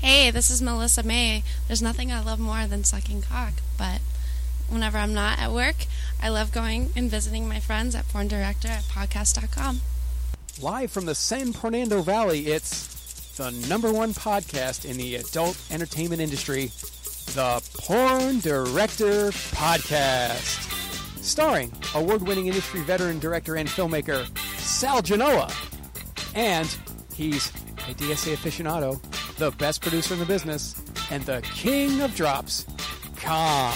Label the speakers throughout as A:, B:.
A: hey, this is Melissa May. There's nothing I love more than sucking cock, but whenever I'm not at work, I love going and visiting my friends at Porn Director at podcast.com.
B: Live from the San Fernando Valley, it's the number one podcast in the adult entertainment industry, the Porn Director Podcast. Starring award winning industry veteran director and filmmaker Sal Genoa. And he's a DSA aficionado, the best producer in the business, and the king of drops, Khan.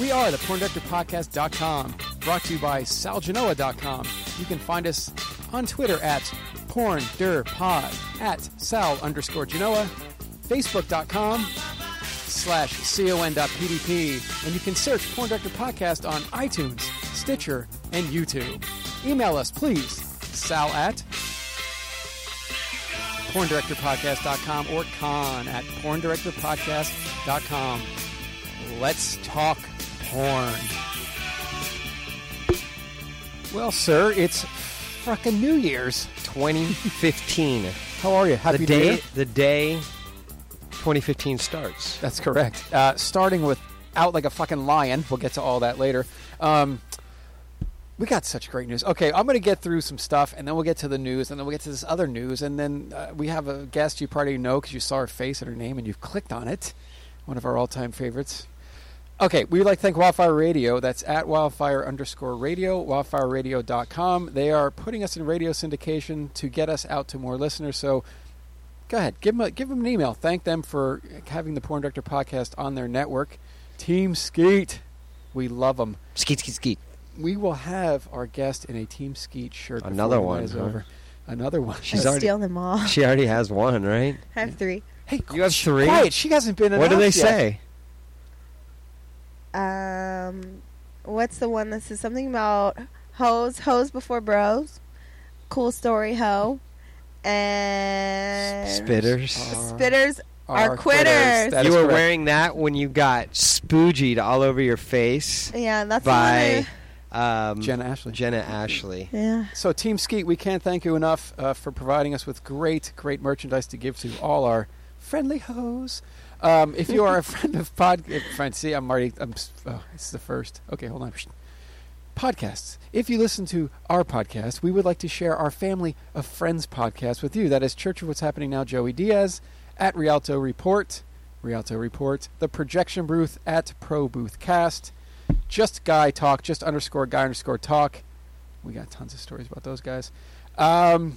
B: We are the PornDirectorPodcast.com, brought to you by SalGenoa.com. You can find us on Twitter at PornDirPod, at Sal underscore Genoa, Facebook.com slash con.pdp, and you can search Porn Director Podcast on iTunes, Stitcher, and YouTube. Email us, please, sal at porndirectorpodcast.com or con at porndirectorpodcast.com. Let's talk porn. Well, sir, it's fucking New Year's.
C: 2015.
B: How are you? Happy
C: the
B: New
C: day
B: Year.
C: the day 2015 starts.
B: That's correct. Uh, starting with Out Like a Fucking Lion. We'll get to all that later. Um, we got such great news. Okay, I'm going to get through some stuff, and then we'll get to the news, and then we'll get to this other news, and then uh, we have a guest you probably know because you saw her face and her name, and you've clicked on it. One of our all-time favorites. Okay, we would like to thank Wildfire Radio. That's at wildfire underscore radio, wildfireradio.com. They are putting us in radio syndication to get us out to more listeners. So go ahead, give them, a, give them an email. Thank them for having the Porn Director podcast on their network. Team Skeet, we love them.
C: Skeet skeet skeet.
B: We will have our guest in a Team Skeet shirt. before
C: Another
B: the night
C: one,
B: is
C: huh?
B: over. Another one.
C: She's
D: Don't
C: already-
D: steal them all.
C: She already has one, right?
D: I have three.
B: Hey,
C: You have
B: shh,
C: three?
B: Quiet. She hasn't been.
C: what do they
B: announced yet.
C: say?
D: Um, what's the one that says something about hoes, hoes before bros, cool story hoe, and
C: Spitters.
B: Uh,
D: spitters are quitters.
B: That is
C: you were
B: correct.
C: wearing that when you got spoogied all over your face
D: Yeah, that's
C: by
D: the one.
C: um,
B: Jenna Ashley.
C: Jenna Ashley.
D: I- yeah,
B: So, Team Skeet, we can't thank you enough uh, for providing us with great, great merchandise to give to all our friendly hoes. Um, if you are a friend of pod, eh, friend, see, I'm already. I'm. s- Oh, this is the first. Okay, hold on. Podcasts. If you listen to our podcast, we would like to share our family of friends podcast with you. That is Church of What's Happening Now. Joey Diaz at Rialto Report. Rialto Report. The Projection Booth at Pro Booth Cast. Just Guy Talk. Just underscore Guy underscore Talk. We got tons of stories about those guys. Um,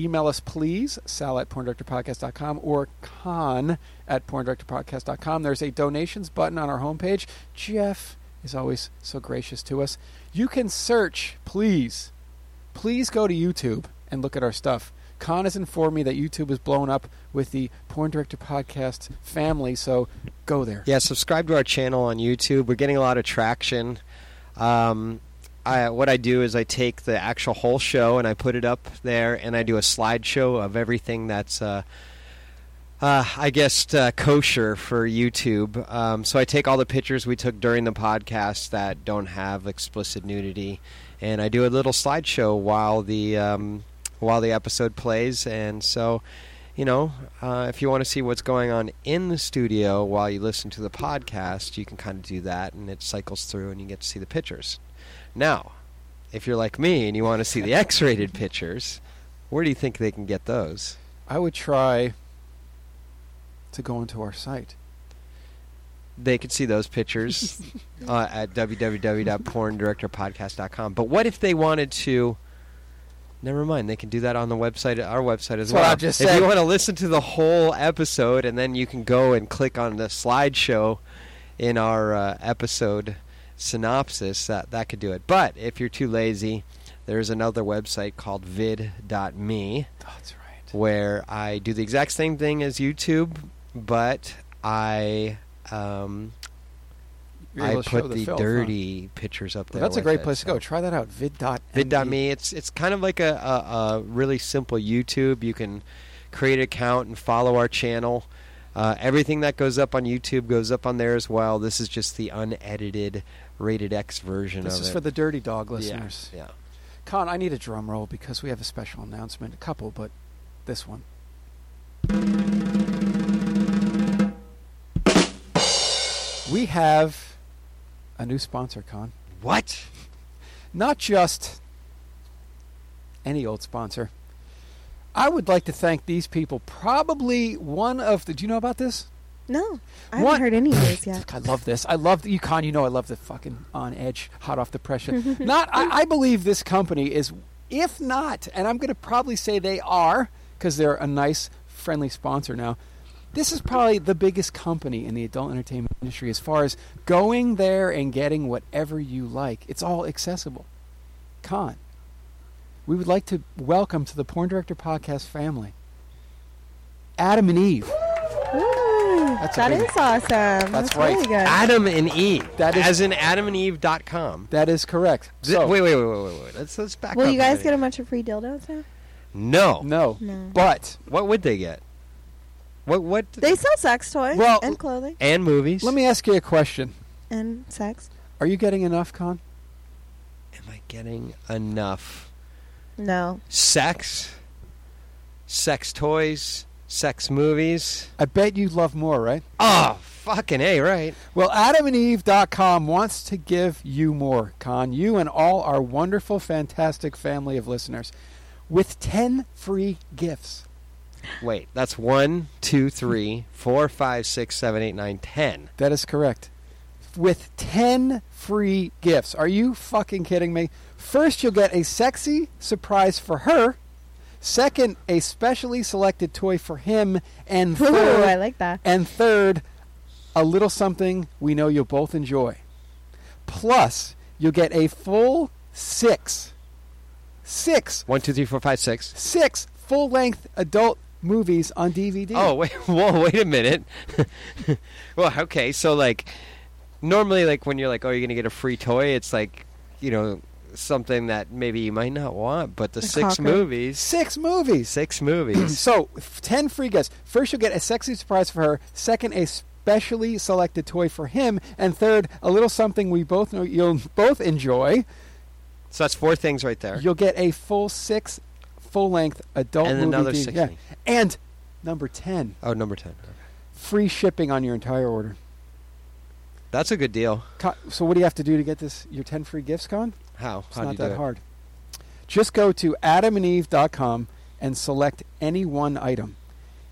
B: email us, please, sal at porndirectorpodcast.com or con at porndirectorpodcast.com. There's a donations button on our homepage. Jeff is always so gracious to us. You can search, please, please go to YouTube and look at our stuff. Con has informed me that YouTube is blown up with the Porn Director Podcast family, so go there.
C: Yeah, subscribe to our channel on YouTube. We're getting a lot of traction. Um, I, what I do is I take the actual whole show and I put it up there, and I do a slideshow of everything that's, uh, uh, I guess, uh, kosher for YouTube. Um, so I take all the pictures we took during the podcast that don't have explicit nudity, and I do a little slideshow while the um, while the episode plays, and so you know, uh, if you want to see what's going on in the studio while you listen to the podcast, you can kind of do that, and it cycles through, and you get to see the pictures. Now, if you're like me and you want to see the X-rated pictures, where do you think they can get those?
B: I would try to go onto our site.
C: They could see those pictures uh, at www.porndirectorpodcast.com. But what if they wanted to? Never mind. They can do that on the website, our website as
B: That's what
C: well.
B: I just
C: if
B: said.
C: you want to listen to the whole episode, and then you can go and click on the slideshow in our uh, episode synopsis, that that could do it. But if you're too lazy, there's another website called vid.me
B: Oh, that's right.
C: where I do the exact same thing as YouTube, but I um,
B: You're
C: I
B: able to show
C: put the,
B: filth, huh?
C: dirty pictures up there.
B: That's a
C: with
B: great
C: it,
B: place to
C: so.
B: go. Try that out. Vid.me.
C: Vid.me. It's it's kind of like a, a, a really simple YouTube. You can create an account and follow our channel. Uh, everything that goes up on YouTube goes up on there as well. This is just the unedited, rated X version
B: This
C: of
B: is
C: it.
B: for the dirty dog
C: Yeah,
B: listeners.
C: yeah.
B: Con, I need a drum roll because we have a special announcement. A couple, but this one. We have a new sponsor, Con.
C: What?
B: Not just any old sponsor. I would like to thank these people. Probably one of the. Do you know about this?
D: No, I
B: What?
D: haven't heard any of those yet.
B: I love this. I love the Con. You know, I love the fucking on edge, hot off the pressure. not, I, I believe this company is, if not, and I'm going to probably say they are because they're a nice, friendly sponsor now. This is probably the biggest company in the adult entertainment industry as far as going there and getting whatever you like. It's all accessible. Con, we would like to welcome to the Porn Director Podcast family Adam and Eve.
D: Ooh,
B: That's a
D: that
B: big-
D: is awesome.
B: That's
D: That's,
B: right.
D: really good.
C: Adam and Eve.
B: That is-
C: as in adamandeve.com.
B: That is correct.
C: Th-
B: So-
C: wait, wait, wait, wait, wait, wait. Let's let's back
D: Will
C: up.
D: you guys
C: a
D: get a
C: minute.
D: bunch of free dildos now?
C: No.
B: No.
D: No.
B: But
C: What would they get? What what
D: They sell sex toys
B: Well,
D: and clothing
C: and movies?
B: let me ask you a question.
D: and sex.
B: Are you getting enough, Con?
C: Am I getting enough
D: No.
C: sex? Sex toys, sex movies.
B: I bet you love more, right?
C: Oh, fucking A, right.
B: Well, adamandeve.com wants to give you more, Con. You and all our wonderful, fantastic family of listeners with 10 free gifts.
C: Wait, that's one, two, three, four, five, six, seven, eight, nine, ten.
B: That is correct. With 10 free gifts. Are you fucking kidding me? First, you'll get a sexy surprise for her. Second, a specially selected toy for him. And
D: Ooh,
B: third,
D: I like that.
B: And third, a little something we know you'll both enjoy. Plus, you'll get a full six, six,
C: One, two, three, four, five, six.
B: six full length adult movies on DVD.
C: Oh, wait, whoa, wait a minute. well, okay, so like, normally, like when you're like, oh, you're gonna get a free toy, it's like, you know, something that maybe you might not want, but the
D: A
C: six
D: cocker.
C: movies,
B: six movies.
C: six movies.
B: So, f- 10 free gifts. First, you'll get a sexy surprise for her. Second, a specially selected toy for him. And third, a little something we both know you'll both enjoy.
C: so that's four things right there.
B: You'll get a full six full length adult
C: And
B: movie
C: another
B: DVD.
C: six
B: Oh, Yeah.
C: length.
B: And number 10.
C: Oh, number ten.
B: free shipping on your entire order.
C: That's a good deal.
B: Co- So what do you have to do to get this your 10 free gifts con?
C: How?
B: It's
C: How do
B: not
C: you
B: that
C: do it?
B: hard. Just go to adamandeve.com and select any one item.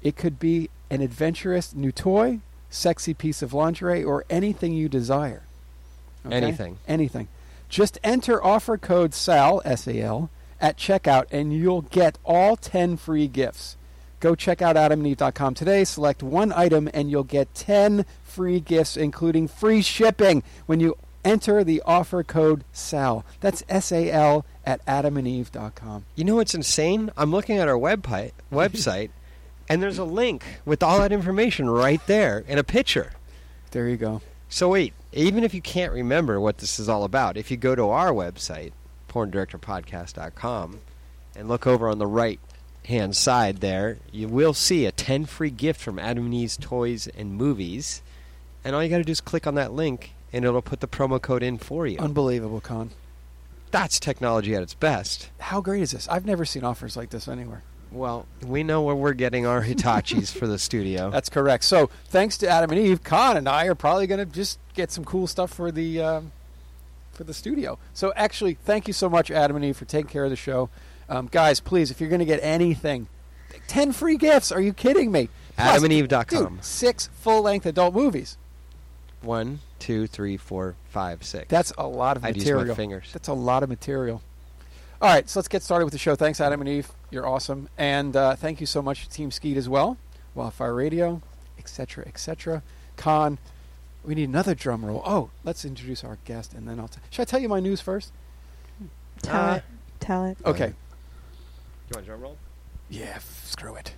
B: It could be an adventurous new toy, sexy piece of lingerie, or anything you desire.
C: Anything.
B: Anything. Just enter offer code SAL, S-A-L, at checkout, and you'll get all 10 free gifts. Go check out adamandeve.com today, select one item, and you'll get 10 free gifts, including free shipping, when you enter the offer code SAL. That's S-A-L at adamandeve.com.
C: You know what's insane? I'm looking at our webpi- website, and there's a link with all that information right there in a picture.
B: There you go.
C: So wait, even if you can't remember what this is all about, if you go to our website, porndirectorpodcast.com, and look over on the right hand side there, you will see a 10 free gift from Adam and Eve's Toys and Movies. And all you got to do is click on that link, and it'll put the promo code in for you.
B: Unbelievable, Con.
C: That's technology at its best.
B: How great is this? I've never seen offers like this anywhere.
C: Well, we know where we're getting our Hitachis for the studio.
B: That's correct. So thanks to Adam and Eve, Con and I are probably going to just get some cool stuff for the um, for the studio. So actually, thank you so much, Adam and Eve, for taking care of the show, um, guys. Please, if you're going to get anything, ten free gifts. Are you kidding me? Plus,
C: AdamandEve.com.
B: dude, six full length adult movies.
C: One, two, three, four, five, six.
B: That's a lot of
C: I'd use my
B: material.
C: fingers.
B: That's a lot of material. All right, so let's get started with the show. Thanks, Adam and Eve. You're awesome, and uh, thank you so much to Team Skeet as well, Wildfire Radio, etc., etc. Con, we need another drum roll. Oh, let's introduce our guest, and then I'll. T- Should I tell you my news first?
D: Tell
C: Uh,
D: it. Tell it.
B: Okay.
C: you want drum roll?
B: Yeah, f- screw it.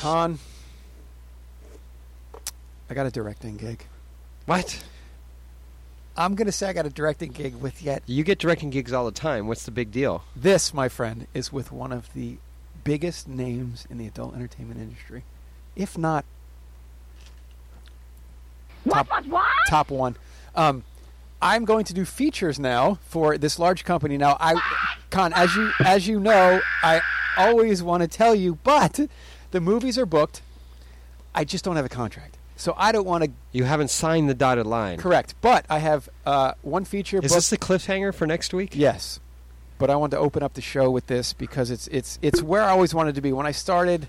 B: Con, I got a directing gig.
C: What?
B: I'm gonna say I got a directing gig with yet
C: You get directing gigs all the time. What's the big deal?
B: This, my friend, is with one of the biggest names in the adult entertainment industry, if not top, top one. Um, I'm going to do features now for this large company. Now, I, Con, as you as you know, I always want to tell you, but the movies are booked. I just don't have a contract, so I don't want to.
C: You haven't signed the dotted line.
B: Correct, but I have uh, one feature.
C: Is
B: booked-
C: this the cliffhanger for next week?
B: Yes, but I want to open up the show with this because it's it's it's where I always wanted to be. When I started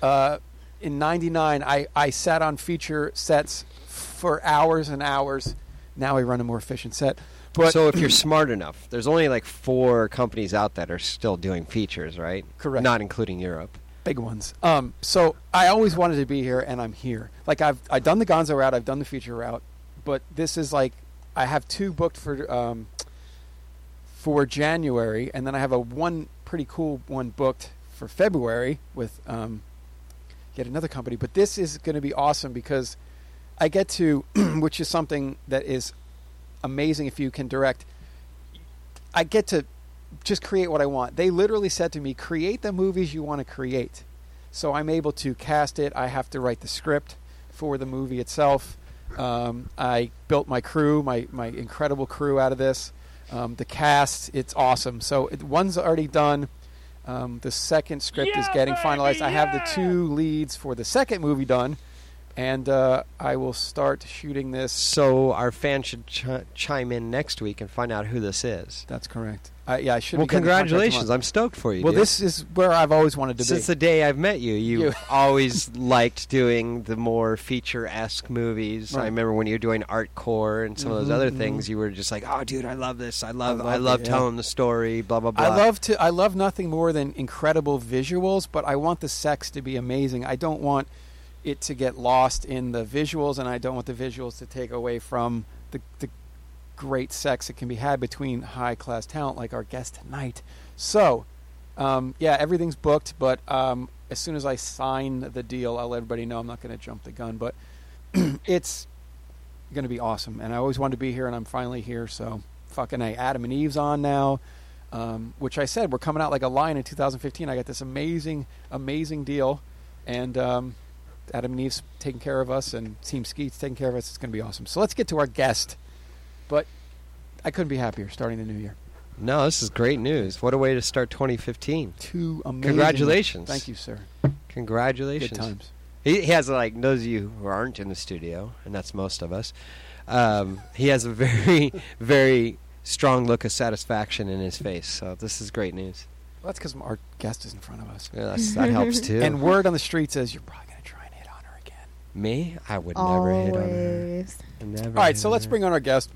B: uh, in '99, I I sat on feature sets for hours and hours. Now I run a more efficient set, but
C: so if you're smart enough, there's only like four companies out that are still doing features, right?
B: Correct.
C: Not including Europe.
B: big ones. Um, so I always wanted to be here, and I'm here. Like I've I've done the Gonzo route, I've done the feature route, but this is like I have two booked for um, for January, and then I have a one pretty cool one booked for February with um, yet another company. But this is going to be awesome because I get to, which is something that is amazing if you can direct. I get to just create what I want. They literally said to me, create the movies you want to create. So I'm able to cast it. I have to write the script for the movie itself. Um, I built my crew, my, my incredible crew out of this. Um, the cast, it's awesome. So it, one's already done. Um, the second script is getting finalized. I have the two leads for the second movie done, and uh, I will start shooting this
C: So our fans should ch- chime in next week and find out who this is.
B: That's correct. I, yeah, I should.
C: well,
B: be getting the contract
C: congratulations!
B: tomorrow.
C: I'm stoked for you.
B: Well,
C: dude.
B: this is where I've always wanted to
C: since
B: be.
C: the day I've met you, you've
B: You-
C: always liked doing the more feature-esque movies.
B: Right.
C: I remember when you were doing Artcore and some of
B: Mhm,
C: those other
B: mhm.
C: things, you were just like, "Oh, dude, I love this. I love, I
B: love
C: love,
B: it, yeah.
C: telling the story." Blah blah blah.
B: I love to. I love nothing more than incredible visuals, but I want the sex to be amazing. I don't want it to get lost in the visuals, and I don't want the visuals to take away from the, the great sex that can be had between high class talent like our guest tonight. So, um, yeah, everything's booked, but um, as soon as I sign the deal, I'll let everybody know I'm not going to jump the gun, but it's going to be awesome. And I always wanted to be here, and I'm finally here. So, fucking A. Adam and Eve's on now, um, which I said we're coming out like a lion in 2015. I got this amazing, amazing deal, and um, Adam and Eve's taking care of us, and Team Skeet's taking care of us. It's going to be awesome. So, let's get to our guest. But I couldn't be happier starting the new year.
C: No, this is great news. What a way to start 2015!
B: Two amazing.
C: Congratulations.
B: Thank you, sir. Good
C: Congratulations.
B: times.
C: He, he has like those of you who aren't in the studio, and that's most of us. Um, he has a very, very strong look of satisfaction in his face. So this is great news.
B: Well, that's because our guest is in front of us.
C: Yeah, that's, that helps too.
B: And word on the street says you're probably going to try and hit on her again.
C: me, I would never hit on her.
D: Always.
C: Never
B: All right,
C: hit
B: so
C: on
B: let's
C: her.
B: bring on our guest.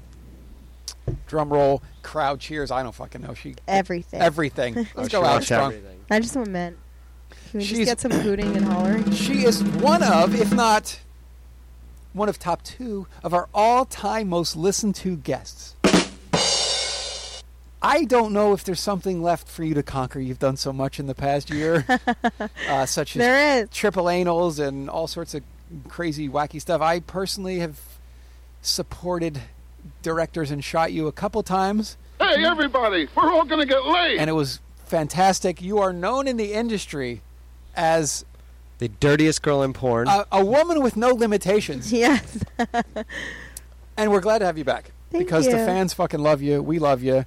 B: Drum roll, crowd cheers. I don't fucking know. She
D: Everything.
B: everything. Let's
C: Oh, she
B: go out
C: likes
B: strong.
C: everything.
D: I just want men. Can we
B: She's-
D: just get some hooting and hollering?
B: She is one of, if not one of top two of our all-time most listened to guests. I don't know if there's something left for you to conquer. You've done so much in the past year, uh, such as
D: There is.
B: triple anals and all sorts of crazy wacky stuff. I personally have supported directors and shot you a couple times
D: Hmm?
E: Hey, everybody, we're all going to get laid.
B: and it was fantastic. You are known in the industry as
C: The dirtiest girl in porn.
B: a, a woman with no limitations
D: Yes.
B: and we're glad to have you back
D: Thank
B: because the
D: you.
B: fans fucking love you. We love you.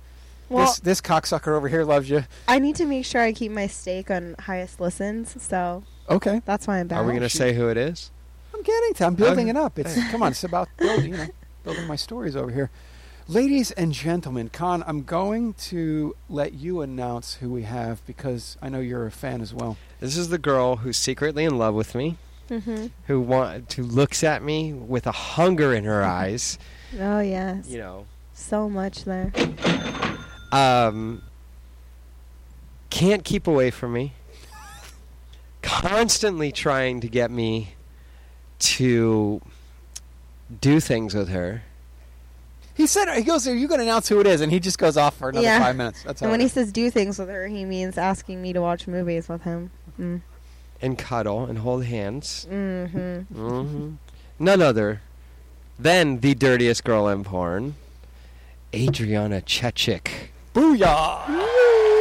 D: Well-
B: this this cocksucker over here loves you.
D: I need to make sure I keep my stake on highest listens, so
B: Okay,
D: that's why I'm back.
C: Are we going to
B: she-
C: say who it is?
B: I'm getting to. I'm building
C: Okay.
B: it up. It's come on. It's about building. You know, building my stories over here. Ladies and gentlemen, Con, I'm going to let you announce who we have because I know you're a fan as well.
C: This is the girl who's secretly in love with me,
D: Mhm.
C: who want who looks at me with a hunger in her
B: Mm-hmm.
C: eyes.
D: Oh yes.
C: You know,
D: So much there.
C: um, can't keep away from me. Constantly trying to get me to do things with her.
B: He said he goes, "Are you going to announce who it is?" And he just goes off for another
D: Yeah.
B: five minutes. That's all.
D: And when
B: right.
D: he says do things with her, he means asking me to watch movies with him. Mm.
C: and cuddle and hold hands.
D: hmm
C: hmm None other than the dirtiest girl in porn, Adriana Chechik.
B: Booyah!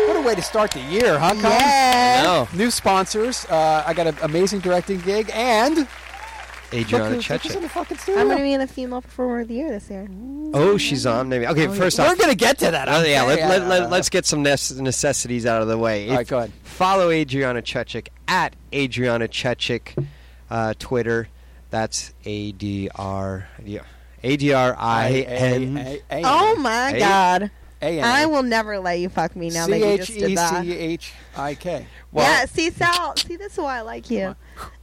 B: What a way to start the year, huh, Colin?
C: No,
B: New sponsors. Uh, I got an amazing directing gig, and look
C: Adriana
B: who's- look who's in
C: Chechik.
B: the fucking
D: I'm going
B: studio.
D: to be in a female performer of the year this year.
C: Oh, she's on. Maybe. Okay, first
B: We're
C: off.
B: gonna get to that.
C: Oh,
B: I'm
C: yeah, let,
B: saying.
C: let, let, us get some nece- necessities out of the way.
B: All right,
C: If-
B: go ahead.
C: Follow Adriana Chechik at Adriana Chechik uh, Twitter. That's A D R A D R I N.
D: Oh my
C: Hey.
D: god.
B: A-N.
D: I will never let you fuck me now that you just did
B: E
D: that.
B: C-H-E-C-H-I-K.
D: yeah, see Sal, see this is why I like you.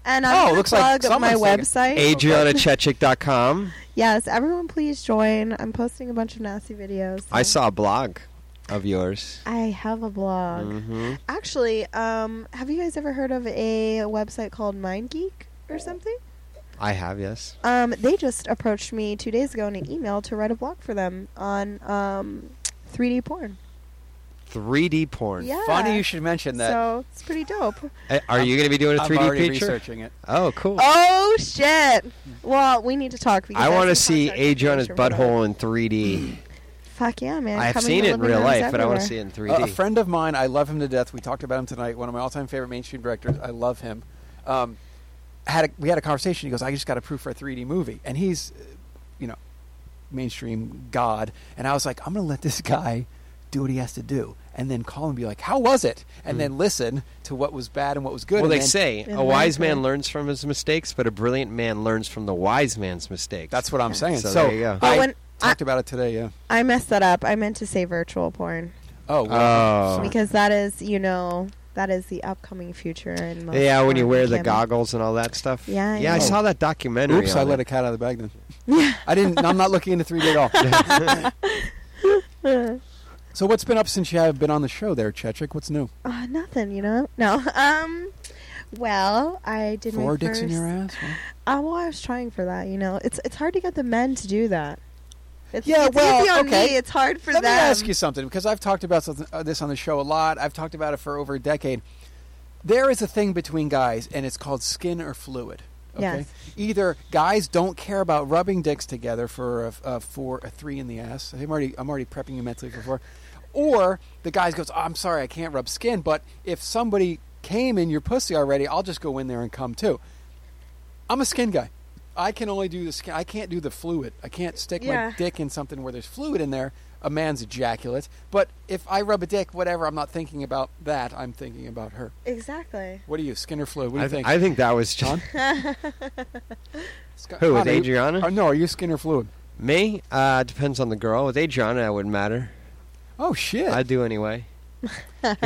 D: And
B: Oh,
D: I'm gonna
B: looks like
D: plug my
B: someone's taking-
D: website.
C: AdrianaChechik.com.
D: Yes, everyone please join. I'm posting a bunch of nasty videos.
C: I
D: so-
C: saw a blog of yours.
D: I have a blog.
B: Mm-hmm.
C: hmm
D: Actually, um, have you guys ever heard of a website called MindGeek or something?
C: I have, yes.
D: Um, they just approached me two days ago in an email to write a blog for them on um, 3D porn.
C: 3D porn.
D: Yeah.
B: Funny you should mention that.
D: So it's pretty dope.
C: Uh, Are you going to be doing a
B: I'm
C: 3D
B: already
C: picture?
B: researching it.
C: Oh, cool.
D: Oh shit! Well, we need to talk. Because
C: I want to
D: some
C: see
D: contact
C: Adriana's
D: information for
C: butthole in 3D.
D: that. Fuck yeah, man!
C: I've
D: Come
C: seen
D: into
C: it in
D: living
C: real
D: rooms
C: life, but I want
D: everywhere.
C: to see it in 3D.
B: A- a friend of mine, I love him to death. We talked about him tonight. One of my all-time favorite mainstream directors. I love him. Um, had a, we had a conversation. He goes, "I just got approved for a 3D movie," and he's, uh, you know, mainstream god. And I was like, "I'm going to let this guy do what he has to do, and then call and be like, how was it?' And then listen to what was bad and what was good."
C: Hmm.
B: and
C: well, they
B: then-
C: say
D: And
C: a wise
D: then-
C: man learns from his mistakes, but a brilliant man learns from the wise man's mistakes.
B: that's what I'm saying.
C: So
B: So,
C: there you go.
B: I
D: Well, when
B: talked about it today. Yeah.
D: I messed that up. I meant to say virtual porn
B: Oh.
C: Oh.
B: sorry.
D: because that is, you know, that is the upcoming future. And
C: Yeah, when you wear the goggles and all that stuff.
D: Oh, Yeah,
C: yeah. I
D: yeah.
C: saw that documentary.
B: Oops, I
C: on
B: let
C: it.
B: a cat out of the bag then. I didn't. I'm not looking into 3D at all. so what's been up since you have been on the show there, Chechik? What's new?
D: Uh, nothing, you know. No. Um. Well, I did
B: Four
D: my
B: dicks
D: first.
B: in your ass? Well,
D: Uh, well, I was trying for that. You know, it's it's hard to get the men to do that. It's,
B: Yeah,
D: it's
B: well,
D: easy on
B: okay.
D: me. It's hard for
B: Let
D: them.
B: me ask you something because I've talked about something, uh, this on the show a lot. I've talked about it for over a decade. There is a thing between guys, and it's called skin or fluid. Okay?
D: Yes.
B: Either guys don't care about rubbing dicks together for a, a four, a three in the ass. I'm already, I'm already prepping you mentally for four. Or the guys goes, "Oh, I'm sorry, I can't rub skin, but if somebody came in your pussy already, I'll just go in there and come too. I'm a skin guy. I can only do the skin. I can't do the fluid. I can't stick
D: Yeah.
B: my dick in something where there's fluid in there. A man's ejaculate. But if I rub a dick, whatever, I'm not thinking about that. I'm thinking about her.
D: Exactly.
B: What are you, skin or fluid? What do
C: I,
B: you think?
C: I think that was
B: John? Sc-
C: Who, with
B: Con, are you-
C: Adriana?
B: oh, no, are you skin or fluid?
C: me. Uh, depends on the girl. With Adriana, it wouldn't matter.
B: Oh, shit.
C: I do anyway. you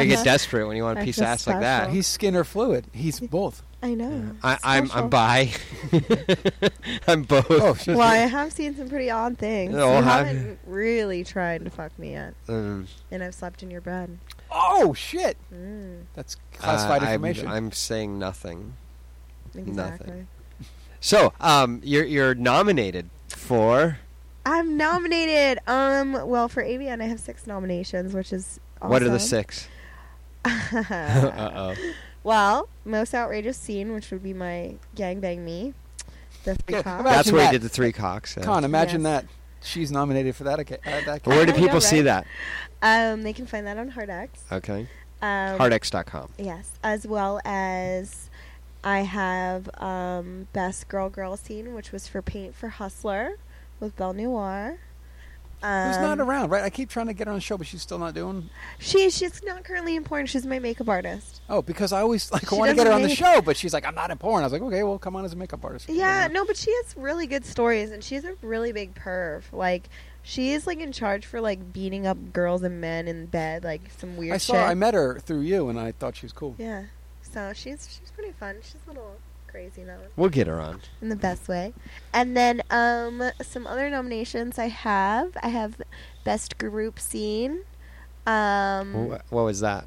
C: get desperate when you want a
D: I
C: piece of
D: feel
C: ass like that.
D: special.
B: He's skin or fluid. He's both.
D: I know.
C: I,
D: It's
C: I'm
D: special.
C: I'm bi. I'm both.
B: Oh, shit.
D: Well, I have seen some pretty odd things.
C: Oh,
D: you
C: have
D: haven't
C: you?
D: really tried to fuck me yet,
C: Um,
D: and I've slept in your bed.
B: Oh, shit.
D: Mm,
B: That's classified
C: uh,
B: information.
C: I'm, I'm saying nothing.
D: exactly.
C: So, um, you're you're nominated for
D: I'm nominated. Um, well, for AVN, I have six nominations, which is awesome.
C: what are the six? Uh oh.
D: well, most outrageous scene, which would be my gangbang me, the three
B: Yeah,
D: cock.
B: about-
C: That's where you
B: that.
C: did the three cocks. yeah.
B: Con, imagine
D: Yes.
B: that. She's nominated for that. Ac- uh, that
C: But where do
D: I know,
C: people see
D: right?
C: that?
D: Um, they can find that on HardX.
C: Okay.
D: Um,
C: Hardx.com.
D: Yes, as well as I have um, best girl girl scene, which was for Paint for Hustler with Belle Noir. Um,
B: Who's not around, right? I keep trying to get her on the show, but she's still not doing.
D: She she's not currently in porn. She's my makeup artist.
B: Oh, because I always like
D: She
B: want to get her on the
D: doesn't
B: show, but she's like, I'm not in porn. I was like, okay, well, come on as a makeup artist.
D: Yeah,
B: You know?
D: no, but she has really good stories, and she's a really big perv. Like she is like in charge for like beating up girls and men in bed, like some weird
B: I saw.
D: shit.
B: I met her through you, and I thought she was cool.
D: yeah, so she's she's pretty fun. She's a little crazy now.
C: We'll get her on.
D: in the best way. And then um, some other nominations I have. I have best group scene. Um,
C: Wh- What was that?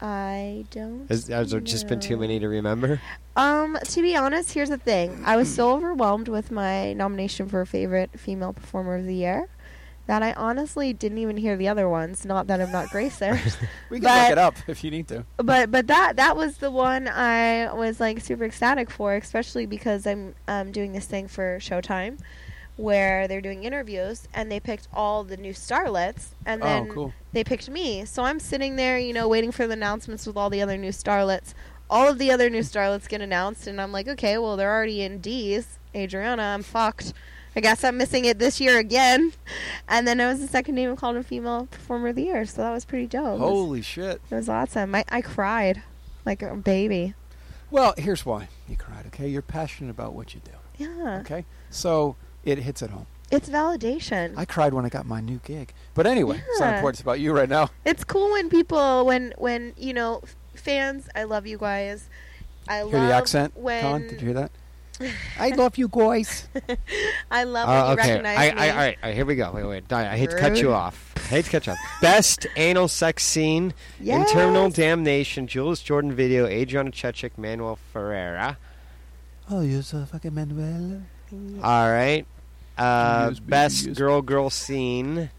D: I don't.
C: Has, has there just been too
D: know.
C: many to remember?
D: Um, to be honest, here's the thing. I was so overwhelmed with my nomination for favorite female performer of the year that I honestly didn't even hear the other ones. Not that I'm not Grace there,
B: We can
D: But-
B: look it up if you need to.
D: but but that that was the one I was like super ecstatic for, especially because I'm um, doing this thing for Showtime, where they're doing interviews and they picked all the new starlets, and then
B: oh, cool.
D: they picked me. So I'm sitting there, you know, waiting for the announcements with all the other new starlets. All of the other new starlets get announced, and I'm like, okay, well they're already in D's. Adriana, I'm fucked. I guess I'm missing it this year again. And then I was the second name called a female performer of the year, so that was pretty dope. It was-
B: Holy shit!
D: it was awesome. I, I cried like a baby.
B: Well, here's why you cried. Okay, you're passionate about what you do.
D: Yeah.
B: Okay, so it hits at home.
D: It's validation.
B: I cried when I got my new gig. But anyway, it's not
D: Yeah.
B: important. It's about you right now.
D: it's cool when people when when you know f- fans. I love you guys. I
B: Hear
D: love
B: the accent,
D: when
B: Colin? Did you hear that? I love you guys.
D: I
C: Uh,
D: love when Oh, you
C: okay,
D: recognize
C: I, I,
D: me.
C: all right, all right, here we go. Wait, wait. I, I hate to cut
D: Rude.
C: you off. I hate to cut you off. Best anal sex scene: Internal
D: Yes.
C: Damnation, Jules Jordan video, Adriana Chechik, Manuel Ferreira.
B: Oh, you're so fucking Manuel.
C: All right. Uh,
B: Yes, baby,
C: best
B: yes.
C: girl girl scene.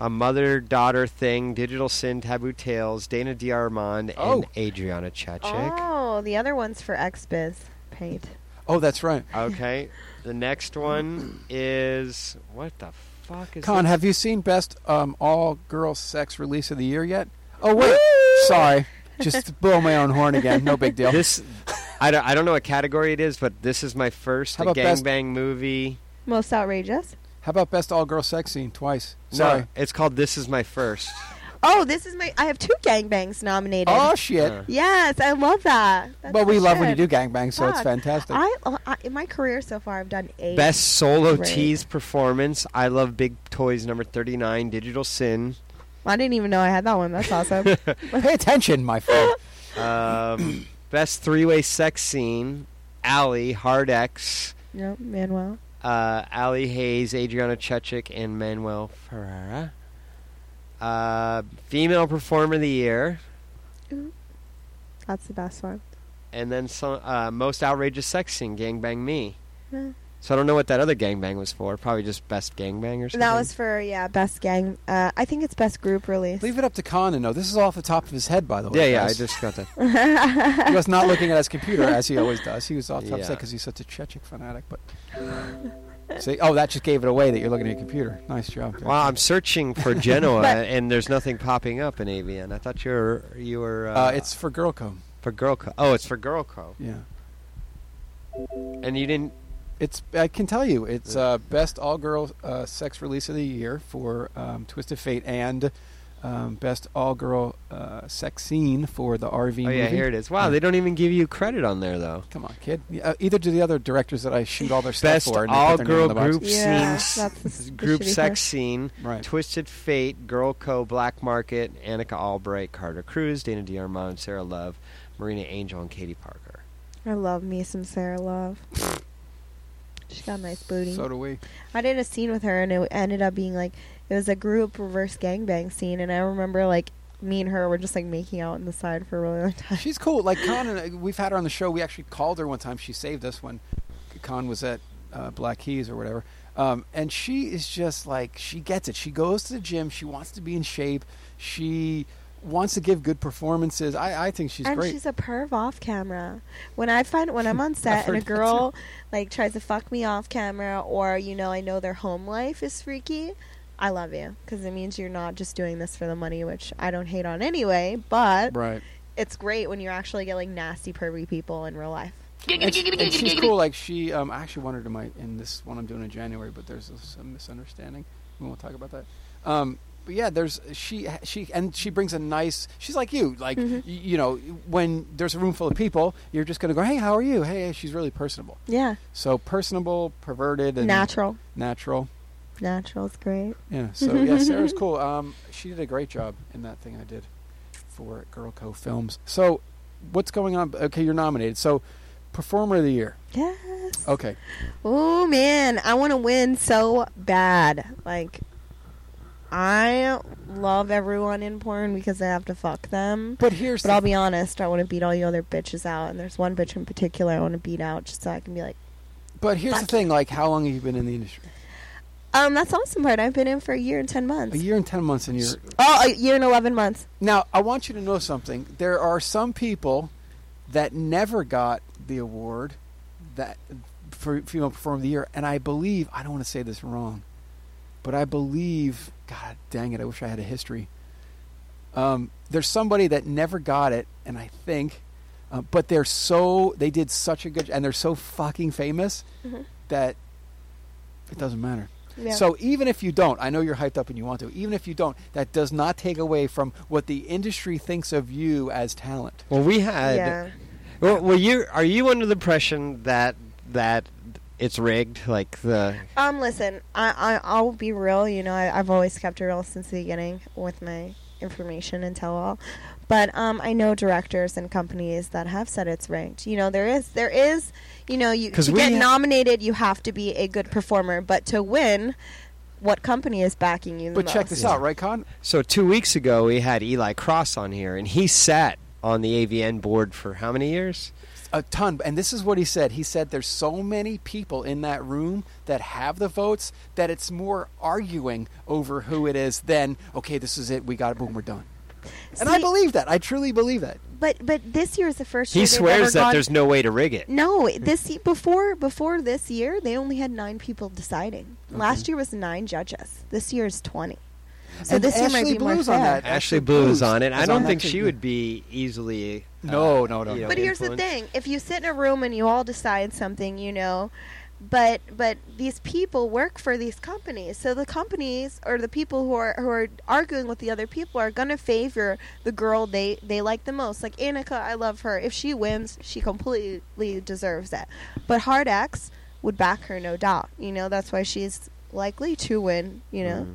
C: A mother daughter thing, Digital Sin, Taboo Tales, Dana D'Armond,
B: Oh.
C: and Adriana Chechik.
D: Oh, the other one's for XBiz paid.
B: Oh, that's right.
C: Okay. The next one is. What the fuck is
B: Con,
C: this?
B: have you seen best um, all girl sex release of the year yet? Oh wait, sorry, just blow my own horn again. No big deal.
C: This. I don't, I don't know what category it is, but this is my first
B: How about best-
C: gangbang movie.
D: Most outrageous.
B: How about best all girl sex scene twice? Sorry.
C: No, it's called This Is My First.
D: Oh, this is my. I have two gangbangs nominated.
B: Oh shit.
C: Uh,
D: Yes, I love that. That's
B: but we
D: so
B: love when you
D: good.
B: do gangbang, so it's
D: Fuck.
B: fantastic.
D: I, uh, I in my career so far, I've done eight.
C: Best solo
D: Great.
C: tease performance. I love Big Toys number 39, Digital Sin.
D: I didn't even know I had that one. That's awesome.
B: Pay attention, my friend.
C: Um, best three way sex scene. Allie, Hard X,
D: yep, Manuel.
C: uh, Allie Hayes, Adriana Chechik, and Manuel Ferrara. Uh, female Performer of the Year.
D: That's the best one.
C: And then some, uh, Most Outrageous Sex Scene, Gangbang Me.
D: Yeah.
C: So I don't know what that other gangbang was for. Probably just Best Gangbang or something.
D: That was for yeah, best gang. Uh, I think it's best group release.
B: Leave it up to Con to know. This is off the top of his head, by the way.
C: Yeah, yeah, I
B: guys.
C: just got that.
B: he was not looking at his computer as he always does. He was all upset
C: Yeah.
B: because he's such a Chechik fanatic. But see, oh, that just gave it away that you're looking at your computer. Nice job. Jack.
C: Well, I'm searching for Genoa,
D: But-
C: and there's nothing popping up in AVN. I thought you were you were. Uh,
B: Uh, it's for Girlcom.
C: for Girlco. Oh, it's for Girlco,
B: Yeah,
C: and you didn't.
B: it's. I can tell you, it's uh, best all-girl uh, sex release of the year for um, Twisted Fate and. Um, best all-girl uh, sex scene for the RV
C: Oh
B: movie.
C: yeah, here it is. Wow,
B: Yeah.
C: they don't even give you credit on there though.
B: Come on, kid. Yeah, Uh, either do the other directors that I shoot all their stuff
C: Best
B: for. and they put their name
C: all-girl
B: in the box.
C: group
D: Yeah, that's the s-
C: scenes,
D: the
C: group
D: shitty
C: sex
D: part.
C: scene,
B: Right.
C: Twisted Fate, Girlco, Black Market, Annika Albright, Carter Cruz, Dana D'Armond, Sarah Love, Marina Angel, and Katie Parker.
D: I love me some Sarah Love. She's got a nice booty.
B: So do we.
D: I did a scene with her, and it ended up being like it was a group reverse gangbang scene, and I remember like me and her were just like making out on the side for a really long time.
B: She's cool. Like Con, and I, we've had her on the show. We actually called her one time. She saved us when Con was at uh, Black Keys or whatever. Um, and she is just like she gets it. She goes to the gym. She wants to be in shape. She wants to give good performances. I, I think she's
D: and
B: great.
D: she's a perv off camera. When I find when I'm on set and a
B: heard that
D: girl like tries to fuck me off camera, or you know I know their home life is freaky, I love you because it means you're not just doing this for the money, which I don't hate on anyway. But
B: right.
D: it's great when you actually get like nasty pervy people in real life.
B: And, she- and she's cool. Like she, um, I actually wanted to my in this one I'm doing in January, but there's some misunderstanding. We won't talk about that. Um, but yeah, there's she she and she brings a nice. She's like you, like y- you know, when there's a room full of people, you're just gonna go, hey, how are you? Hey, she's really personable.
D: Yeah,
B: So personable, perverted, and
D: natural,
B: natural.
D: natural is great.
B: Yeah. So yeah, Sarah's cool. Um, she did a great job in that thing I did for Girl Co Films. So what's going on? Okay, you're nominated. So performer of the year.
D: Yes.
B: Okay.
D: Oh man, I want to win so bad. Like, I love everyone in porn because I have to fuck them.
B: But here's
D: But
B: the
D: I'll be honest, I want to beat all you other bitches out, and there's one bitch in particular I want to beat out just so I can be like,
B: But here's the
D: Fuck
B: thing: like, how long have you been in the industry?
D: um, that's the awesome part. I've been in for a year and ten
B: A
D: months.
B: year and ten months, and you're
D: Oh, a year and eleven months.
B: now. I want you to know something. There are some people that never got the award that for female performer of the year, and I believe I don't want to say this wrong, but I believe, God dang it, I wish I had a history. Um, there's somebody that never got it, and I think, uh, but they're so they did such a good, and they're so fucking famous
D: Mm-hmm.
B: that it doesn't matter.
D: Yeah.
B: So even if you don't, I know you're hyped up and you want to. Even if you don't, that does not take away from what the industry thinks of you as talent.
C: Well, we had
D: yeah,
C: Well, well, you are you under the impression that that it's rigged? Like the
D: Um, listen, I, I I'll be real. You know, I, I've always kept it real since the beginning with my information and tell all. But um, I know directors and companies that have said it's ranked. You know, there is there is. You know, you
C: 'Cause
D: to
C: we
D: get
C: ha-
D: nominated, you have to be a good performer. But to win, what company is backing you? The
B: But check
D: most?
B: this
C: Yeah.
B: out, right, Con?
C: so two weeks ago we had Eli Cross on here, and he sat on the AVN board for how many years?
B: A ton. And this is what he said. He said there's so many people in that room that have the votes that it's more arguing over who it is than, okay, this is it. We got it. Boom, we're done. And I
D: See-
B: believe that. I truly believe that.
D: But but this year is the first.
C: He
D: year they've ever
C: swears that
D: gone-
C: there's no way to rig it.
D: No, this ye- before before this year, they only had nine people deciding. Last year was nine judges. This year is twenty. So
B: And
D: this year might
B: Ashley
D: be more
B: Blue's on
D: fair.
B: that.
C: Ashley
B: Ashley
C: Blue is
B: Blue's
C: on it.
B: is
C: I
B: on
C: don't
B: that
C: think
B: too,
C: she
B: yeah.
C: would be easily. uh,
B: No, no, no,
C: you
B: no.
C: know,
D: But here's the
C: influenced.
D: thing: if you sit in a room and you all decide something, you know, but but these people work for these companies, so the companies or the people who are who are arguing with the other people are gonna favor the girl they they like the most. Like Annika, I love her. If she wins, she completely deserves it. But Hard X would back her, no doubt. You know, that's why she's likely to win. You know.
C: Mm-hmm.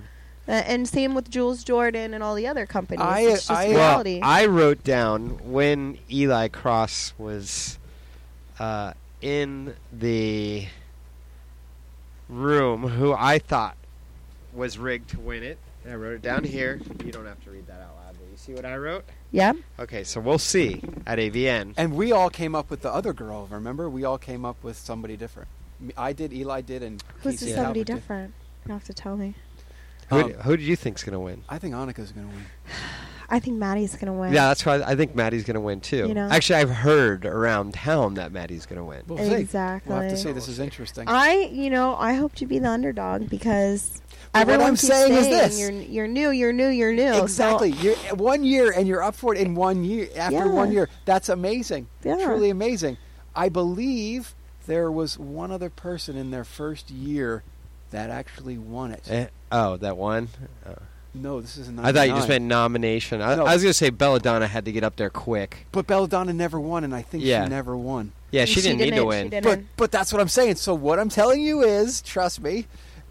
D: A- And same with Jules Jordan and all the other companies.
B: I-
D: it's just
B: I- Well,
C: Well,
D: reality.
C: I wrote down when Eli Cross was uh, in the room who I thought was rigged to win it. I wrote it down here. You don't have to read that out loud, but you see what I wrote?
D: yeah.
C: Okay, so we'll see at AVN.
B: And we all came up with the other girl, remember? We all came up with somebody different. Me- I did, Eli did, and
D: Who's
B: Casey
D: the somebody
B: Talbot did.
D: different? You have to tell me.
C: Who,
B: Um,
C: who do you think's going to win?
B: I think Annika's going to win.
D: I think Maddie's gonna win.
C: Yeah, that's why I think Maddie's going to win too.
D: You know.
C: Actually, I've heard around town that Maddie's going to win.
B: We'll see.
D: exactly.
B: We'll have to see. This is interesting.
D: I, you know, I hope to be the underdog because
B: But what
D: everyone
B: I'm
D: keeps
B: saying is this.
D: you're you're new, you're new, you're new. So-
B: Exactly. You're, one year and you're up for it in one year. After
D: Yeah.
B: one year, that's amazing.
D: Yeah.
B: Truly amazing. I believe there was one other person in their first year that actually won it.
C: Eh, oh, that one? Oh.
B: No, this is not.
C: I thought you just meant nomination. I,
B: No.
C: I was going to say Belladonna had to get up there quick.
B: But Belladonna never won, and I think
C: Yeah.
B: she never won.
C: Yeah, she,
D: She
C: didn't, need to
D: didn't,
C: win.
D: she didn't.
B: But
D: then-
B: but that's what I'm saying. So what I'm telling you is, trust me,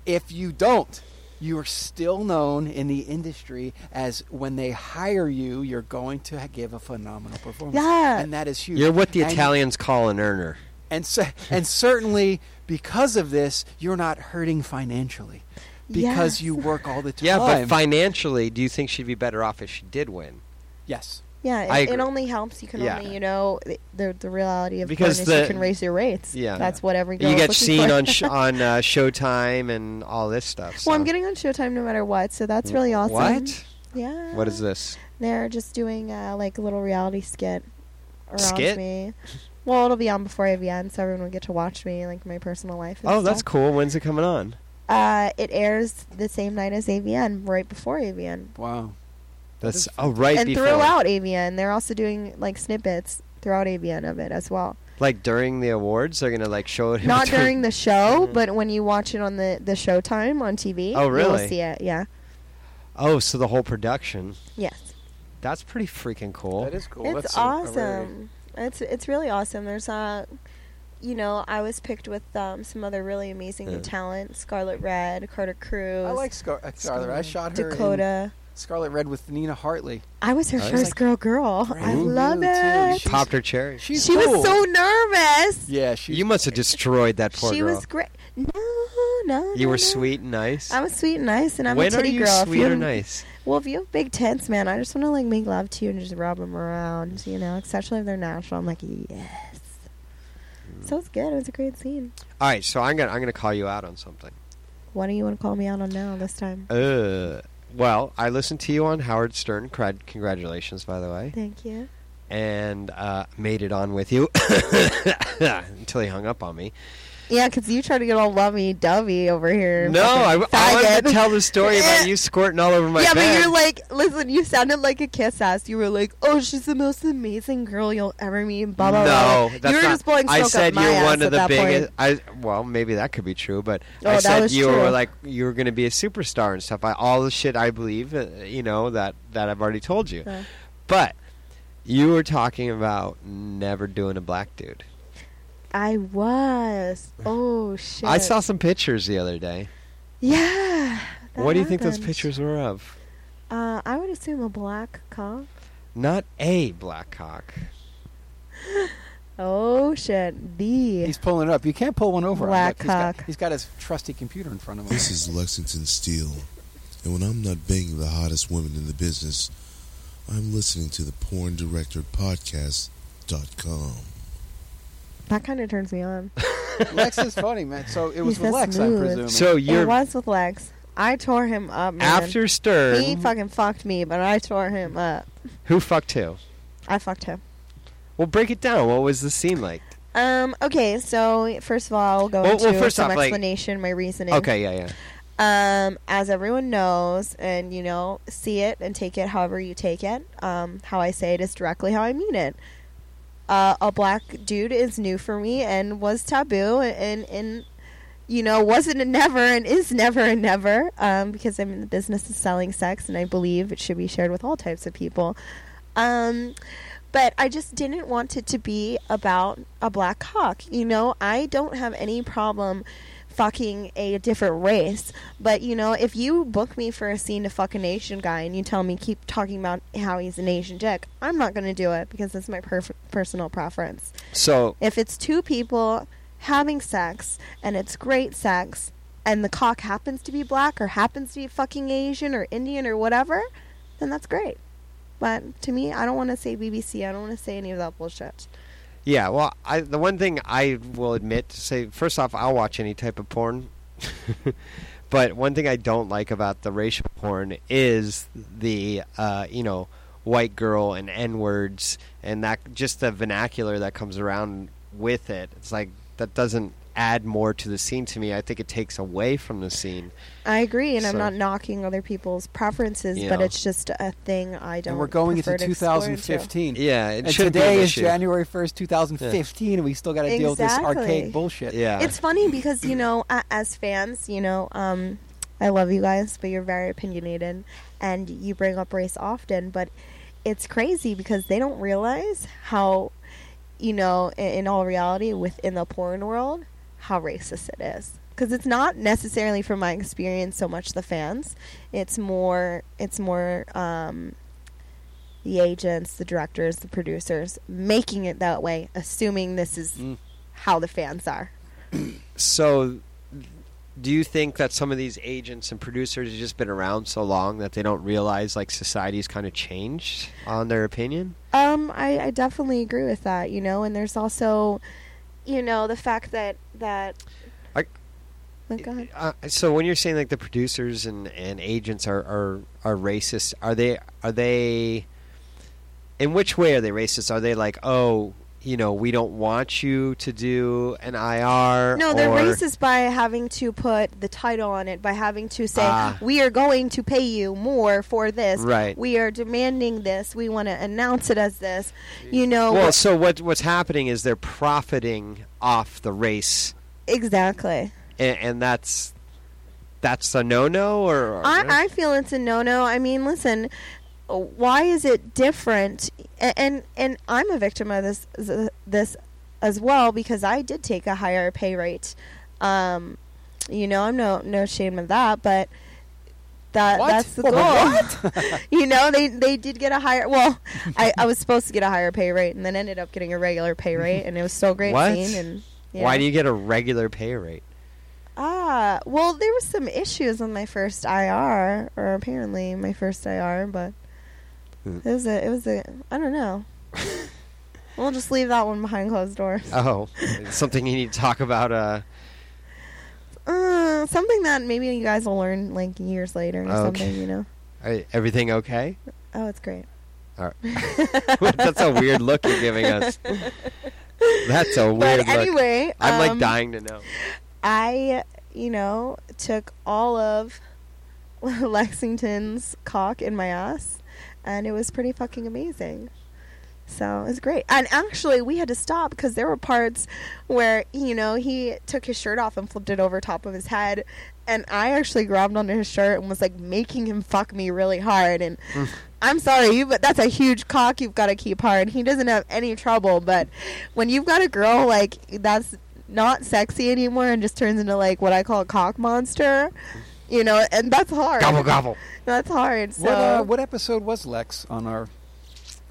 B: if you don't, you are still known in the industry as when they hire you, you're going to ha- give a phenomenal performance.
D: Yeah.
B: and that is huge.
C: You're what the
B: And-
C: Italians call an earner.
B: and so, and certainly because of this, you're not hurting financially because
D: Yes.
B: you work all the time.
C: Yeah, but financially, do you think she'd be better off if she did win?
B: yes,
D: Yeah,
C: I
D: it,
C: agree.
D: it only helps. You can
C: Yeah.
D: only, you know, th- the the reality of
C: Because
D: porn is
C: the-
D: you can raise your rates.
C: Yeah.
D: that's what every girl
C: you
D: is
C: get
D: looking
C: seen
D: for.
C: on sh- on uh, Showtime and all this stuff.
D: Well, I'm
C: so-
D: getting on Showtime no matter what, so that's really awesome. Uh,
C: What?
D: Yeah.
C: What is this?
D: They're just doing uh, like a little reality skit around
C: Skit?
D: me. Well, it'll be on before AVN, so everyone will get to watch me, like my personal life. And
C: Oh, that's
D: stuff.
C: cool. When's it coming on?
D: Uh, it airs the same night as AVN, right before AVN,
B: wow.
C: That's oh, right
D: and
C: before,
D: throughout AVN, they're also doing like snippets throughout AVN of it as well.
C: like during the awards, they're gonna like show it. Mm-hmm.
D: Not during the show, but when you watch it on the the showtime on TV,
C: Oh, really?
D: You'll see it. Yeah.
C: Oh, so the whole production.
D: Yes.
C: That's pretty freaking cool.
B: That is cool.
D: it's awesome. It's it's really awesome. There's uh you know, I was picked with um, some other really amazing
C: Yeah.
D: talent: Scarlet Red, Carter Cruz,
B: I like Scar- uh, Scarlet. I shot her in
D: Dakota.
B: Scarlet Red with Nina Hartley.
D: I was her
C: Nice.
D: first
B: Like,
D: girl, girl. I
B: brand
D: love
B: new, too.
D: it.
B: She's-
C: Popped her cherry.
B: She's
D: She
B: cool.
D: was so nervous.
B: Yeah, she.
C: You must have destroyed that poor
D: She
C: girl.
D: was great. No, no.
C: you
D: no,
C: were
D: no.
C: sweet and nice.
D: I was sweet and nice, and I'm
C: when
D: a titty
C: are you
D: girl. If
C: sweet
D: you
C: or
D: have-
C: nice?
D: Well, if you have big tents, man, I just want to like make love to you and just rub them around, you know. Especially if they're natural. I'm like, yes. So it's good. It was a great scene.
C: All right, so I'm gonna I'm gonna call you out on something.
D: What do you want to call me out on now this time?
C: Uh, well, I listened to you on Howard Stern. Crad- Congratulations, by the way,
D: Thank you.
C: and uh, made it on with you until he hung up on me.
D: Yeah, 'cause you try to get all lovey dovey over here.
C: No, I,
D: fucking
C: I wanted to
D: faggot.
C: tell the story about you squirting all over my
D: yeah,
C: bed.
D: but you're like, listen, you sounded like a kiss ass. You were like, oh, she's the most amazing girl you'll ever meet. Blah blah
C: no,
D: blah.
C: that's
D: you were
C: not-
D: just blowing smoke
C: I said
D: up my
C: you're
D: ass
C: one
D: at
C: of the
D: that
C: biggest.
D: point.
C: I well, maybe that could be true, but
D: Oh,
C: I
D: that
C: said
D: was
C: you were
D: true.
C: like you were going to be a superstar and stuff. I, all the shit I believe, uh, you know that that I've already told you.
D: Yeah.
C: But You were talking about never doing a black dude.
D: I was. Oh shit.
C: I saw some pictures the other day.
D: Yeah. that
C: what do you think those
D: happened.
C: pictures were of?
D: Uh, I would assume a black cock.
C: Not a black cock.
D: Oh shit. The.
B: He's pulling it up. You can't pull one over. on
D: Black
B: Look, he's got-
D: cock.
B: he's got his trusty computer in front of him.
F: This is Lexington Steel, and when I'm not banging the hottest women in the business, I'm listening to the Porn Director Podcast.com.
D: That kind of turns me on.
B: Lex is funny, man. So it was
D: He's
B: with
D: so
B: Lex, I'm
D: smooth.
B: presuming.
C: So
D: It
C: you're
D: was with Lex. I tore him up, man.
C: after Stern.
D: he fucking fucked me, but I tore him up.
C: who fucked who?
D: I fucked him.
C: Well, break it down. What was the scene like?
D: Um. Okay. So first of all, I'll go
C: Well-
D: into
C: well, first
D: some
C: off, like-
D: explanation, my reasoning.
C: Okay, yeah, yeah.
D: Um, as everyone knows, and you know, see it and take it however you take it. Um, how I say it is directly how I mean it. Uh, a black dude is new for me and was taboo and and you know wasn't and never and is never and never um, because I'm in the business of selling sex and I believe it should be shared with all types of people. Um, but I just didn't want it to be about a black cock. You know, I don't have any problem fucking a different race. But you know, if you book me for a scene to fuck a nation guy and you tell me keep talking about how he's an Asian dick, I'm not gonna do it because that's my perf- personal preference.
C: So
D: If it's two people having sex and it's great sex and the cock happens to be black or happens to be fucking Asian or Indian or whatever, then that's great. But to me, I don't want to say BBC. I don't want to say any of that bullshit.
C: yeah, well, I the one thing I will admit to say first off, I'll watch any type of porn. but one thing I don't like about the racial porn is the uh, you know white girl and n words and that just the vernacular that comes around with it. It's like that doesn't add more to the scene to me. I think it takes away from the scene.
D: I agree, and
C: So-
D: I'm not knocking other people's preferences,
C: You
D: but
C: know.
D: it's just a thing I don't.
B: and we're going into
D: prefer to explore into.
B: 2015.
C: Yeah, it
B: And
C: shouldn't be an
B: today is
C: issue.
B: January 1st, 2015, and we still got to deal with this
D: Exactly.
B: arcade bullshit.
C: Yeah,
D: It's funny because you know, a- as fans, you know, um, I love you guys, but you're very opinionated, and you bring up race often. But it's crazy because they don't realize how, you know, i- in all reality, within the porn world, how racist it is. Because it's not necessarily, from my experience, so much the fans. It's more. It's more. Um, the agents, the directors, the producers making it that way, assuming this is
B: Mm.
D: how the fans are.
C: So, do you think that some of these agents and producers have just been around so long that they don't realize like society's kind of changed on their opinion?
D: Um, I, I definitely agree with that, you know, and there's also, you know, the fact that that.
C: I-
D: Oh, go ahead.
C: Uh, so, when you're saying like the producers and, and agents are, are are racist, are they are they in which way are they racist? Are they like oh you know we don't want you to do an IR?
D: No, they're
C: or-
D: racist by having to put the title on it, by having to say,
C: Ah.
D: "We are going to pay you more for this.
C: Right.
D: We are demanding this. We want to announce it as this." You know,
C: Well,
D: what-
C: so what what's happening is they're profiting off the race
D: exactly.
C: and, and that's that's a no no or, or-
D: I, I feel it's a no no. I mean, listen, why is it different? A- And and I'm a victim of this this as well because I did take a higher pay rate. Um, you know, I'm no no shame of that, but that
B: What?
D: that's the
B: Whoa,
D: goal.
B: what?
D: you know, they they did get a higher. Well, I, I was supposed to get a higher pay rate, and then ended up getting a regular pay rate, and it was so great
C: What?
D: seeing. And you
C: why
D: know.
C: do you get a regular pay rate
D: Ah, well, there was some issues on my first IR, or apparently my first IR, but
C: Hmm.
D: it was a, it was a, I don't know. we'll just leave that one behind closed doors.
C: oh it's something you need to talk about uh
D: Uh, something that maybe you guys will learn like years later or
C: Oh, Okay.
D: something, you know.
C: are- everything okay
D: Oh, it's great.
C: All right. that's a weird look you're giving us that's a weird
D: But
C: look
D: anyway,
C: i'm like
D: um,
C: dying to know
D: I, you know, took all of Lexington's cock in my ass, and it was pretty fucking amazing. So it's great. And actually, we had to stop because there were parts where, you know, he took his shirt off and flipped it over top of his head. And I actually grabbed onto his shirt and was like making him fuck me really hard. And I'm sorry, you, but that's a huge cock you've got to keep hard. He doesn't have any trouble. But when you've got a girl like that's not sexy anymore and just turns into like what I call a cock monster, you know, and that's hard.
C: Gobble gobble.
D: That's hard. So
B: What, uh, what episode was Lex on our?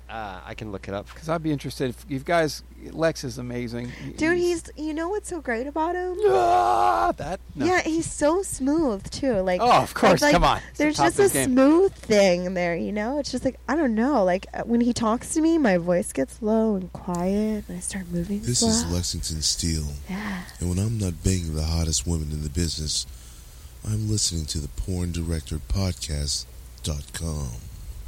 C: Uh, I can look it up.
B: Because I'd be interested. If you guys, Lex is amazing.
D: Dude, he's you know what's so great about him?
B: Ah, that no.
D: Yeah, he's so smooth too. Like
B: Oh, of course.
D: it's like-
B: Come on. It's the
D: There's
B: top
D: just
B: of
D: a
B: his game.
D: smooth thing in there, you know. It's just like I don't know. Like uh, when he talks to me, my voice gets low and quiet, and I start moving
F: This
D: slow.
F: is Lexington Steel,
D: yeah.
F: and when I'm not banging the hottest women in the business, I'm listening to the Porn Director Podcast.com.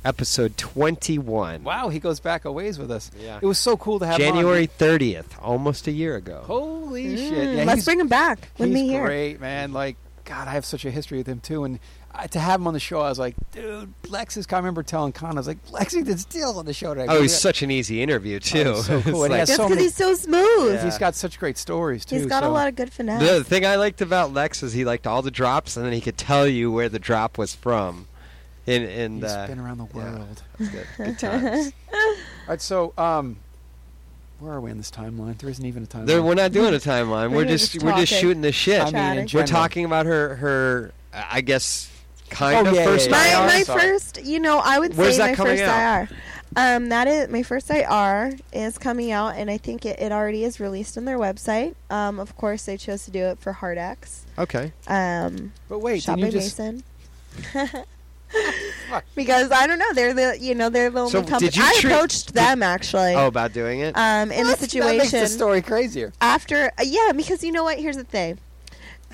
C: Episode 21.
B: Wow, he goes back a ways with us.
C: Yeah.
B: It was so cool to have him on.
C: January 30th, almost a year ago.
B: Holy
D: Mm,
B: shit! Yeah,
D: let's
B: he's-
D: bring him back. Let
B: he's
D: me hear.
B: great, man. Like, God, I have such a history with him too. And I, to have him on the show, I was like, dude, Lex is. I remember telling Con, I was like, Lexington Steele's on the show today.
C: Oh, he's
B: Yeah.
C: such an easy interview too.
B: Oh, so cool.
C: It's
B: And he
D: Just
B: has so
D: because
B: many-
D: he's so smooth.
C: Yeah.
B: He's got such great stories too.
D: He's got a
B: so-
D: lot of good finesse.
C: the thing I liked about Lex is he liked all the drops, and then he could tell you where the drop was from. And and
B: He's
C: uh,
B: been around the
C: yeah.
B: world.
C: it's good, good times.
B: All right, so um, where are we in this timeline? There isn't even a timeline.
C: There- we're not doing a timeline.
D: We're
C: We're
D: just
C: just we're just
D: talking.
C: shooting the shit.
B: I mean, in
D: We're
B: general.
C: we're talking about her her I guess kind
B: Oh,
C: of
B: yeah,
C: first
B: yeah, yeah.
D: my
C: IR.
D: my
B: Sorry.
D: first, you know, I would
C: Where's
D: say
C: that
D: my
C: coming
D: first
C: out?
D: IR. Um, that is my first IR is coming out, and I think it, it already is released on their website. Um, of course, they chose to do it for Hard X.
C: Okay.
D: Um,
B: But wait,
D: shot
B: did
D: by
B: you just?
D: Mason. because I don't know, they're the you know they're the only
C: So
D: company.
C: did you
D: I
C: treat-
D: approached them actually.
C: Oh, about doing
B: Uh,
C: it.
D: Um, in the
B: What? That makes the
D: situation
B: story crazier.
D: after uh, yeah because you know what here's the thing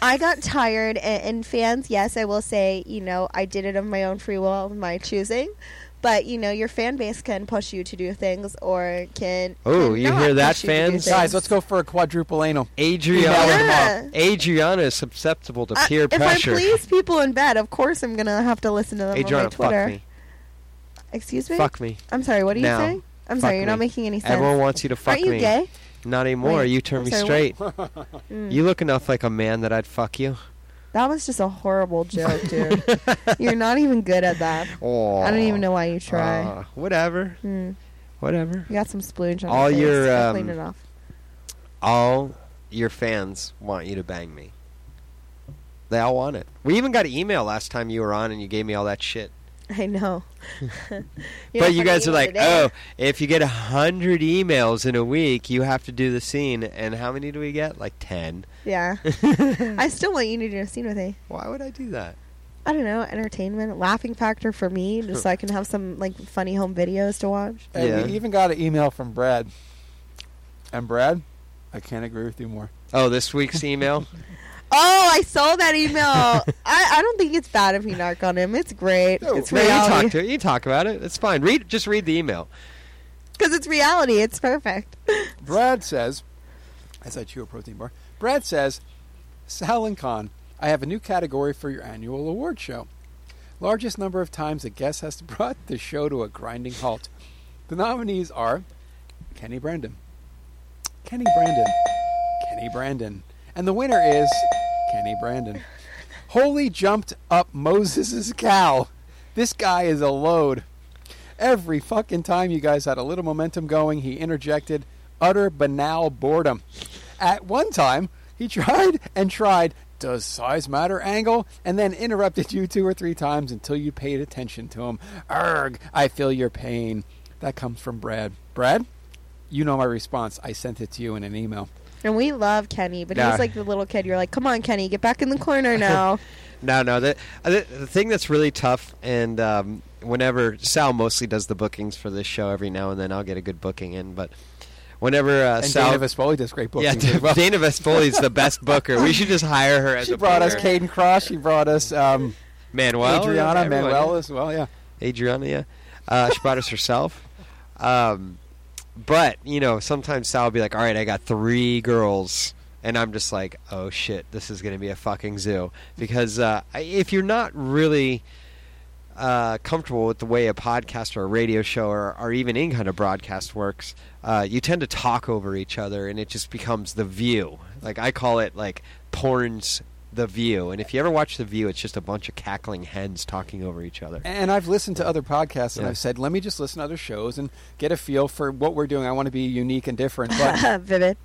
D: i got tired and, and fans yes i will say you know i did it of my own free will of my choosing but you know your fan base can push you to do things or can
C: Oh,
D: can
C: you
D: not
C: hear that,
D: push you to do
C: fans?
D: things.
B: Guys, let's go for a quadruple anal.
D: Yeah.
C: Adriana Adriana is susceptible to
D: Uh,
C: peer
D: if
C: pressure.
D: i please people in bed of course i'm gonna have to listen to them on my
C: Adriana,
D: twitter
C: fuck me.
D: excuse me
C: Fuck me.
D: i'm sorry what are you
C: Now.
D: saying i'm
C: Fuck
D: sorry you're not
C: me.
D: making any sense
C: Everyone wants you to fuck
D: aren't you
C: me.
D: gay
C: Not anymore.
D: Wait,
C: you turn
D: I'm
C: me
D: sorry,
C: straight.
D: Mm.
C: You look enough like a man that I'd fuck you.
D: that was just a horrible joke dude you're not even good at that
C: Oh,
D: i don't even know why you try
C: Uh. whatever.
D: Hmm.
C: Whatever.
D: You got some splooge on
C: All
D: your face.
C: your,
D: I'll
C: um,
D: clean it off.
C: All your fans want you to bang me. They all want it. We even got an email last time you were on and you gave me all that shit.
D: I know.
C: but you guys are like, oh, if you get a hundred emails in a week, you have to do the scene. And how many do we get? Like ten.
D: yeah. I still want you to do a scene with me.
C: Why would I do that?
D: I don't know, entertainment, laughing factor for me, just so I can have some like funny home videos to watch.
B: And
C: Yeah.
B: we even got an email from Brad. And Brad, I can't agree with you more.
C: Oh, this week's email.
D: Oh, I saw that email. I, I don't think it's bad if you knock on him. It's great.
B: No,
D: it's
C: No, you talk
D: reality
C: to it. You talk about it. It's fine. Read. Just read the email.
D: because it's reality. It's perfect.
B: Brad says, as I chew a protein bar, Brad says, Sal and Con, I have a new category for your annual award show. Largest number of times a guest has brought the show to a grinding halt. The nominees are Kenny Brandon, Kenny Brandon, Kenny Brandon, and the winner is Kenny Brandon. Holy jumped up Moses' cow. This guy is a load. Every fucking time you guys had a little momentum going, he interjected utter banal boredom. At one time, he tried and tried, does size matter angle? And then interrupted you two or three times until you paid attention to him. Erg, I feel your pain. That comes from Brad. Brad, you know my response. I sent it to you in an email.
D: And we love Kenny, but
C: Nah.
D: he's like the little kid. You're like, come on, Kenny, get back in the corner now.
C: No, no. The, uh, the, the thing that's really tough, and um, whenever Sal mostly does the bookings for this show, every now and then I'll get a good booking in, but whenever uh,
B: And
C: Sal.
B: Dana Vespoli does great
C: yeah,
B: bookings. as well.
C: Dana Vespoli's the best booker. We should just hire her as
B: she
C: a
B: brought us
C: booker.
B: Caden Cross. She brought us um,
C: Manuel,
B: Adriana
C: everyone.
B: Manuel as well. Yeah.
C: Adriana, yeah. Uh, she brought us herself. Um, but, you know, sometimes Sal will be like, all right, I got three girls. And I'm just like, oh shit, this is going to be a fucking zoo. Because uh, I- if you're not really uh, comfortable with the way a podcast or a radio show or, or even any kind of broadcast works, uh, you tend to talk over each other, and it just becomes the view. Like I call it like porn's the view. And if you ever watch the view, it's just a bunch of cackling hens talking over each other.
B: And I've listened to other podcasts, and
C: Yeah.
B: I've said, let me just listen to other shows and get a feel for what we're doing. I want to be unique and different, but
D: Vivid.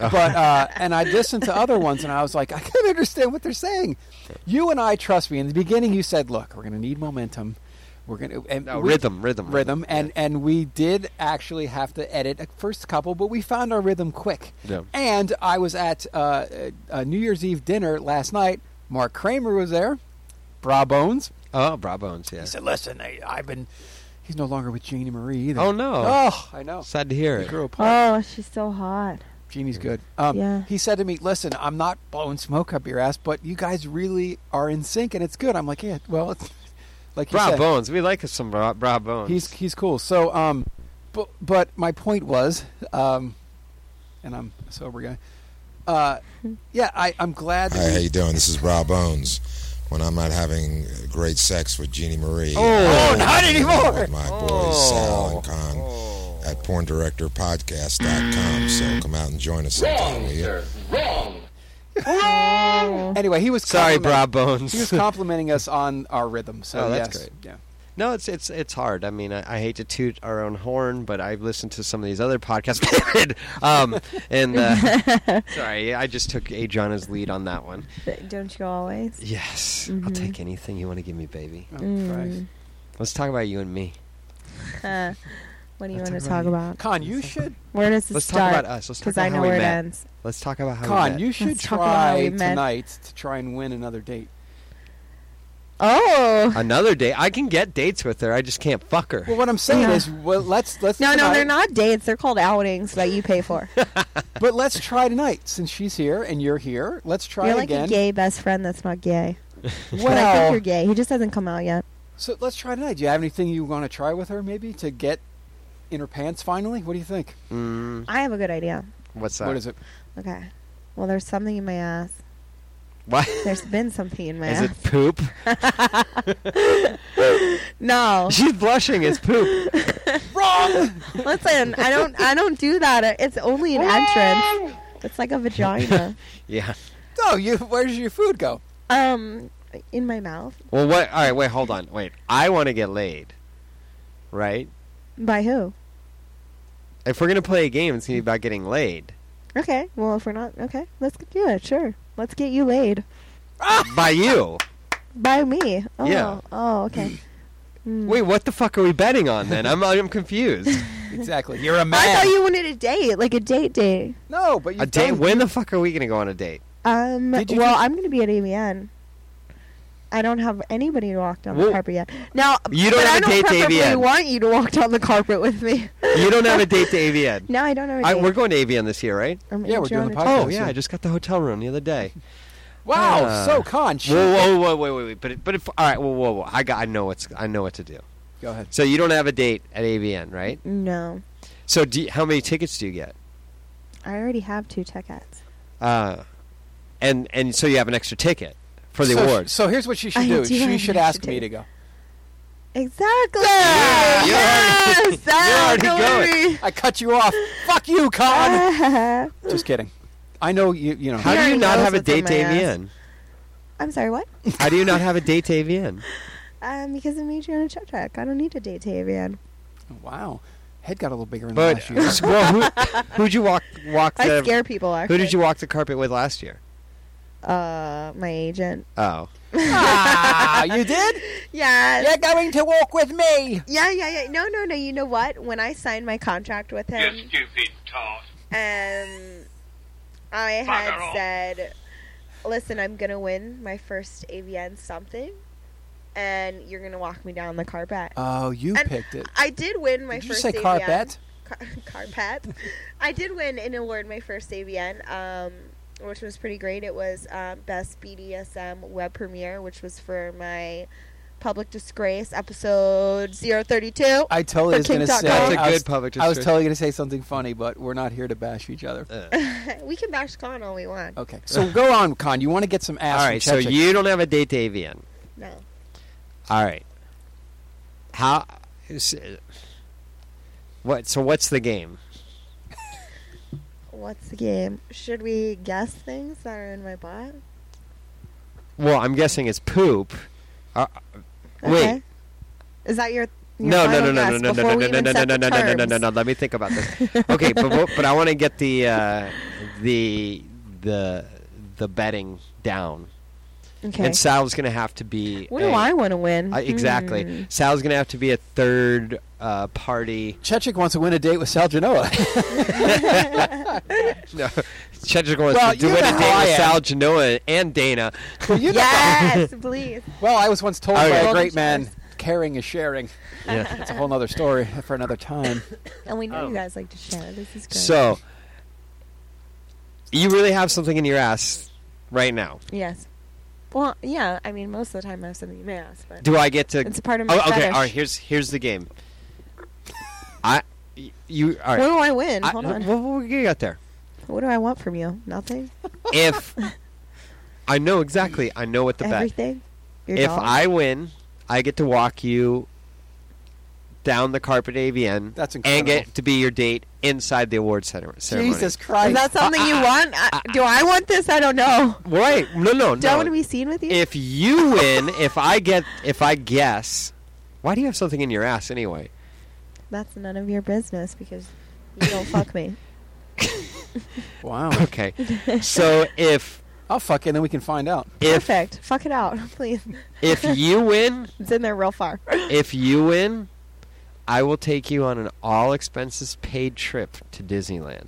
C: Oh.
B: but uh, and I listened to other ones, and I was like, I can't understand what they're saying. You and I, trust me. In the beginning, you said, "Look, we're going to need momentum. We're going to and
C: No,
B: we-
C: rhythm, rhythm,
B: rhythm." And and we did actually have to edit a first couple, but we found our rhythm quick.
C: Yeah.
B: And I was at uh, a New Year's Eve dinner last night. Mark Kramer was there. Bra Bones.
C: Oh, bra bones, yeah.
B: He said, "Listen, I, I've been." He's no longer with Jeannie Marie either.
C: Oh, no.
B: Oh, I know.
C: Sad to hear
B: They
C: it.
B: grew apart.
D: Oh, she's so hot.
B: Jeannie's good. Um,
D: Yeah.
B: He said to me, "Listen, I'm not blowing smoke up your ass, but you guys really are in sync, and it's good." I'm like, "Yeah, well, it's like you
C: Bra
B: said,
C: bones. We like some bra, bra bones.
B: he's he's cool." So, um, but but my point was, um, and I'm a sober guy. Uh, yeah, I I'm glad.
G: Hi, how
B: That
G: you doing? This is Rob Bones. When I'm not having great sex with Jeannie Marie,
C: Oh,
G: I'm
B: not anymore.
G: With my boys
C: Oh.
G: Sal and Con at PornDirectorPodcast.com. So come out and join us sometime, will you?
B: we- anyway, he was
C: sorry, bra
B: compliment-
C: bones.
B: He was complimenting us on our rhythm. So
C: Oh, that's
B: yes.
C: great.
B: Yeah.
C: No, it's it's it's hard. I mean, I, I hate to toot our own horn, but I've listened to some of these other podcasts. um, and uh, sorry, I just took Adriana's lead on that one.
D: But Don't you always?
C: Yes,
B: Mm-hmm.
C: I'll take anything you want to give me, baby.
B: Oh, Christ.
D: Mm.
C: Let's talk about you and me.
D: Huh. what do you
B: Let's
D: want to
B: talk
D: talk about?
B: Con, you should
D: Where does it
C: Let's
D: start?
C: talk about us. Let's talk
D: Because
C: about
D: I know
C: how we
D: where it
C: met.
D: ends.
C: Let's talk about how we
B: Con,
C: met.
B: you should
D: Let's talk about how
B: try
D: we met.
B: tonight to try and win another date.
D: Oh.
C: Another date. I can get dates with her. I just can't fuck her.
B: Well, what I'm saying
D: Yeah.
B: is, well, let's let's
D: No, no,
B: tonight-
D: they're not dates. They're called outings that you pay for.
B: But let's try tonight, since she's here and you're here. Let's try
D: you're like
B: again.
D: a gay best friend that's not gay. But I think
B: Well,
D: you're gay. He just hasn't come out yet.
B: so let's try tonight. Do you have anything you want to try with her, maybe, to get in her pants finally? What do you think?
C: Mm,
D: I have a good idea.
C: what's that?
B: What is it?
D: Okay. Well, there's something in my ass.
C: What?
D: There's been something in my
C: Is
D: ass.
C: it poop?
D: No.
C: She's blushing. It's poop.
D: Listen, I don't. I don't do that. It's only an entrance. It's like a vagina.
C: yeah.
B: No, you. Where does your food go?
D: um, in my mouth.
C: Well, what? All right, wait, hold on. Wait. I want to get laid. Right?
D: By who?
C: If we're going to play a game, it's going to be about getting laid.
D: Okay. Well, if we're not okay, let's do it. Sure. Let's get you laid
C: By you.
D: by me. Oh.
C: Yeah. Mm.
D: Oh. Okay.
C: Wait, what the fuck are we betting on then? I'm I'm confused.
B: Exactly. You're a
D: Oh, I thought you wanted a date, like a date date.
B: No, but you
C: A date? When the fuck are we going to go on a date?
D: Um. Well,
B: Did you just-
D: I'm gonna be at AVN. I don't have anybody to walk down
C: Well,
D: the carpet yet. Now,
C: you don't
D: but
C: have
D: I
C: a
D: don't
C: date to
D: preferably
C: AVN.
D: want you to walk down the carpet with me.
C: You don't have a date to AVN.
D: No, I don't have a date.
C: I, we're going to AVN this year, right?
D: I'm
B: Yeah, we're doing the
D: Adriana.
B: podcast.
C: Oh yeah, I just got the hotel room the other day.
B: Wow,
C: Uh,
B: so con. she-
C: Whoa, whoa, whoa, wait, wait, wait. But it, but if, all right, whoa, whoa, whoa. I got I know what's I know what to do.
B: Go ahead.
C: So you don't have a date at AVN, right?
D: No.
C: So do you- how many tickets do you get?
D: I already have two tickets.
C: Uh, and and so you have an extra ticket for the
B: so,
C: award.
B: So here's what she should
D: I
B: do.
D: do have
B: she
D: an
B: should
D: extra
B: ask me
D: date.
B: to go.
D: Exactly.
C: you're already-
D: Yes,
C: you're already
B: I cut you off. Fuck you, con.
D: Hillary.
B: just kidding. I know you. You know.
C: How do
D: already
C: you not
D: knows
C: have a
D: what's in
C: date to
D: my ass.
C: AVN?
D: I'm sorry, what?
C: How do you not have a date to AVN?
D: Um, because I'm Adriana Chuchak. I don't need to date Tavian.
B: wow. Head got a little bigger in the
C: But
B: last year.
C: well, who, who'd you walk walk
D: I
C: the
D: scare people, actually.
C: who did you walk the carpet with last year?
D: Uh, my agent.
C: Oh,
B: ah, you did?
D: Yes.
B: You're going to walk with me.
D: Yeah, yeah, yeah. No, no, no. You know what? When I signed my contract with him,
E: stupid tart.
D: um, I
E: Bugger
D: had
E: off.
D: said, "Listen, I'm gonna win my first AVN something, and you're gonna walk me down the carpet."
B: Oh, you
D: And
B: picked it.
D: I did win my
B: Did you
D: first
B: just say
D: AVN.
B: carpet?
D: Car- Carpet. I did win an award my first AVN, um, which was pretty great. It was um, best BDSM web premiere, which was for my public disgrace episode 032.
B: I totally
D: For
B: was going to
D: kink.com.
B: say.
D: That's
C: a
B: I was-
C: good public
B: I was
C: description.
B: totally going to say something funny, but we're not here to bash each other.
D: we can bash Con all we
C: Oh.
D: want.
B: Okay, so go on, Con. You want to get some ass?
C: all
B: from
C: right. So
B: Chechik.
C: you don't have a date to AVN.
D: No.
C: All right. How? Is, what? So what's the game?
D: What's the game? Should we guess things that are in my butt?
C: Well, I'm guessing it's poop. Uh,
D: Okay.
C: Wait.
D: Is that your, your
C: No, no,
D: final
C: no, no, no,
D: guess
C: no,
D: before
C: no, no,
D: we
C: no, no,
D: even
C: no,
D: set
C: no, no,
D: the
C: no, no, no,
D: terms?
C: no, no. Let me think about this. Okay, but what- but I want to get the uh, the the the betting down,
D: Okay.
C: and Sal's going to have to be.
D: what do
C: a-
D: I want to win?
C: I- exactly.
D: Hmm.
C: Sal's going to have to be a third uh, party.
B: Chechik wants to win a date with Sal Genoa.
C: No, Cedric wants
B: Well,
C: to do
B: you
C: it
B: know
C: a date
B: how I
C: with
B: am.
C: Sal Genoa and Dana.
B: You know-
D: Yes, please.
B: Well, I was once told by
C: Okay.
B: a great man, caring is sharing.
C: Yeah.
B: That's a whole other story for another time.
D: And we know you guys like to share. This is good.
C: So, you really have something in your ass right now.
D: yes. Well, yeah. I mean, most of the time I have something in my ass, but
C: Do I get to?
D: it's a part of my
C: Oh, okay.
D: fetish.
C: All right. Here's here's the game. I you all right.
D: What do I win?
C: I-
D: Hold on.
C: What, what we got there?
D: What do I want from you? Nothing.
C: If I know exactly, I know what the bet.
D: Everything. Your
C: If
D: dog?
C: I win, I get to walk you down the carpet AVN
B: That's
C: and
B: incredible.
C: get to be your date inside the award center ceremony.
B: Jesus
D: is
B: Christ.
D: that something you want? I, do I want this? I don't know.
C: Right? No, no,
D: Do I
C: no.
D: want to be seen with you?
C: if you win, if I get, if I guess, why do you have something in your ass anyway?
D: That's none of your business because you don't fuck me.
B: wow.
C: Okay. So if
B: I'll fuck it, and then we can find out.
C: if
D: Perfect. Fuck it out, please.
C: if you win,
D: It's in there real far.
C: if you win, I will take you on an all expenses paid trip to Disneyland.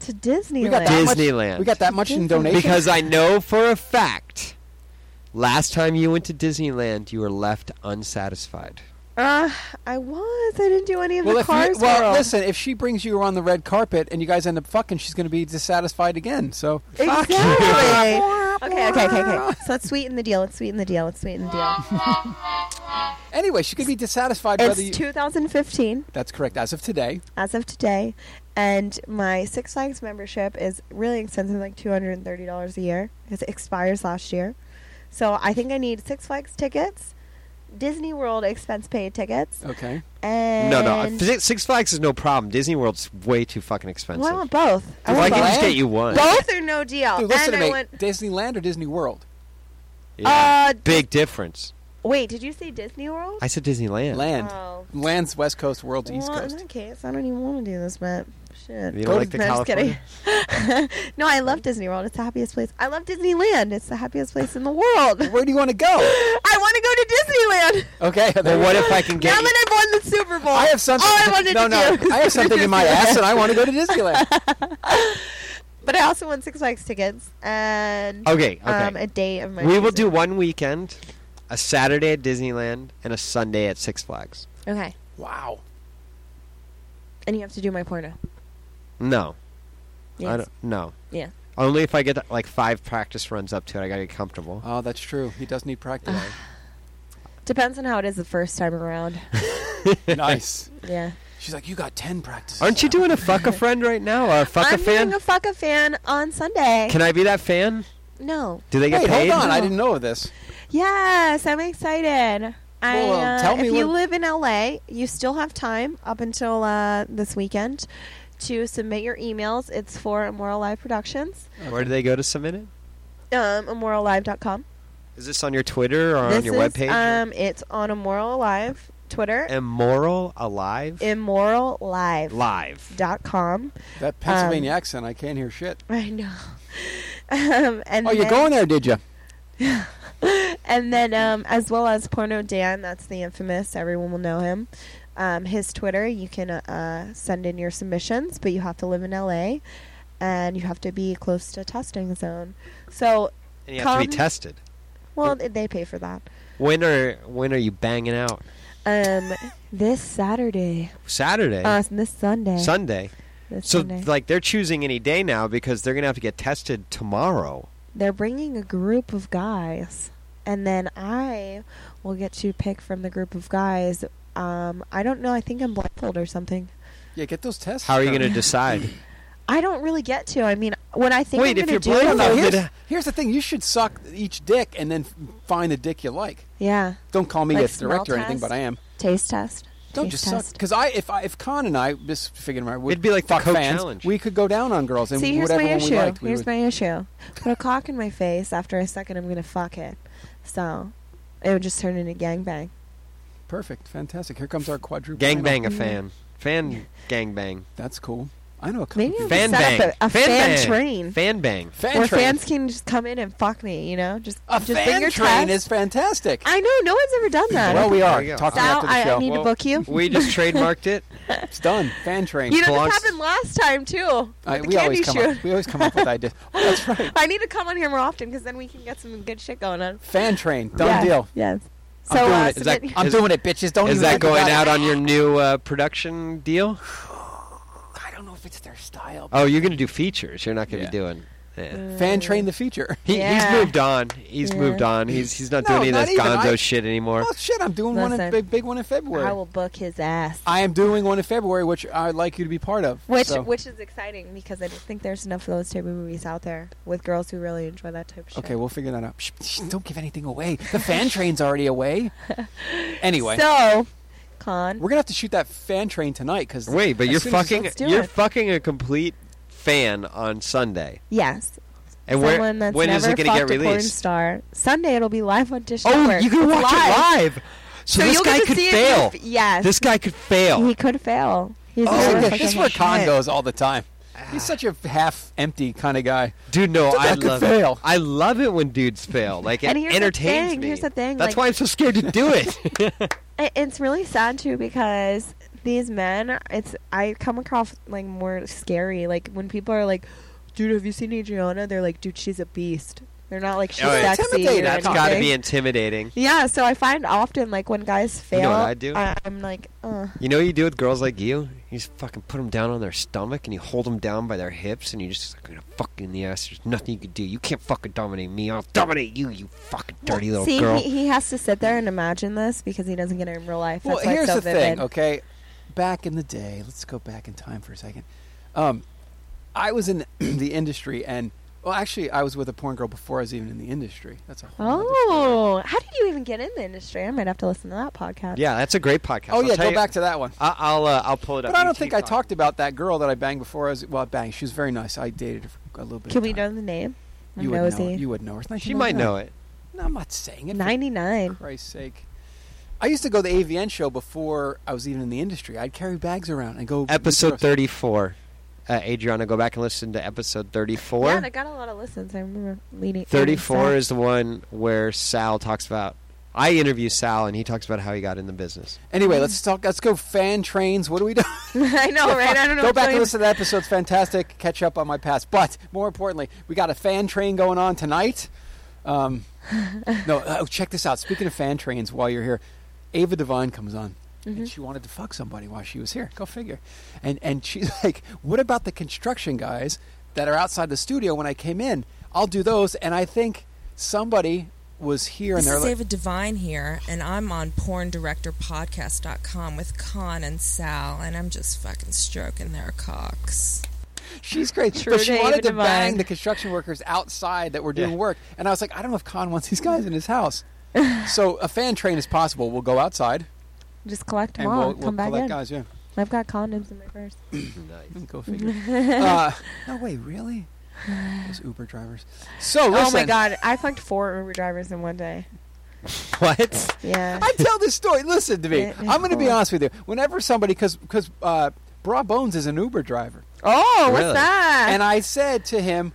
D: to Disneyland.
B: We got that much-
C: Disneyland.
B: We got that much in donations.
C: because I know for a fact last time you went to Disneyland, you were left unsatisfied.
D: Uh, I was. I didn't do any of
B: well,
D: the
B: if you-
D: cars.
B: well,
D: girl.
B: listen. If she brings you on the red carpet and you guys end up fucking, she's going to be dissatisfied again. So
D: Exactly. okay, okay, okay, okay. So let's sweeten the deal. Let's sweeten the deal. Let's sweeten the deal.
B: anyway, she could be dissatisfied whether you.
D: It's 2015
B: That's correct. As of today,
D: as of today, and my Six Flags membership is really expensive, like $230 a year. It expires last year. So I think I need Six Flags tickets, Disney World expense paid tickets,
B: okay.
D: and
C: No, no, Six Six Flags is no problem. Disney World's way too fucking expensive.
D: Well, I want both. I
C: Why
D: want
C: can't you
D: both.
C: just get you one?
D: both are no deal.
B: Dude, listen
D: Oh, and
B: to
D: I
B: me.
D: want.
B: Disneyland or Disney World?
C: Yeah.
D: Uh,
C: Big difference.
D: Wait, did you say Disney World?
C: I said Disneyland.
B: Land.
D: Oh.
B: Land's West Coast, World's East
D: well,
B: Coast.
D: in that case, I don't even want to do this, but shit.
C: You
B: Go
C: don't like the
D: no, just kidding.
C: California?
D: no, I love Disney World. It's the happiest place. I love Disneyland. It's the happiest place in the world.
B: Where do you want to go?
D: I want to go to Disneyland.
B: Okay.
C: Well, what if I can get
D: now
C: you-
D: that I've won the Super Bowl,
B: I have something.
D: All Oh, I wanted
B: no,
D: to
B: no.
D: do. was
B: I have
D: go to
B: something in my
D: Disneyland.
B: ass, and I want to go to Disneyland.
D: But I also won Six Flags tickets and
C: Oh, Okay, okay.
D: um, a day of my.
C: we will do
D: choosing.
C: one weekend, a Saturday at Disneyland and a Sunday at Six Flags.
D: Okay,
B: wow.
D: and you have to do my porno.
C: No, I
D: Yes.
C: don't. No.
D: Yeah.
C: Only if I get like five practice runs up to it, I gotta get comfortable.
B: Oh, that's true. He does need practice.
D: Depends on how it is the first time around.
B: nice.
D: Yeah.
B: She's like, you got ten practices.
C: Aren't you doing a fuck a friend right now or a fuck
D: I'm
C: a fan?
D: being a fuck a fan on Sunday.
C: Can I be that fan?
D: no.
C: Do they get
B: Wait,
C: paid?
B: hold on. I didn't know of this.
D: Yes, I'm excited. I,
B: Well,
D: uh,
B: tell me
D: if you
B: what-
D: live in LA, you still have time up until uh, this weekend to submit your emails. It's for Immoral Live Productions,
C: Where do they go to submit it?
D: um, immorallive.com.
C: Is this on your Twitter or
D: this
C: on your
D: is,
C: webpage?
D: Um, it's on Immoral Live Twitter,
C: Immoral Alive
D: Immoral Live
C: Live.
D: dot com.
B: That Pennsylvania
D: Um,
B: accent, I can't hear shit.
D: I know. um, and
B: Oh, you're
D: then-
B: going there, did you?
D: and then um, as well as Porno Dan, that's the infamous. Everyone will know him. Um, his Twitter, you can uh, uh, send in your submissions, but you have to live in LA and you have to be close to testing zone. So,
C: And you have to be
D: Come.
C: tested.
D: well, th- they pay for that.
C: When are when are you banging out?
D: Um, this Saturday,
C: Saturday,
D: uh, this Sunday,
C: Sunday.
D: this
C: So
D: Sunday,
C: like they're choosing any day now because they're gonna have to get tested tomorrow.
D: they're bringing a group of guys, and then I will get to pick from the group of guys. Um, I don't know. I think I'm blindfolded or something.
B: Yeah, get those tests.
C: How are you
B: done.
C: gonna decide?
D: I don't really get to. I mean, when I think
C: Wait,
D: I'm
C: if you're
D: going to
B: No,
D: do
B: no,
C: blindfolded-
D: it,
C: Oh,
B: here's,
C: did-
B: here's the thing. You should suck each dick and then f- find the dick you like.
D: yeah,
B: Don't call me
D: Like
B: a director
D: smell
B: or anything,
D: test?
B: but I am.
D: Taste test.
B: Don't
D: Taste
B: just suck.
D: test.
B: Because I, if I, if Con and I, this figuring out, would
C: It'd be like the
B: fuck
C: Coke
B: fans,
C: challenge.
B: we could go down on girls and
D: See, here's
B: whatever
D: my
B: one
D: issue.
B: we liked. We
D: here's
B: would,
D: my issue. Put a cock in my face. After a second, I'm going to fuck it. So it would just turn into gangbang.
B: perfect, fantastic. Here comes our quadruple.
C: Gang
B: final.
C: bang a fan. Fan gang bang.
B: That's cool. I know a couple.
D: Maybe
B: people.
D: I'll
C: Fan
D: set
C: bang.
D: up a, a
C: fan
D: fan,
C: bang.
D: train.
C: Fan bang.
B: fan
D: where
B: train.
D: fans can just come in and fuck me, you know? Just
B: a
D: just
B: fan
D: finger
B: train
D: test.
B: is fantastic.
D: I know, no one's ever done that.
B: well, we
C: There
B: are
C: you go.
B: talking
D: Sal,
B: after the
D: I,
B: show.
D: I need to
C: Well,
D: book you.
C: We just trademarked it.
B: It's done. Fan train.
D: You know,
C: belongs-
D: this happened last time, too.
B: I,
D: the
B: we always
D: candy
B: come
D: shoot.
B: up. We always come up with ideas. Oh, that's right.
D: I need to come on here more often because then we can get some good shit going on.
B: Fan train. Done
D: Yeah,
B: deal.
D: Yes.
B: I'm
D: So,
B: doing
D: uh,
B: it. Is
C: that-
D: submit-
B: I'm
C: Is-
B: doing it, bitches. Don't
C: Is
B: even
C: that
B: think about
C: going
B: it.
C: out on your new uh, production deal?
B: I don't know if it's their style.
C: Oh, you're going to do features. You're not going to
B: Yeah.
C: be doing. Yeah.
B: Fan train the feature.
C: He,
D: Yeah.
C: He's moved on. He's
D: Yeah.
C: moved on. He's he's not
B: No,
C: doing any
B: not
C: of this
B: even.
C: gonzo
B: I-
C: shit anymore.
B: Oh shit! I'm doing one. In,
D: Listen.
B: big, big one in February.
D: I will book his ass.
B: I am doing one in February, which I'd like you to be part of.
D: Which
B: so-
D: which is exciting because I don't think there's enough of those type of movies out there with girls who really enjoy that type of shit.
B: Okay, we'll figure that out. Shh, shh, don't give anything away. The fan train's already away. Anyway,
D: So, con.
B: we're gonna have to shoot that fan train tonight because
C: Wait, but you're fucking
D: Let's do
C: you're
D: it.
C: fucking a complete fan on Sunday.
D: Yes.
C: And where
D: Someone that's
C: when
D: never
C: is it going to get
D: fucked a porn
C: released?
D: star. Sunday it'll be live on Dish
C: Oh,
D: Network.
C: you can
D: It's
C: watch it live. So, this
D: you'll
C: guy
D: get to
C: could
D: see it
C: fail.
D: if- Yes.
C: This guy could fail.
D: He could fail. He's
B: Oh,
D: never
B: look at-
D: fucking
B: this is where Con
D: shit. Ah.
B: goes all the time. He's such a half-empty kind of guy.
C: Dude, no,
B: This guy
C: I
B: could
C: love
B: fail.
C: It. I love it when dudes fail. Like it
D: And here's the
C: entertains
D: thing,
C: me.
D: here's the thing,
C: That's
D: like-
C: why I'm so scared to do it.
D: I- It's really sad too because these men, it's I come across like more scary. Like when people are like, "Dude, have you seen Adriana?" They're like, "Dude, she's a beast." They're not like she's
C: Oh, yeah.
D: sexy.
B: Intimidating.
D: or
C: That's
B: Con.
C: got to
D: anything.
C: be intimidating.
D: Yeah, so I find often like when guys fail,
C: You know what I do?
D: am like, uh,
C: You know what you do with girls like you? You just fucking put them down on their stomach and you hold them down by their hips and you just like, gonna fuck you in the ass. There's nothing you can do. You can't fucking dominate me. I'll dominate you, you fucking dirty little
D: see,
C: girl.
D: He, he has to sit there and imagine this because he doesn't get it in real life. That's
B: well,
D: why
B: here's
D: it's so
B: the
D: vivid.
B: thing. Okay, back in the day, let's go back in time for a second. Um, I was in the industry, and well, actually, I was with a porn girl before I was even in the industry. That's a whole. other story.
D: Oh, how did you even get in the industry? I might have to listen to that podcast.
C: yeah, that's a great podcast.
B: Oh
C: I'll
B: yeah,
C: tell
B: go
C: you-
B: back to that one.
C: I- I'll uh, I'll pull it up.
B: But I
C: You
B: don't
C: keep
B: think I
C: talking.
B: talked about that girl that I banged before. I was well, I banged. She was very nice. I dated her for a little bit.
D: Can
B: of
D: we
B: time.
D: know the name? I'm
B: You would
D: nosy.
B: know. her. You would know her. It's
C: She might
B: 1999.
C: know it.
B: No, I'm not saying it. for
D: 99.
B: Christ's sake. I used to go to the AVN show before I was even in the industry. I'd carry bags around and go. meet
C: Episode
B: girls.
C: 34. Uh, Adriana, go back and listen to episode 34.
D: Yeah, and I got a lot of listens. I remember leading.
C: 34
D: leading
C: is the one where Sal talks about. I interview Sal and he talks about how he got in the business.
B: Anyway, let's talk. Let's go. Fan trains. What do we do?
D: I know, right? I don't know.
B: Go
D: what
B: back
D: to
B: and listen to that episode. It's fantastic. Catch up on my past. But more importantly, we got a fan train going on tonight. Um, no, oh, check this out. Speaking of fan trains, while you're here, Ava Devine comes on. And she wanted to fuck somebody while she was here. Go figure. And and she's like, "What about the construction guys that are outside the studio when I came in? I'll do those." And I think somebody was here,
H: This
B: and they're
H: is
B: like,
H: David Devine here, and I'm on porndirectorpodcast.com with Con and Sal, and I'm just fucking stroking their cocks.
B: She's great.
D: True
B: but she
D: to
B: wanted
D: Ava
B: to
D: Devine.
B: bang the construction workers outside that were doing
C: Yeah.
B: work. And I was like, I don't know if Khan wants these guys in his house. so a fan train is possible. We'll go outside
D: Just collect them
B: and
D: all.
B: we'll, we'll
D: come back
B: collect
D: in.
B: guys. Yeah,
D: I've got condoms in my purse.
C: Nice.
B: go figure. uh, no way, really? Those Uber drivers. So listen,
D: Oh my god, I fucked four Uber drivers in one day.
C: What?
D: Yeah.
B: I tell this story. Listen to me.
D: It is
B: I'm going to be
D: cool.
B: honest with you. Whenever somebody, because because uh, Bra Bones is an Uber driver,
D: oh,
C: Really?
D: what's that?
B: and I said to him,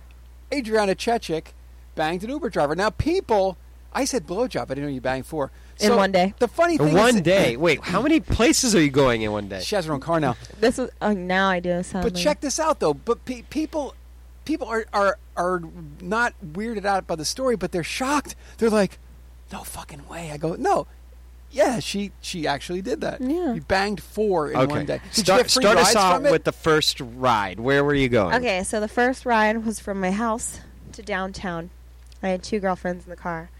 B: Adriana Chechik banged an Uber driver. Now, people, I said blowjob. I didn't know you banged four.
D: In
B: So,
D: one day.
B: The funny thing
C: In
B: is
C: one
B: that-
C: day. Wait, how many places are you going in one day?
B: She has her own car now.
D: this was oh, now I do sound.
B: But
D: like-
B: check this out, though. But pe- people, people are, are are not weirded out by the story, but they're shocked. They're like, "No fucking way!" I go, "No, yeah, she she actually did that.
D: Yeah.
B: you banged four in one day. Did
C: start
B: you get free
C: start us
B: rides
C: off
B: from it?
C: with the first ride. Where were you going?
D: Okay, so the first ride was from my house to downtown. I had two girlfriends in the car.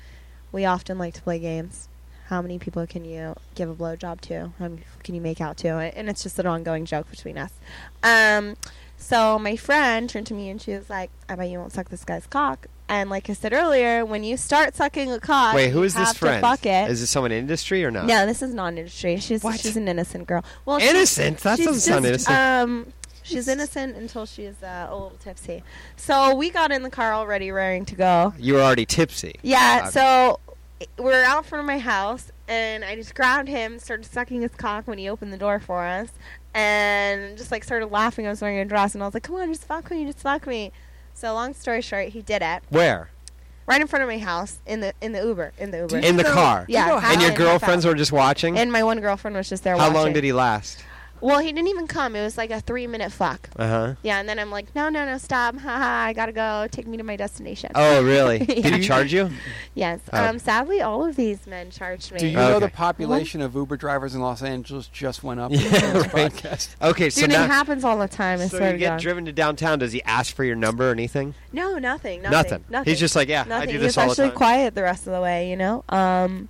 D: We often like to play games. How many people can you give a blowjob to? How many people can you make out to? And it's just an ongoing joke between us. Um, So my friend turned to me and she was like, "I bet you won't suck this guy's cock." And like I said earlier, when you start sucking a cock,
C: Wait, who
D: you
C: is this
D: have to
C: friend?
D: Fuck it.
C: Is this someone in industry or not?
D: No, this is non-industry. She's
C: What?
D: she's an innocent girl. Well, she-
C: Innocent? That
D: she's
C: doesn't sound
D: just,
C: innocent.
D: Um, she's innocent until she's uh, a little tipsy. So we got in the car already, raring to go.
C: you were already tipsy. Uh,
D: Yeah.
C: Okay.
D: So we're out front of my house, and I just grabbed him, started sucking his cock when he opened the door for us, and just like started laughing. I was wearing a dress, and I was like, "Come on, just fuck me, just fuck me." So long story short, he did it
C: Where?
D: right in front of my house in the in the Uber in the Uber.
C: In the car.
D: yeah,
C: And your
D: half in, half
C: girlfriends
D: out.
C: were just watching?
D: And my one girlfriend was just there.
C: How long
D: watching.
C: did he last?
D: Well, he didn't even come. It was like a three minute fuck.
C: Uh
B: Uh-huh.
C: huh.
D: Yeah, and then I'm like, no, no, no, stop. Haha, I gotta go. Take me to my destination.
C: Oh, really? Did
D: Yeah.
C: he charge you?
D: Yes.
C: Oh.
D: Um, sadly, all of these men charged me.
B: Do you
C: Okay.
B: know the population of Uber drivers in Los Angeles just went up?
C: Yeah,
B: with this
C: right.
B: podcast?
C: Okay,
D: Dude,
C: so
D: it
C: now.
D: happens all the time. I
C: So
D: swear
C: you
D: to
C: get
D: God.
C: driven to downtown. Does he ask for your number or anything?
D: no, nothing, nothing, nothing.
C: He's just like, yeah,
D: nothing.
C: I do
D: He
C: this
D: was
C: all the
D: actually
C: time.
D: quiet the rest of the way. You know. Um,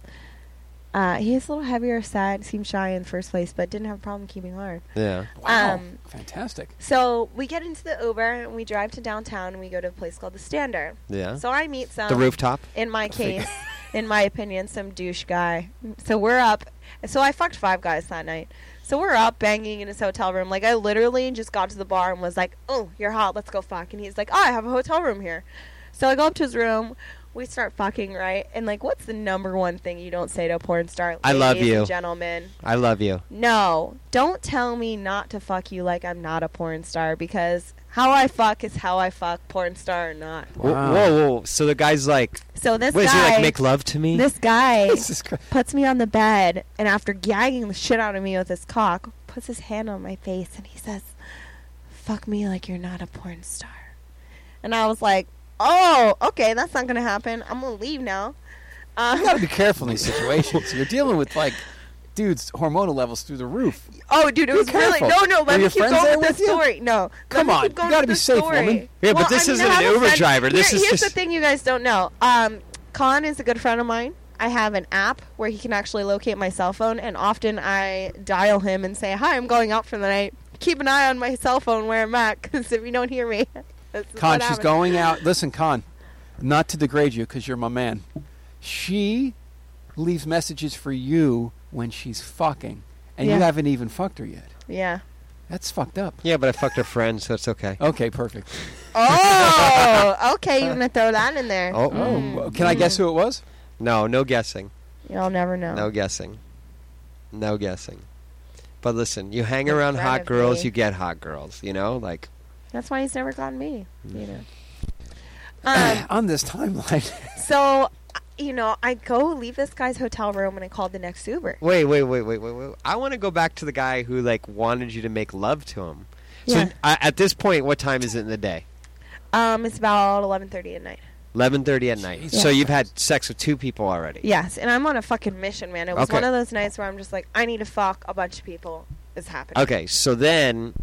D: uh, he is a little heavier, sad, seemed shy in the first place, but didn't have a problem keeping hard.
C: Yeah.
B: Wow,
D: Um,
B: fantastic.
D: So we get into the Uber and we drive to downtown and we go to a place called the Standard.
C: Yeah.
D: So um, I meet some
C: the rooftop.
D: in my case, in my opinion, some douche guy. So we're up. So I fucked five guys that night. So we're up banging in his hotel room. Like I literally just got to the bar and was like, "Oh, you're hot. Let's go fuck." And he's like, "Oh, I have a hotel room here." So I go up to his room. We start fucking right. And like, what's the number one thing you don't say to a porn star?
C: I love
D: ladies and
C: you.
D: gentlemen.
C: I love you.
D: No, don't tell me not to fuck you like I'm not a porn star because how I fuck is how I fuck, porn star or not.
C: Whoa,
B: Wow.
C: Whoa, whoa. So the guy's like,
D: So this
C: wait, is he
D: guy,
C: like make love to me?
D: this guy
B: This is cra-
D: puts me on the bed and after gagging the shit out of me with his cock, puts his hand on my face and he says, "Fuck me like you're not a porn star." And I was like, "Oh, okay, that's not gonna happen. I'm gonna leave now."
B: you got to
D: Um,
B: be careful in these situations. You're dealing with like dudes' hormonal levels through the roof.
D: oh, dude, it
B: Be
D: was really
B: careful.
D: no, no.
B: Were
D: Let me
B: your
D: keep
B: friends
D: going
B: there
D: with this
B: with you?
D: story. No,
B: Come
D: let me
B: on,
D: keep going
B: you gotta
D: with
B: be
D: this
B: safe,
D: story.
B: woman.
C: Yeah, but
D: Well,
C: this
D: I mean,
C: isn't
D: I
C: an
D: have a
C: Uber
D: friend-
C: driver. This
D: Here-
C: is
D: here's
C: just
D: the thing you guys don't know. Um, Con is a good friend of mine. I have an app where he can actually locate my cell phone, and often I dial him and say, "Hi, I'm going out for the night. Keep an eye on my cell phone where I'm at, because if you don't hear me, this is
B: Con,
D: what
B: she's
D: happens.
B: going out. Listen, Con, not to degrade you because you're my man. She leaves messages for you when she's fucking, and you
D: Yeah.
B: haven't even fucked her yet.
D: Yeah.
B: That's fucked up.
C: yeah, but I fucked a friend, so it's okay.
B: Okay, perfect.
D: Oh, okay. You're gonna throw that in there.
C: Oh,
B: Oh, well, can I guess who it was?
C: no, no guessing,
D: You'll never know.
C: no guessing, no guessing. But listen, you hang
D: In
C: around
D: front
C: hot
D: of
C: girls,
D: me.
C: you get hot girls. You know, like
D: That's why he's never gotten me. You know. Um,
B: On this timeline.
D: so, uh, you know, I go leave this guy's hotel room, and I called the next Uber.
C: wait, wait, wait, wait, wait, wait. I want to go back to the guy who like wanted you to make love to him. So
D: Yeah.
C: I, at this point, what time is it in the day?
D: Um, it's about eleven thirty at night.
C: Eleven thirty at night.
B: Jesus
C: So you've had sex with two people already.
D: Yes, and I'm on a fucking mission, man. It was
C: Okay.
D: one of those nights where I'm just like, I need to fuck a bunch of people. It's happening.
C: Okay, so then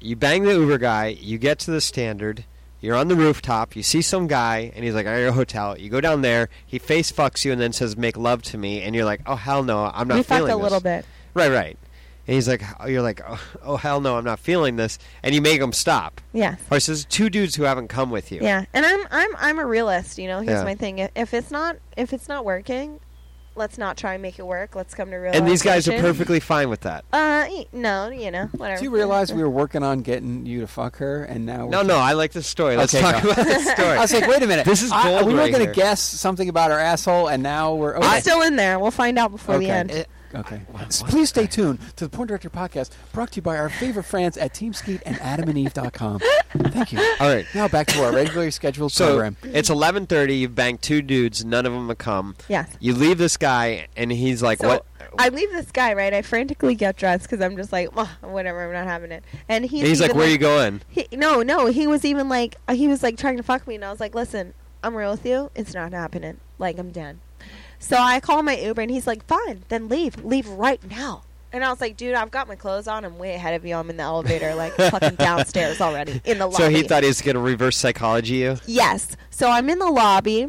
C: you bang the Uber guy, you get to the standard, you're on the rooftop, you see some guy, and he's like, I got a hotel. You go down there, he face fucks you and then says, Make love to me, and you're like, Oh, hell no, I'm not
D: we
C: feeling
D: fucked a
C: this.
D: little bit.
C: Right, right. And he's like, oh, You're like, oh, oh, hell no, I'm not feeling this, and you make him stop.
D: Yes.
C: Or so there's two dudes who haven't come with you.
D: Yeah, and I'm I'm I'm a realist. You know, here's
C: Yeah.
D: my thing: If- if it's not if it's not working, let's not try and make it work. Let's come to real.
C: And these guys are perfectly fine with that.
D: Uh, y- no, you know, whatever.
B: Do you realize we were working on getting you to fuck her, and now we're
C: No, no, I like this story. Let's
B: Okay,
C: talk
B: go.
C: about this story.
B: I was like, wait a minute.
C: This is
B: I-
C: gold
B: we were
C: right
B: gonna
C: here.
B: guess something about her asshole, and now we're
D: It's
B: okay.
D: still in there. We'll find out before
B: Okay.
D: the end.
B: Eh, okay. So Please stay tuned to the Porn Director Podcast, brought to you by our favorite friends at TeamSkeet and AdamAndEve.com. Thank you.
C: All right.
B: Now back to our regularly scheduled
C: So
B: program.
C: it's eleven thirty. You've banged two dudes. None of them have come.
D: Yes.
C: You leave this guy, and he's like,
D: so
C: "What?"
D: I leave this guy right. I frantically get dressed because I'm just like, "Ugh, whatever, I'm not having it. And he's,
C: And he's like,
D: even
C: "Where you going?"
D: He, no, no, he was even like uh, he was like trying to fuck me, and I was like, "Listen, I'm real with you. It's not happening. Like I'm done." So I call my Uber, and he's like, "Fine, then leave. Leave right now." And I was like, "Dude, I've got my clothes on. I'm way ahead of you. I'm in the elevator, like fucking downstairs already in the lobby."
C: So he thought he was going to reverse psychology you.
D: Yes. So I'm in the lobby,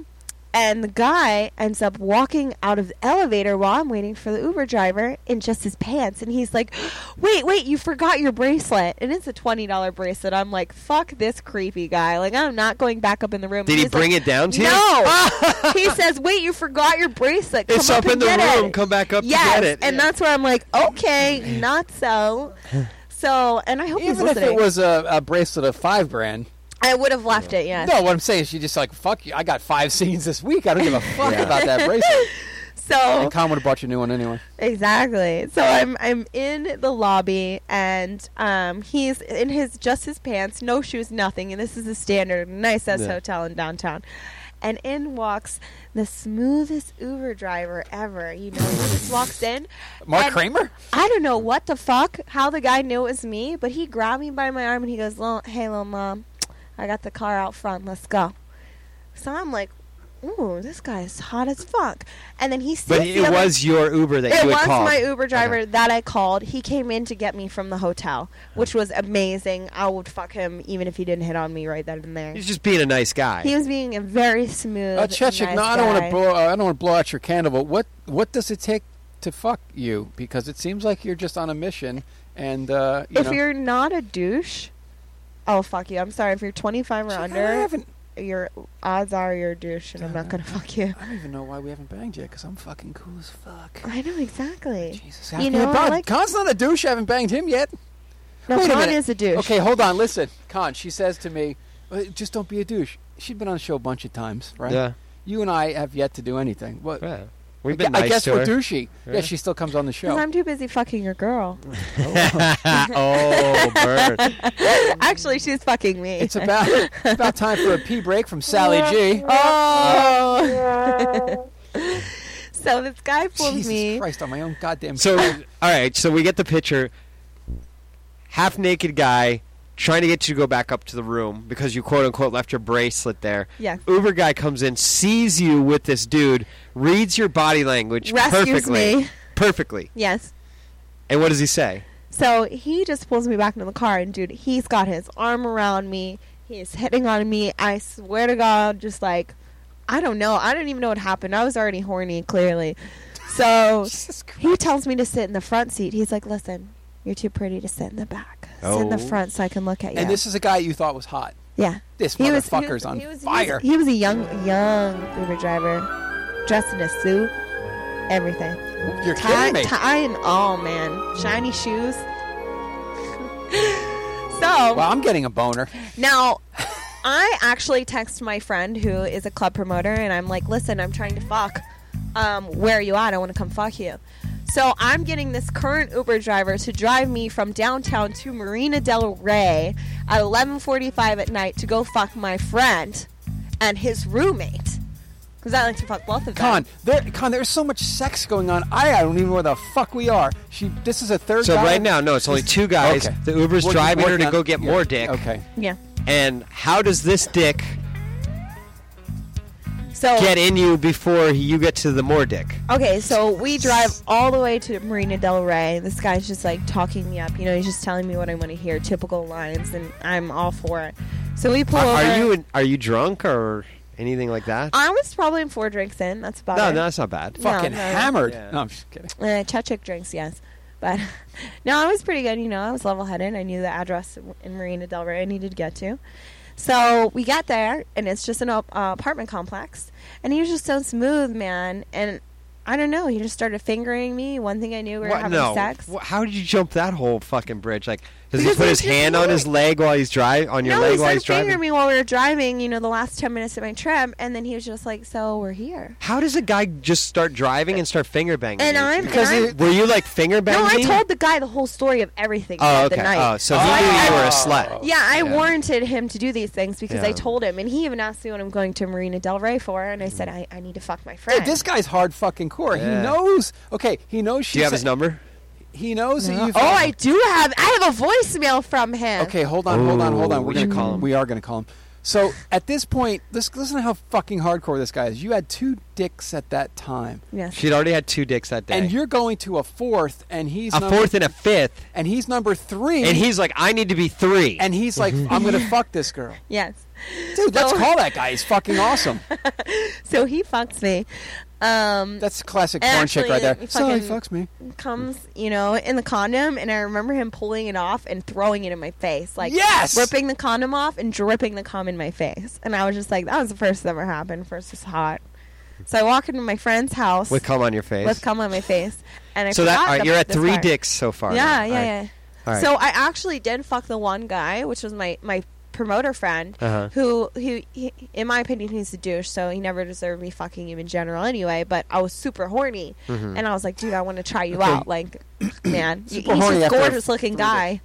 D: And the guy ends up walking out of the elevator while I'm waiting for the Uber driver in just his pants. And he's like, wait, wait, you forgot your bracelet. And it's a $20 bracelet. I'm like, fuck this creepy guy. Like, I'm not going back up in the room.
C: Did he bring it down to you?
D: No. he says, wait, you forgot your bracelet. Come
C: It's up, in
D: and
C: the
D: get
C: room.
D: It.
C: Come back up
D: yes.
C: to get it.
D: And that's where I'm like, okay, not so. So, and I hope he's
B: Even if
D: listening.
B: it was a, a bracelet of five brand.
D: I would have left it, yes.
B: No, what I'm saying is she just like, fuck you. I got five scenes this week. I don't give a fuck
C: Yeah.
B: about that bracelet.
D: So
B: And Con would have bought you a new one anyway.
D: Exactly. So I'm I'm in the lobby and um, he's in his just his pants, no shoes, nothing. And this is a standard nice ass
C: Yeah.
D: hotel in downtown. And in walks the smoothest Uber driver ever. You know, he just walks in.
B: Mark
D: and
B: Kramer?
D: I don't know what the fuck, how the guy knew it was me, but he grabbed me by my arm and he goes, "Lil- "Hey, little mom, I got the car out front. Let's go." So I'm like, "Ooh, this guy is hot as fuck." And then he sees
C: but
D: the
C: it
D: other-
C: was your Uber that
D: it
C: you had
D: was
C: called.
D: my Uber driver that I called. He came in to get me from the hotel, which was amazing. I would fuck him even if he didn't hit on me right then and there.
C: He's just being a nice guy.
D: He was being a very smooth.
B: Uh, Chechik,
D: nice
B: no, I don't want
D: guy.
B: to blow. Uh, I don't want to blow out your candle. But what what does it take to fuck you? Because it seems like you're just on a mission, and uh, you
D: If
B: know,
D: you're not a douche, I'll fuck you. I'm sorry. If you're 25 or
B: Gee,
D: under,
B: I haven't.
D: your odds are you're a douche, and I'm not gonna fuck you.
B: I don't even know why we haven't banged yet. Because I'm fucking cool as fuck.
D: I know exactly.
B: Jesus, how
D: You
B: can
D: know, I
B: bang-
D: like-
B: Khan's not a douche. I haven't banged him yet.
D: No,
B: Wait a
D: Khan
B: minute.
D: is a douche.
B: Okay, hold on. Listen, Khan. She says to me, "Uh, "Just don't be a douche." She'd been on the show a bunch of times, right?
C: Yeah.
B: You and I have yet to do anything. What?
C: Yeah. We've
B: I,
C: been nice
B: guess
C: to
B: we're
C: her.
B: douchey. Yeah.
C: Yeah.
B: she still comes on the show.
D: Because I'm too busy fucking your girl.
C: oh, bird.
D: Actually, she's fucking me.
B: It's about it's about time for a pee break from Sally G.
D: Oh. so this guy pulled
B: Jesus
D: me.
B: Christ on my own goddamn.
C: So, all right. So we get the picture. Half naked guy trying to get you to go back up to the room because you quote unquote left your bracelet there.
D: Yes.
C: Uber guy comes in, sees you with this dude, reads your body language
D: Rescues
C: perfectly.
D: me.
C: Perfectly.
D: Yes.
C: And what does he say?
D: So he just pulls me back into the car, and dude, he's got his arm around me. He's hitting on me. I swear to God, just like, I don't know. I don't even know what happened. I was already horny, clearly. So he tells me to sit in the front seat. He's like, listen, you're too pretty to sit in the back. Sit in the
C: Oh.
D: front so I can look at you.
B: And this is a guy you thought was hot.
D: yeah.
B: This
D: He was- he
B: motherfucker's
D: was-
B: on
D: he was- he was-
B: fire.
D: He was, a young, young Uber driver, dressed in a suit, everything,
B: You're
D: tie,
B: kidding me.
D: tie and all, man, shiny shoes. so
B: Well, I'm getting a boner.
D: now, I actually text my friend who is a club promoter, and I'm like, "Listen, I'm trying to fuck. Um, where are you at? I want to come fuck you." So I'm getting this current Uber driver to drive me from downtown to Marina Del Rey at 11:45 at night to go fuck my friend and his roommate, because I like to fuck both of them.
B: Con, there, Con, there's so much sex going on. I, I don't even know where the fuck we are. She, this is a third.
C: So
B: guy.
C: right now, no, it's only two guys.
B: Okay.
C: The Uber's
B: We're-
C: driving
B: we're
C: her to
B: not-
C: go get
B: yeah.
C: more dick.
B: Okay.
D: Yeah.
C: And how does this dick
D: So
C: get in you before you get to the more dick?
D: Okay, so we drive all the way to Marina Del Rey. This guy's just like talking me up. You know, he's just telling me what I want to hear, typical lines, and I'm all for it. So we pull
C: Are,
D: over.
C: are you in, are you drunk or anything like that?
D: I was probably four drinks in. That's about
C: no,
D: it.
C: no, that's not bad.
D: No,
B: Fucking
D: no, no.
B: hammered.
C: Yeah.
B: No, I'm just kidding.
D: Uh, Chechik drinks, yes. But no, I was pretty good. You know, I was level headed. I knew the address in Marina Del Rey I needed to get to. So we got there, and it's just an op- uh, apartment complex. And he was just so smooth, man. And I don't know, he just started fingering me. One thing I knew, we were
C: What?
D: having
C: no.
D: sex.
C: Wh- How did you jump that whole fucking bridge? Like, does
D: Because
C: he put
D: he
C: his
D: just
C: hand on his
D: knew
C: leg while he's driving? On your
D: no,
C: leg while
D: he started
C: he's driving?
D: fingering me while we were driving. You know, the last ten minutes of my trip, and then he was just like, "So we're here."
C: How does a guy just start driving and start finger banging?
D: And
C: you?
D: I'm
B: Because
D: and I'm-
B: it-
C: Were you like finger
D: no, I
C: banging?
D: told the guy the whole story of everything
C: Oh,
D: about
C: okay.
D: the night.
C: Oh, so he knew
D: I-
C: you were a
B: Oh.
C: slut.
D: yeah, I
C: Yeah.
D: warranted him to do these things because I
C: Yeah.
D: told him, and he even asked me what I'm going to Marina Del Rey for, and I said,
C: Mm-hmm.
D: "I, I need to fuck my
B: Hey,
D: friend."
B: this guy's hard fucking core. He
C: Yeah.
B: knows. Okay, he knows.
C: Do
B: She's.
C: you have his number?
B: He knows that
D: oh,
B: you've.
D: I do have I have a voicemail from him.
B: Okay, hold on, hold on, hold on.
C: Ooh,
B: We're
C: we should
B: gonna
C: call him.
B: We are gonna call him. So at this point, this, listen to how fucking hardcore this guy is. You had two dicks at that time,
D: Yes.
C: She'd already had two dicks that day.
B: and you're going to a fourth, and he's
C: a
B: number,
C: fourth and a fifth,
B: and he's number three,
C: and Mm-hmm. he's like, I need to be three.
B: and he's like, I'm gonna fuck this girl,
D: Yes.
B: dude. Let's
D: So-
B: call that guy. He's fucking awesome.
D: So he fucks me. Um,
B: That's a classic
D: And
B: porn chick
D: actually,
B: right there.
D: he
B: So he
D: fucking-
B: fucks me.
D: comes, you know, in the condom, and I remember him pulling it off and throwing it in my face, like
B: Yes!
D: ripping the condom off and dripping the cum in my face. And I was just like, that was the first that ever happened. First is hot. So I walk into my friend's house
C: with cum on your face.
D: with cum on my face, and I
C: so that
D: forgot
C: all right,
D: about
C: you're at
D: this
C: three
D: part.
C: dicks so far.
D: Yeah,
C: now.
D: yeah,
C: All right.
D: yeah.
C: All right.
D: So I actually did fuck the one guy, which was my my promoter friend,
C: Uh-huh.
D: who who he, in my opinion he's a douche, so he never deserved me fucking him in general anyway. But I was super horny,
C: Mm-hmm.
D: and I was like, dude, I want to try you out, like, man,
B: Super
D: he's
B: horny
D: a
B: after
D: gorgeous looking
B: three
D: guy.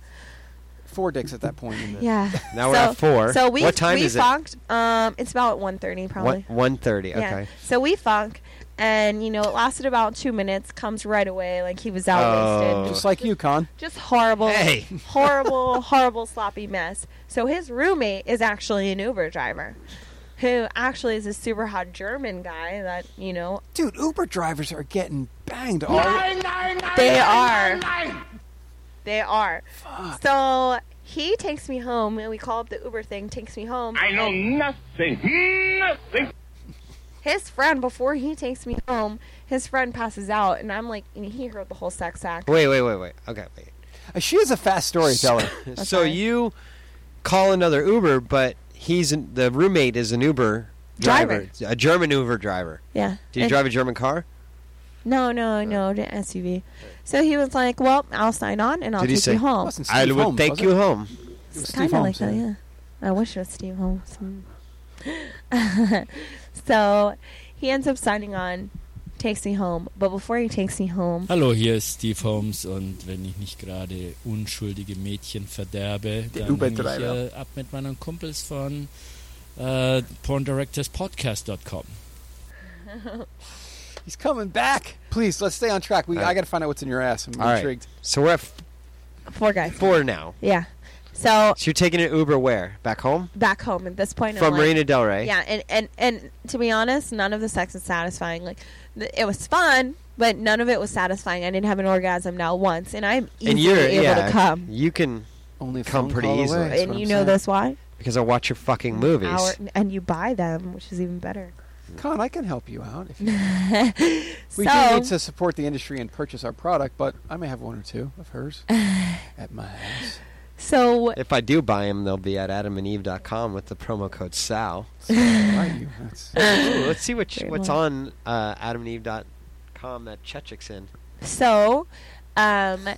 B: Four dicks at that point. In the,
D: Yeah.
C: Now we're at four.
D: So we
C: What time
D: we
C: is it?
D: fucked. Um, it's about one thirty probably.
C: one thirty. Okay.
D: So we fuck, and you know it lasted about two minutes. Comes right away, like he was out
C: Oh.
D: wasted.
B: Just like you, Con.
D: Just horrible,
C: Hey.
D: horrible, horrible sloppy mess. So his roommate is actually an Uber driver, who actually is a super hot German guy that you know
B: Dude, Uber drivers are getting banged all.
D: they are. They are. So he takes me home, and we call up the Uber thing. Takes me home. I know nothing. Nothing. His friend, before he takes me home, his friend passes out, and I'm like, and he heard the whole sex act.
C: Wait, wait, wait, wait. Okay, wait.
B: Uh, She is a fast storyteller.
C: so
D: right.
C: you call another Uber, but he's an, the roommate is an Uber driver, a German Uber driver.
D: Yeah.
C: Do you
D: And-
C: drive a German car?
D: No, no, no, the SUV. So he was like, "Well, I'll sign on and I'll
C: Did he
D: take
C: say,
D: you home."
B: Wasn't
C: I
B: Steve
C: would
B: Holmes,
C: take
B: was it?
C: you home.
B: It was Steve
D: Kind of
B: Holmes,
D: like that, yeah. I wish it was Steve Holmes. Mm. so he ends up signing on, takes me home. But before he takes me home,
I: Hallo, hier ist Steve Holmes und wenn ich nicht gerade unschuldige Mädchen verderbe, dann häng ich
B: Uber-Treiber.
I: äh, ab mit meinen Kumpels von äh, PornDirectorsPodcast.com.
B: He's coming back. Please, let's stay on track. We, I got to find out what's in your ass. I'm
C: All right.
B: intrigued.
C: So we're at
D: poor guy.
C: four now.
D: Yeah. So
C: So you're taking an Uber where? Back home
D: back home at this point,
C: from
D: I'm like,
C: Marina Del Rey.
D: Yeah, and, and and to be honest, none of the sex is satisfying. Like, th- it was fun, but none of it was satisfying. I didn't have an orgasm now once, and I'm easily
C: and you're
D: able
C: yeah,
D: to come.
C: you can
B: Only a
C: Come
B: phone
C: pretty
B: call
C: easily.
B: away, is
D: and
B: what
D: you
B: I'm
D: know
B: saying.
D: this why?
C: because I watch your fucking movies.
D: Our- and you buy them, which is even better.
B: Con, I can help you out. If you, we do
D: So-
B: need to support the industry and purchase our product, but I may have one or two of hers at my house.
D: So
C: If I do buy them, they'll be at adamandeve.com with the promo code SAL.
B: So, right, you. That's,
C: Ooh, let's see what,
D: Very
C: what's
D: well.
C: on uh, adamandeve.com that Chechik's in.
D: So, um,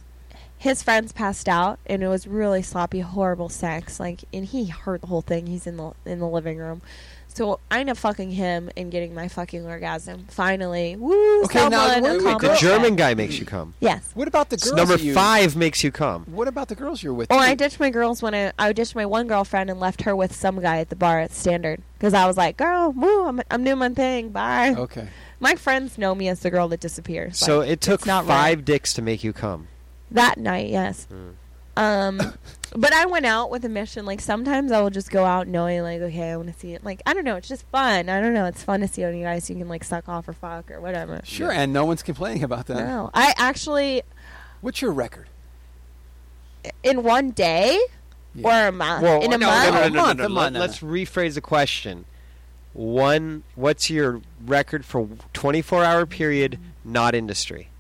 D: his friends passed out, and it was really sloppy, horrible sex. Like, and he heard the whole thing. He's in the in the living room. So I end up fucking him and getting my fucking orgasm. Finally, woo!
B: Okay, now, wait,
D: someone
B: wait, the
C: The
D: accomplished
C: German
D: it.
C: guy makes you come.
D: Yes.
B: what about the girls?
C: Number
B: that you,
C: five makes you come.
B: What about the girls you're with?
D: Oh,
B: too?
D: I ditched my girls when I I ditched my one girlfriend and left her with some guy at the bar at Standard because I was like, girl, woo! I'm I'm doing my thing. Bye.
B: Okay.
D: My friends know me as the girl that disappears.
C: So
D: Like,
C: it took
D: it's not
C: five
D: right.
C: dicks to make you come.
D: That night, yes.
C: Hmm.
D: Um, but I went out with a mission. Like sometimes I will just go out knowing, like, okay, I want to see it. Like I don't know, it's just fun. I don't know, it's fun to see on you guys. You can like suck off or fuck or whatever.
B: Sure, and no one's complaining about that.
D: No, I actually
B: What's your record?
D: in one day
B: Yeah.
D: or a month. Uh, in a
C: no,
D: month.
C: no, no, no,
B: A
C: no, no,
B: month,
C: no,
B: a month,
C: Let-
B: no,
C: Let's rephrase the question. One, what's your record for 24-hour period, not industry?
B: Oh.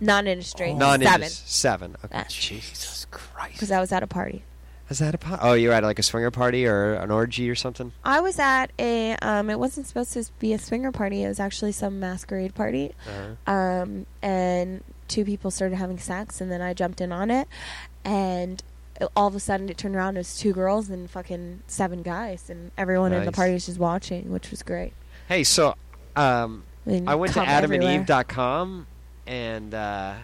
D: Non-industry.
C: Non-industry.
D: Seven.
C: Seven. Okay.
D: Ah.
B: Jesus Christ.
D: Because I was at a party.
C: Is that a po- Oh, you're at like a swinger party or an orgy or something?
D: I was at a. Um, it wasn't supposed to be a swinger party. It was actually some masquerade party.
C: Uh-huh.
D: um, and two people started having sex, and then I jumped in on it, and it- all of a sudden it turned around it was two girls and fucking seven guys, and everyone in the
C: Nice.
D: party was just watching, which was great.
C: Hey, so um,
D: mean,
C: I went to
D: cum everywhere.
C: adamandeve.com and uh,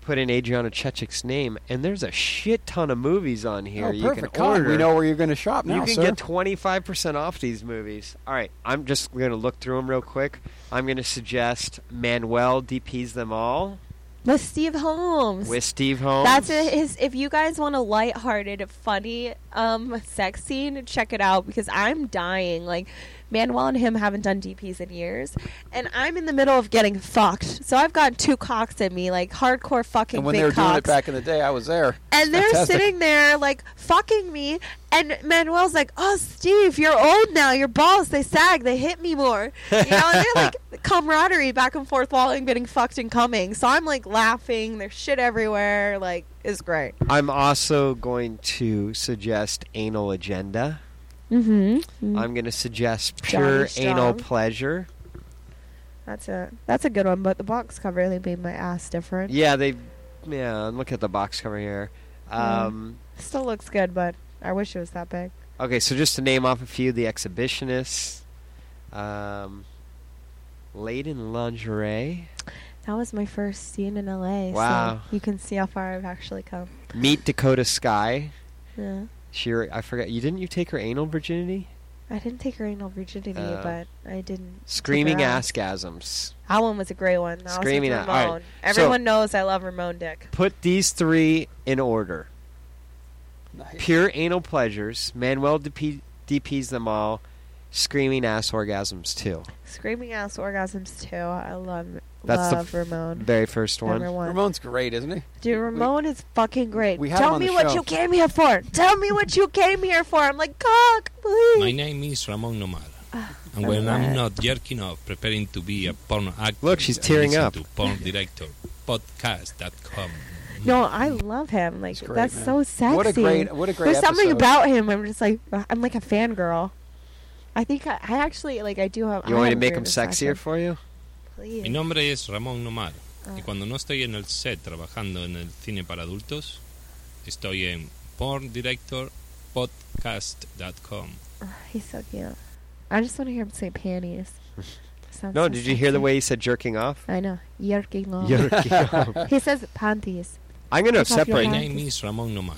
C: put in Adriana Chechik's name, and there's a shit ton of movies on here.
B: Oh,
C: you can
B: perfect. Con,
C: order.
B: we know where you're going to shop
C: you
B: now,
C: can
B: sir.
C: get 25% off these movies. All right, I'm just going to look through them real quick. I'm going to suggest Manuel DP's Them All.
D: With Steve Holmes.
C: with Steve Holmes.
D: That's a, his. If you guys want a lighthearted, funny, um, sex scene, check it out because I'm dying. Like Manuel and him haven't done DPS in years, and I'm in the middle of getting fucked. So I've got two cocks in me, like hardcore fucking
B: And when
D: big
B: they were doing it
D: cocks.
B: back in the day, I was there.
D: and they're
B: Fantastic.
D: sitting there like fucking me, and Manuel's like, "Oh, Steve, you're old now. Your balls they sag. They hit me more." You know, and they're like camaraderie back and forth while I'm getting fucked and coming. So I'm like laughing. There's shit everywhere. Like it's great.
C: I'm also going to suggest anal agenda.
D: Mm-hmm.
C: I'm going to suggest
D: Johnny
C: pure anal
D: Strong.
C: pleasure.
D: That's a that's a good one. But the box cover they made my ass different.
C: Yeah, they. Yeah, and look at the box cover here.
D: Mm-hmm.
C: Um,
D: Still looks good, but I wish it was that big.
C: Okay, so just to name off a few: the exhibitionists, um, laid in lingerie,
D: That was my first scene in LA.
C: Wow.
D: So you can see how far I've actually come.
C: meet Dakota Sky.
D: Yeah.
C: She, I forgot. You didn't you take her anal virginity?
D: I didn't take her anal virginity,
C: Uh,
D: but I didn't. take her
C: Screaming
D: out.
C: asgasms.
D: That one was a great one. That
C: Screaming
D: was
C: ass.
D: with
C: All right.
D: Ramon. Everyone knows I love Ramon Dick.
C: Put these three in order.
B: Nice.
C: Pure anal pleasures. Manuel DP, DPs them all. Screaming ass orgasms too.
D: Screaming ass orgasms too. I love
C: That's the
D: love
C: f-
D: Ramon.
C: Very first
D: Number
C: one.
D: one.
B: Ramon's great, isn't he?
D: Dude, Ramon is fucking great.
B: we had him
D: Tell
B: on
D: me
B: the
D: what
B: show.
D: you came here for. Tell me what you came here for. I'm like, cock,
J: My
D: please.
J: name is Ramon Nomad. And when
D: Nomad.
J: I'm not jerking off, preparing to be a porn actor.
C: Look, she's
J: I
C: tearing
J: listen
C: up.
J: To porn director podcast.com.
D: No, I love him. Like
B: He's great,
D: that's
B: man.
D: so sexy.
B: What a great, what a great
D: There's
B: episode.
D: something about him. I'm just like, I'm like a fangirl. I think I, I actually like. I do have.
C: You
D: I
C: want me
D: have
C: to
D: a
C: make them
D: weird
C: sexier
D: obsession.
C: for you?
D: Please.
J: Mi nombre es Ramón Nomad. Y
D: Ah.
J: cuando no estoy en el set trabajando en el cine para adultos, estoy en porndirectorpodcast.com.
D: He's so cute. I just want to hear him say panties. Sounds
C: No,
D: so
C: did you hear the
D: sexy.
C: way he said jerking off?
D: I know. Yerking off.
C: Jerking off.
D: he says panties.
C: I'm going to
D: Take off your
C: separate.
J: My
D: Thank
J: name is Ramon Nomad.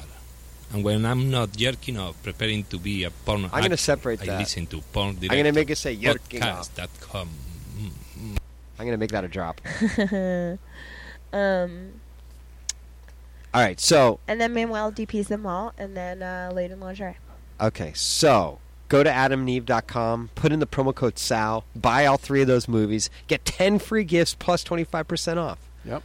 J: And when I'm not jerking off, preparing to be a porn
C: I'm gonna
J: actor,
C: separate
J: I
C: that.
J: listen to porn
C: I'm going to make it say jerking off.
J: podcast.com.
C: I'm going to make that a drop.
D: um,
C: All right, so
D: and then Manuel DPs them all, and then uh, Layden Lingerie.
C: Okay, so go to adamneve.com, put in the promo code SAL, buy all three of those movies, get 10 free gifts plus 25% off.
B: Yep.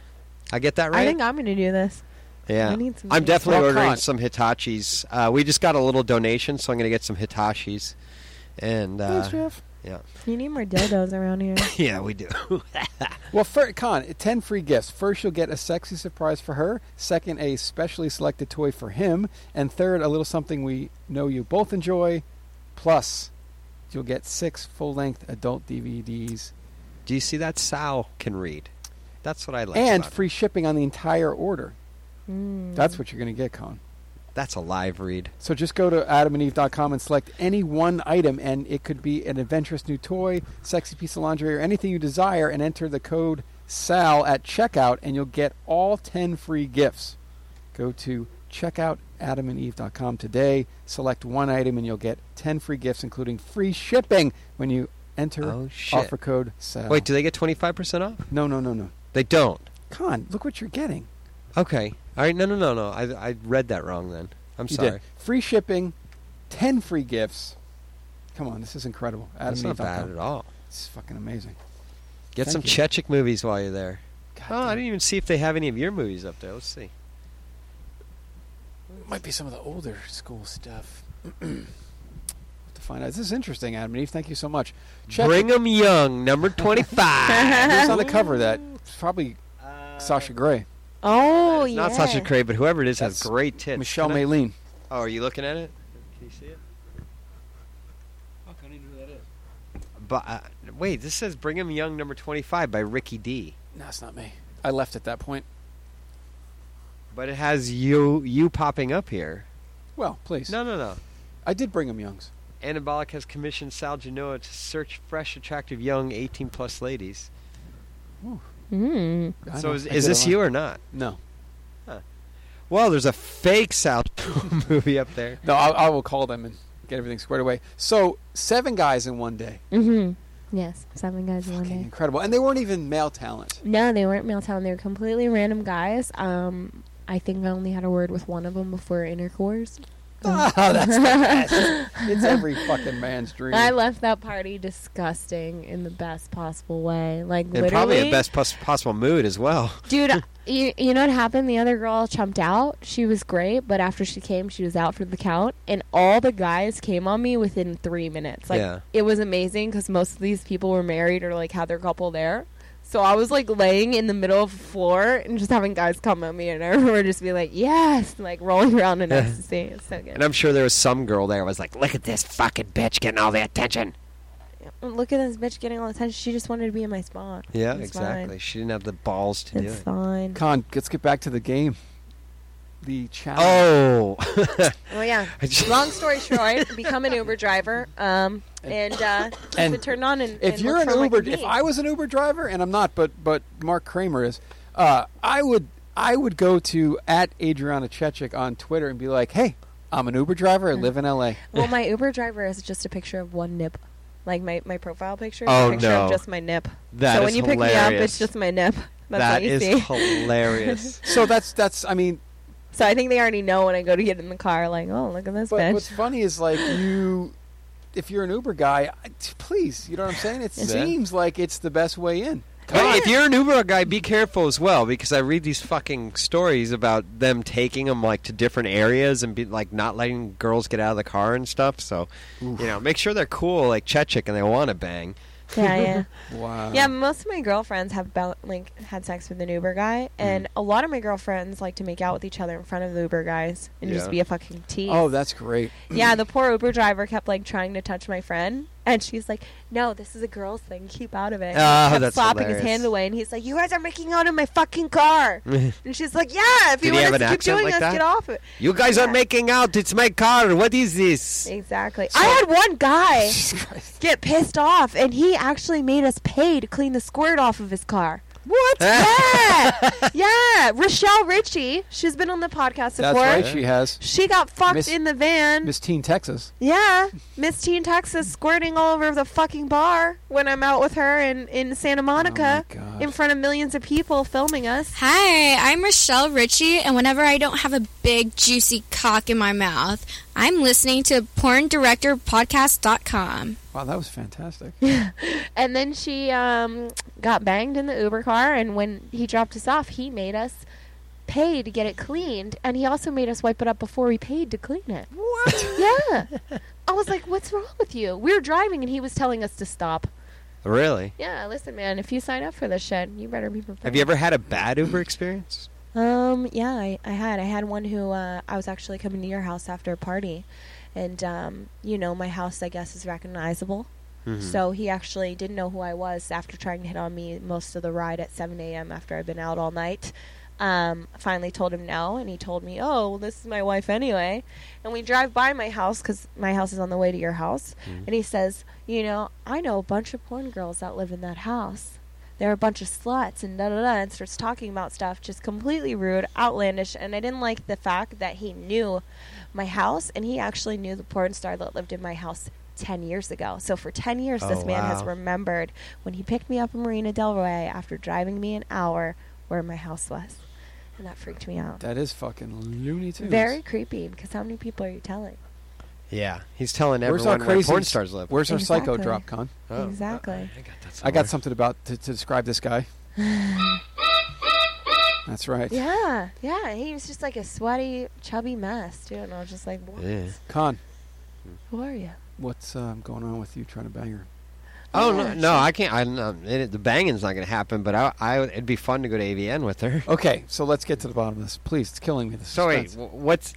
C: I get that
D: I
C: right?
D: think I'm going to do this.
C: yeah.
D: I need some
C: I'm
D: gifts.
C: definitely
B: Well,
C: ordering
B: con.
C: some Hitachis. Uh, we just got a little donation, so I'm going to get some Hitachis. And uh,
B: Thanks, Jeff.
D: You need more dildos around here.
C: yeah, we do.
B: Well, for, Con, ten free gifts. First, you'll get a sexy surprise for her. Second, a specially selected toy for him. And third, a little something we know you both enjoy. Plus, you'll get six full-length adult DVDs
C: do you see that Sal can read? That's what I like.
B: and
C: about it.
B: free shipping on the entire order.
D: Mm.
B: That's what you're going to get, Con.
C: that's a live read.
B: So just go to adamandeve.com and select any one item, and it could be an adventurous new toy, sexy piece of lingerie, or anything you desire, and enter the code SAL at checkout, and you'll get all 10 free gifts. Go to checkoutadamandeve.com today, select one item, and you'll get 10 free gifts, including free shipping when you enter
C: Oh, shit.
B: offer code SAL.
C: Wait, do they get 25% off?
B: no, no, no, no.
C: They don't.
B: Con, look what you're getting.
C: Okay. All right, no, no, no, no. I, I read that wrong then. I'm
B: You
C: sorry.
B: did. Free shipping, 10 free gifts. Come on, this is incredible.
C: That's not bad
B: adamandeve.com.
C: at all.
B: It's fucking amazing.
C: Get
B: Thank
C: some
B: you.
C: Chechik movies while you're there.
B: God
C: oh, I
B: damn
C: didn't even see if they have any of your movies up there. Let's see.
B: it. might be some of the older school stuff. Have to find out. This is interesting, Adam and Eve. Thank you so much. Check
C: Bring 'em Young, number 25.
B: who's on the cover of that. It's probably Sasha Gray,
D: Oh,
C: it's
D: yeah.
C: not Sasha Cray, but whoever it is has
B: That's
C: great tits.
B: Michelle
C: Can I-
B: Maylene.
C: Oh, are you looking at it? Can you see it? But, uh, wait, this says Bring 'em Young, number 25 by Ricky D.
B: No, it's not me. I left at that point.
C: But it has you you popping up here.
B: Well, please.
C: No, no, no.
B: I did bring him Youngs.
C: Anabolic has commissioned Sal Genoa to search fresh, attractive, young 18 plus ladies.
D: Mm.
B: I
C: so
B: know.
C: is,
B: I
C: is
B: did
C: this
B: a lot.
C: you or not?
B: No.
C: Well, there's a fake Sal movie up there.
B: No, I, I will call them and get everything squared away. So, seven guys in one day.
D: Mm-hmm. Yes, seven guys in one day.
B: Incredible. And they weren't even male talent.
D: No, they weren't male talent. They were completely random guys. Um, I think I only had a word with one of them before intercourse.
B: Oh, that's the best. It's every fucking man's dream.
D: I left that party disgusting in the best possible way. Like
C: And
D: literally,
C: probably the best pos- possible mood as well.
D: dude. You, you know what happened? The other girl chumped out. She was great, but after she came, she was out for the count, and all the guys came on me within three minutes. Like
C: Yeah.
D: it was amazing because most of these people were married or like had their couple there. So I was like laying in the middle of the floor and just having guys come at me, and I remember just being like, "Yes!" and, like rolling around in
C: Yeah.
D: ecstasy. It's so good.
C: And I'm sure there was some girl there who was like, look at this fucking bitch getting all the attention.
D: Look at this bitch getting all the attention. She just wanted to be in my spot.
C: Yeah,
D: It's
C: exactly.
D: fine.
C: She didn't have the balls to do
D: It's
C: it.
D: fine.
B: Con, let's get back to the game. The challenge.
C: Oh.
D: Well, yeah.
C: I just-
D: Long story short, become an Uber driver. Um, and uh, keep
B: and
D: it turned on. And
B: if
D: and
B: you're
D: look
B: an
D: for what
B: Uber,
D: you
B: if
D: need.
B: I was an Uber driver, and I'm not, but but Mark Kramer is, uh, I would I would go to at Adriana Chechik on Twitter and be like, hey, I'm an Uber driver. I
D: Hmm.
B: live in L.A.
D: well, my Uber driver is just a picture of one nip, like my, my profile picture. is
C: Oh,
D: a picture
C: no.
D: of just my nip.
C: That
D: so
C: is
D: when you pick me up,
C: hilarious.
D: it's just my nip. That's
C: That
D: all you
C: is
D: see.
C: hilarious.
B: so that's that's I mean,
D: so I think they already know when I go to get in the car. Like, oh, look at this
B: but
D: bitch.
B: what's funny is like you. If you're an Uber guy, I- t- please, you know what I'm saying? It
C: Yeah.
B: seems like it's the best way in.
C: But if you're an Uber guy, be careful as well because I read these fucking stories about them taking them like to different areas and be, like not letting girls get out of the car and stuff. So, you know, make sure they're cool like Chechik and they want to bang.
D: Yeah, yeah.
B: Wow.
D: yeah, most of my girlfriends have bou- like had sex with an Uber guy, and
C: Mm.
D: a lot of my girlfriends like to make out with each other in front of the Uber guys and just
B: Yeah.
D: be a fucking tease.
B: Oh, that's great.
D: yeah. The poor Uber driver kept like trying to touch my friend, and she's like, "No, this is a girl's thing. Keep out of it." And he
C: Ah,
D: kept
C: that's
D: slapping
C: hilarious.
D: his hand away, and he's like, "You guys are making out in my fucking car," and she's like, "Yeah, if
C: Did
D: you
C: he
D: want
C: have an
D: us to keep
C: accent
D: doing
C: like
D: this,
C: that?
D: get off it."
C: You guys are making out. It's my car. What is this?
D: Exactly. I had one guy get pissed off, and he actually made us pay to clean the squirt off of his car. What? Yeah, yeah. Rochelle Ritchie, she's been on the podcast before.
B: That's right. She has
D: She got fucked
B: Miss-
D: in the van.
B: Miss Teen Texas.
D: yeah, Miss Teen Texas squirting all over the fucking bar when I'm out with her in, in
C: Oh
D: Santa Monica in front of millions of people filming us.
K: Hi, I'm Rochelle Ritchie, and whenever I don't have a big, juicy cock in my mouth, I'm listening to PornDirectorPodcast.com.
B: Wow, that was fantastic.
D: And then she um, got banged in the Uber car, and when he dropped us off, he made us pay to get it cleaned, and he also made us wipe it up before we paid to clean it. What? yeah. I was like, what's wrong with you? We were driving, and he was telling us to stop.
C: Really?
D: Yeah, listen, man, if you sign up for this shit, you better be prepared.
C: Have you ever had a bad Uber experience?
D: Um, yeah, I, I had. I had one who uh, I was actually coming to your house after a party. And, um, you know, my house, I guess, is recognizable.
L: Mhm.
D: So he actually didn't know who I was after trying to hit on me most of the ride at 7 a.m. after I'd been out all night. Um, finally told him no, and he told me, oh, well, this is my wife anyway. And we drive by my house because my house is on the way to your house.
L: Mm-hmm.
D: And he says, you know, I know a bunch of porn girls that live in that house they're a bunch of sluts and da da da and starts talking about stuff just completely rude outlandish and i didn't like the fact that he knew my house and he actually knew the porn star that lived in my house 10 years ago so for 10 years this
L: Oh,
D: man has
L: wow.
D: remembered when he picked me up in marina del rey after driving me an hour where my house was and that freaked me out
B: That is fucking Looney Tunes.
D: very creepy because how many people are you telling
C: Yeah. He's telling
B: Where's
C: everyone
B: our
C: where
B: crazy-
C: porn stars live.
B: where's our psycho
D: Exactly.
B: drop, Con?
C: Oh.
D: exactly
B: I got something about to, to describe this guy. That's right.
D: yeah yeah he was just like a sweaty chubby mess too and i was just like what
B: Con,
D: who are you
B: what's um, going on with you trying to bang her?
C: Oh
B: Yeah,
C: no, no, I can't. I, no, it, the banging's not going to happen, but I, I, it'd be fun to go to AVN with her.
B: Okay, so let's get to the bottom of this. Please, it's killing me. This
C: So wait, wh- what's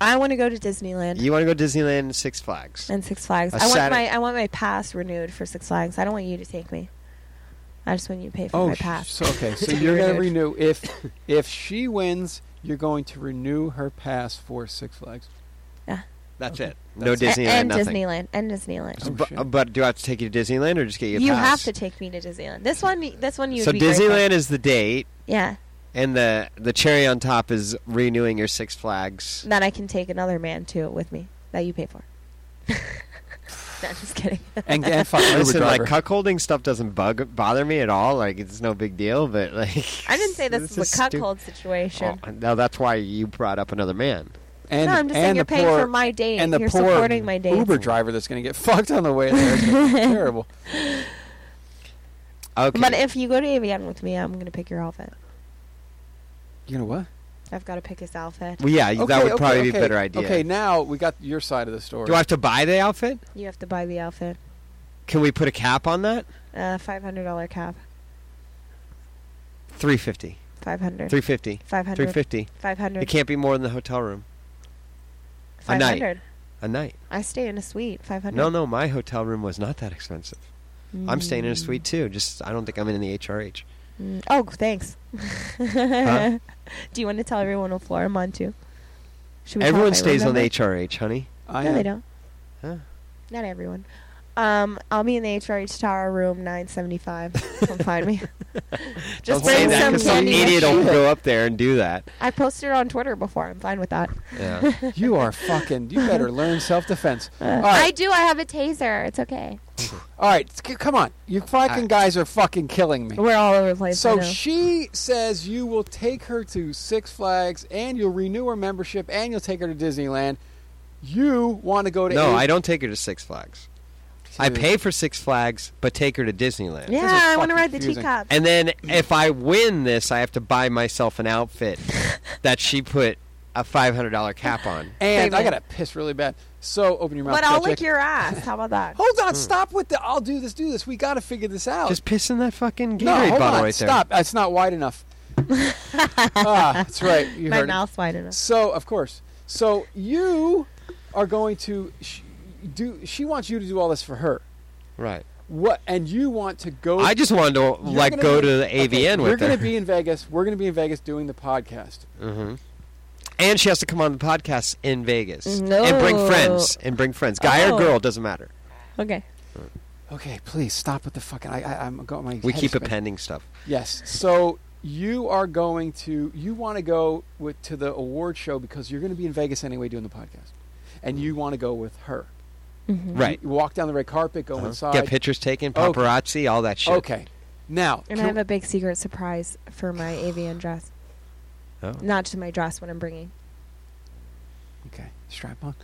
D: i want to go to disneyland
C: you want to go to Disneyland and Six Flags?
D: And Six Flags.
C: A
D: I want
C: Saturday-
D: my I want my pass renewed for Six Flags. I don't want you to take me. I just want you to pay for
B: Oh,
D: my
B: sh-
D: pass.
B: so okay, so
D: To be
B: you're going to
D: renewed.
B: renew if if she wins, you're going to renew her pass for Six Flags.
D: Yeah.
C: That's it. No
B: That's
D: A-
C: Disneyland,
D: and
C: nothing.
D: Disneyland and Disneyland.
C: So, bu- but do I have to take you to Disneyland or just get Oh, you? A
D: you
C: pass?
D: have to take me to Disneyland. This one, y- this one you.
C: So
D: would be grateful.
C: Disneyland is the date,
D: Yeah,
C: and the the cherry on top is renewing your Six Flags.
D: then I can take another man to it with me that you pay for. No, just kidding.
B: And- and fuck an Uber
C: Listen, like
B: driver.
C: cuckolding stuff doesn't bug bother me at all. Like it's no big deal. But like,
D: I didn't say this,
C: is
D: is a
C: stu-
D: cuckold situation.
C: oh, no, that's why you brought up another man.
B: And,
D: No, I'm just saying
B: and
D: you're
B: the
D: paying
B: poor,
D: for my date.
B: And the
D: You're
B: poor
D: supporting my dates.
B: Uber driver that's going to get fucked on the way there. It's gonna be terrible.
C: Okay.
D: But if you go to AVN with me, I'm gonna pick your outfit.
B: You know what?
D: I've got to pick his outfit.
C: Well, yeah, that
B: Okay,
C: would
B: okay,
C: probably be
B: okay.
C: a better idea.
B: Okay, now we got your side of the story.
C: Do I have to buy the outfit?
D: You have to buy the outfit.
C: Can we put a cap on that?
D: Uh, five hundred dollar cap.
C: Three fifty.
D: Five hundred.
C: Three fifty.
D: Five hundred.
C: Three fifty.
D: Five hundred.
C: It can't be more than the hotel room. A
D: Five
C: night.
D: hundred.
C: A night.
D: I stay in a suite. Five hundred.
C: No, no, my hotel room was not that expensive. I'm staying in a
D: Mm.
C: suite too. Just I don't think I'm in the HRH.
D: Mm. Oh, thanks.
C: Huh?
D: Do you want to tell everyone what floor I'm on too? Should we tell
C: Everyone
D: if I
C: stays on the
D: remember?
C: HRH, honey.
B: I
D: no, they
B: am-
D: don't.
C: Huh?
D: Not everyone. Um, I'll be in the HRH Tower room 975. Come find me.
C: don't
D: Just
C: say
D: bring
C: that
D: some
C: 'cause some
D: Yeti
C: idiot will
D: shit.
C: go up there and do that.
D: I posted it on Twitter before. I'm fine with that.
C: Yeah.
B: you are fucking. You better learn self defense. All
D: I
B: right,
D: do. I have a taser. It's okay.
B: all right. c- Come on, you fucking guys are fucking killing me.
D: We're all over the place. I
B: So
D: know.
B: she says you will take her to Six Flags and you'll renew her membership and you'll take her to Disneyland. You want to go to
C: No,
B: eight-
C: I don't take her to Six Flags. I
B: Dude.
C: pay for Six Flags, but take her to Disneyland.
D: yeah,
B: This is
D: I want
B: fucking
D: to ride the
B: confusing.
D: teacup.
C: And then if I win this, I have to buy myself an outfit that she put a five hundred dollar cap on.
B: And I
D: Baby.
B: gotta piss really bad. So open your mouth.
D: But I'll
B: Patrick.
D: lick your ass. How about that?
B: Hold on, stop with the. I'll do this, do this. We gotta figure this out.
C: Just piss in that fucking Gatorade
B: Oh. no, hold
C: bottle
B: on,
C: right there.
B: stop. That's not wide enough. ah, that's right. You
D: My
B: heard it.
D: mouth's wide enough.
B: So of course, so you are going to sh- do. She wants you to do all this for her.
C: Right.
B: What and you want to go?
C: I just wanted to
B: You're
C: like
B: gonna
C: go
B: be-
C: to the
B: okay,
C: AVN with
B: You're
C: her.
B: gonna be in Vegas. We're gonna be in Vegas doing the podcast.
C: hmm And she has to come on the podcast in Vegas and bring
D: No.
C: friends and bring friends, guy
D: Oh.
C: or girl doesn't matter.
D: Okay.
B: Okay, please stop with the fucking. I, I, I'm going. My
C: We
B: head
C: keep
B: is spinning.
C: appending stuff.
B: Yes. So you are going to you want to go with, to the award show because you're going to be in Vegas anyway doing the podcast, and you want to go with her.
C: Right.
B: You walk down the red carpet, go
C: Uh-huh.
B: inside.
C: Get pictures taken,
B: Mm-hmm. Okay.
C: paparazzi, all that shit.
B: Okay. Now,
D: And I
B: can-
D: have a big secret surprise for my avian dress.
C: Oh.
D: Not to my dress, what I'm bringing.
B: Okay, strap on.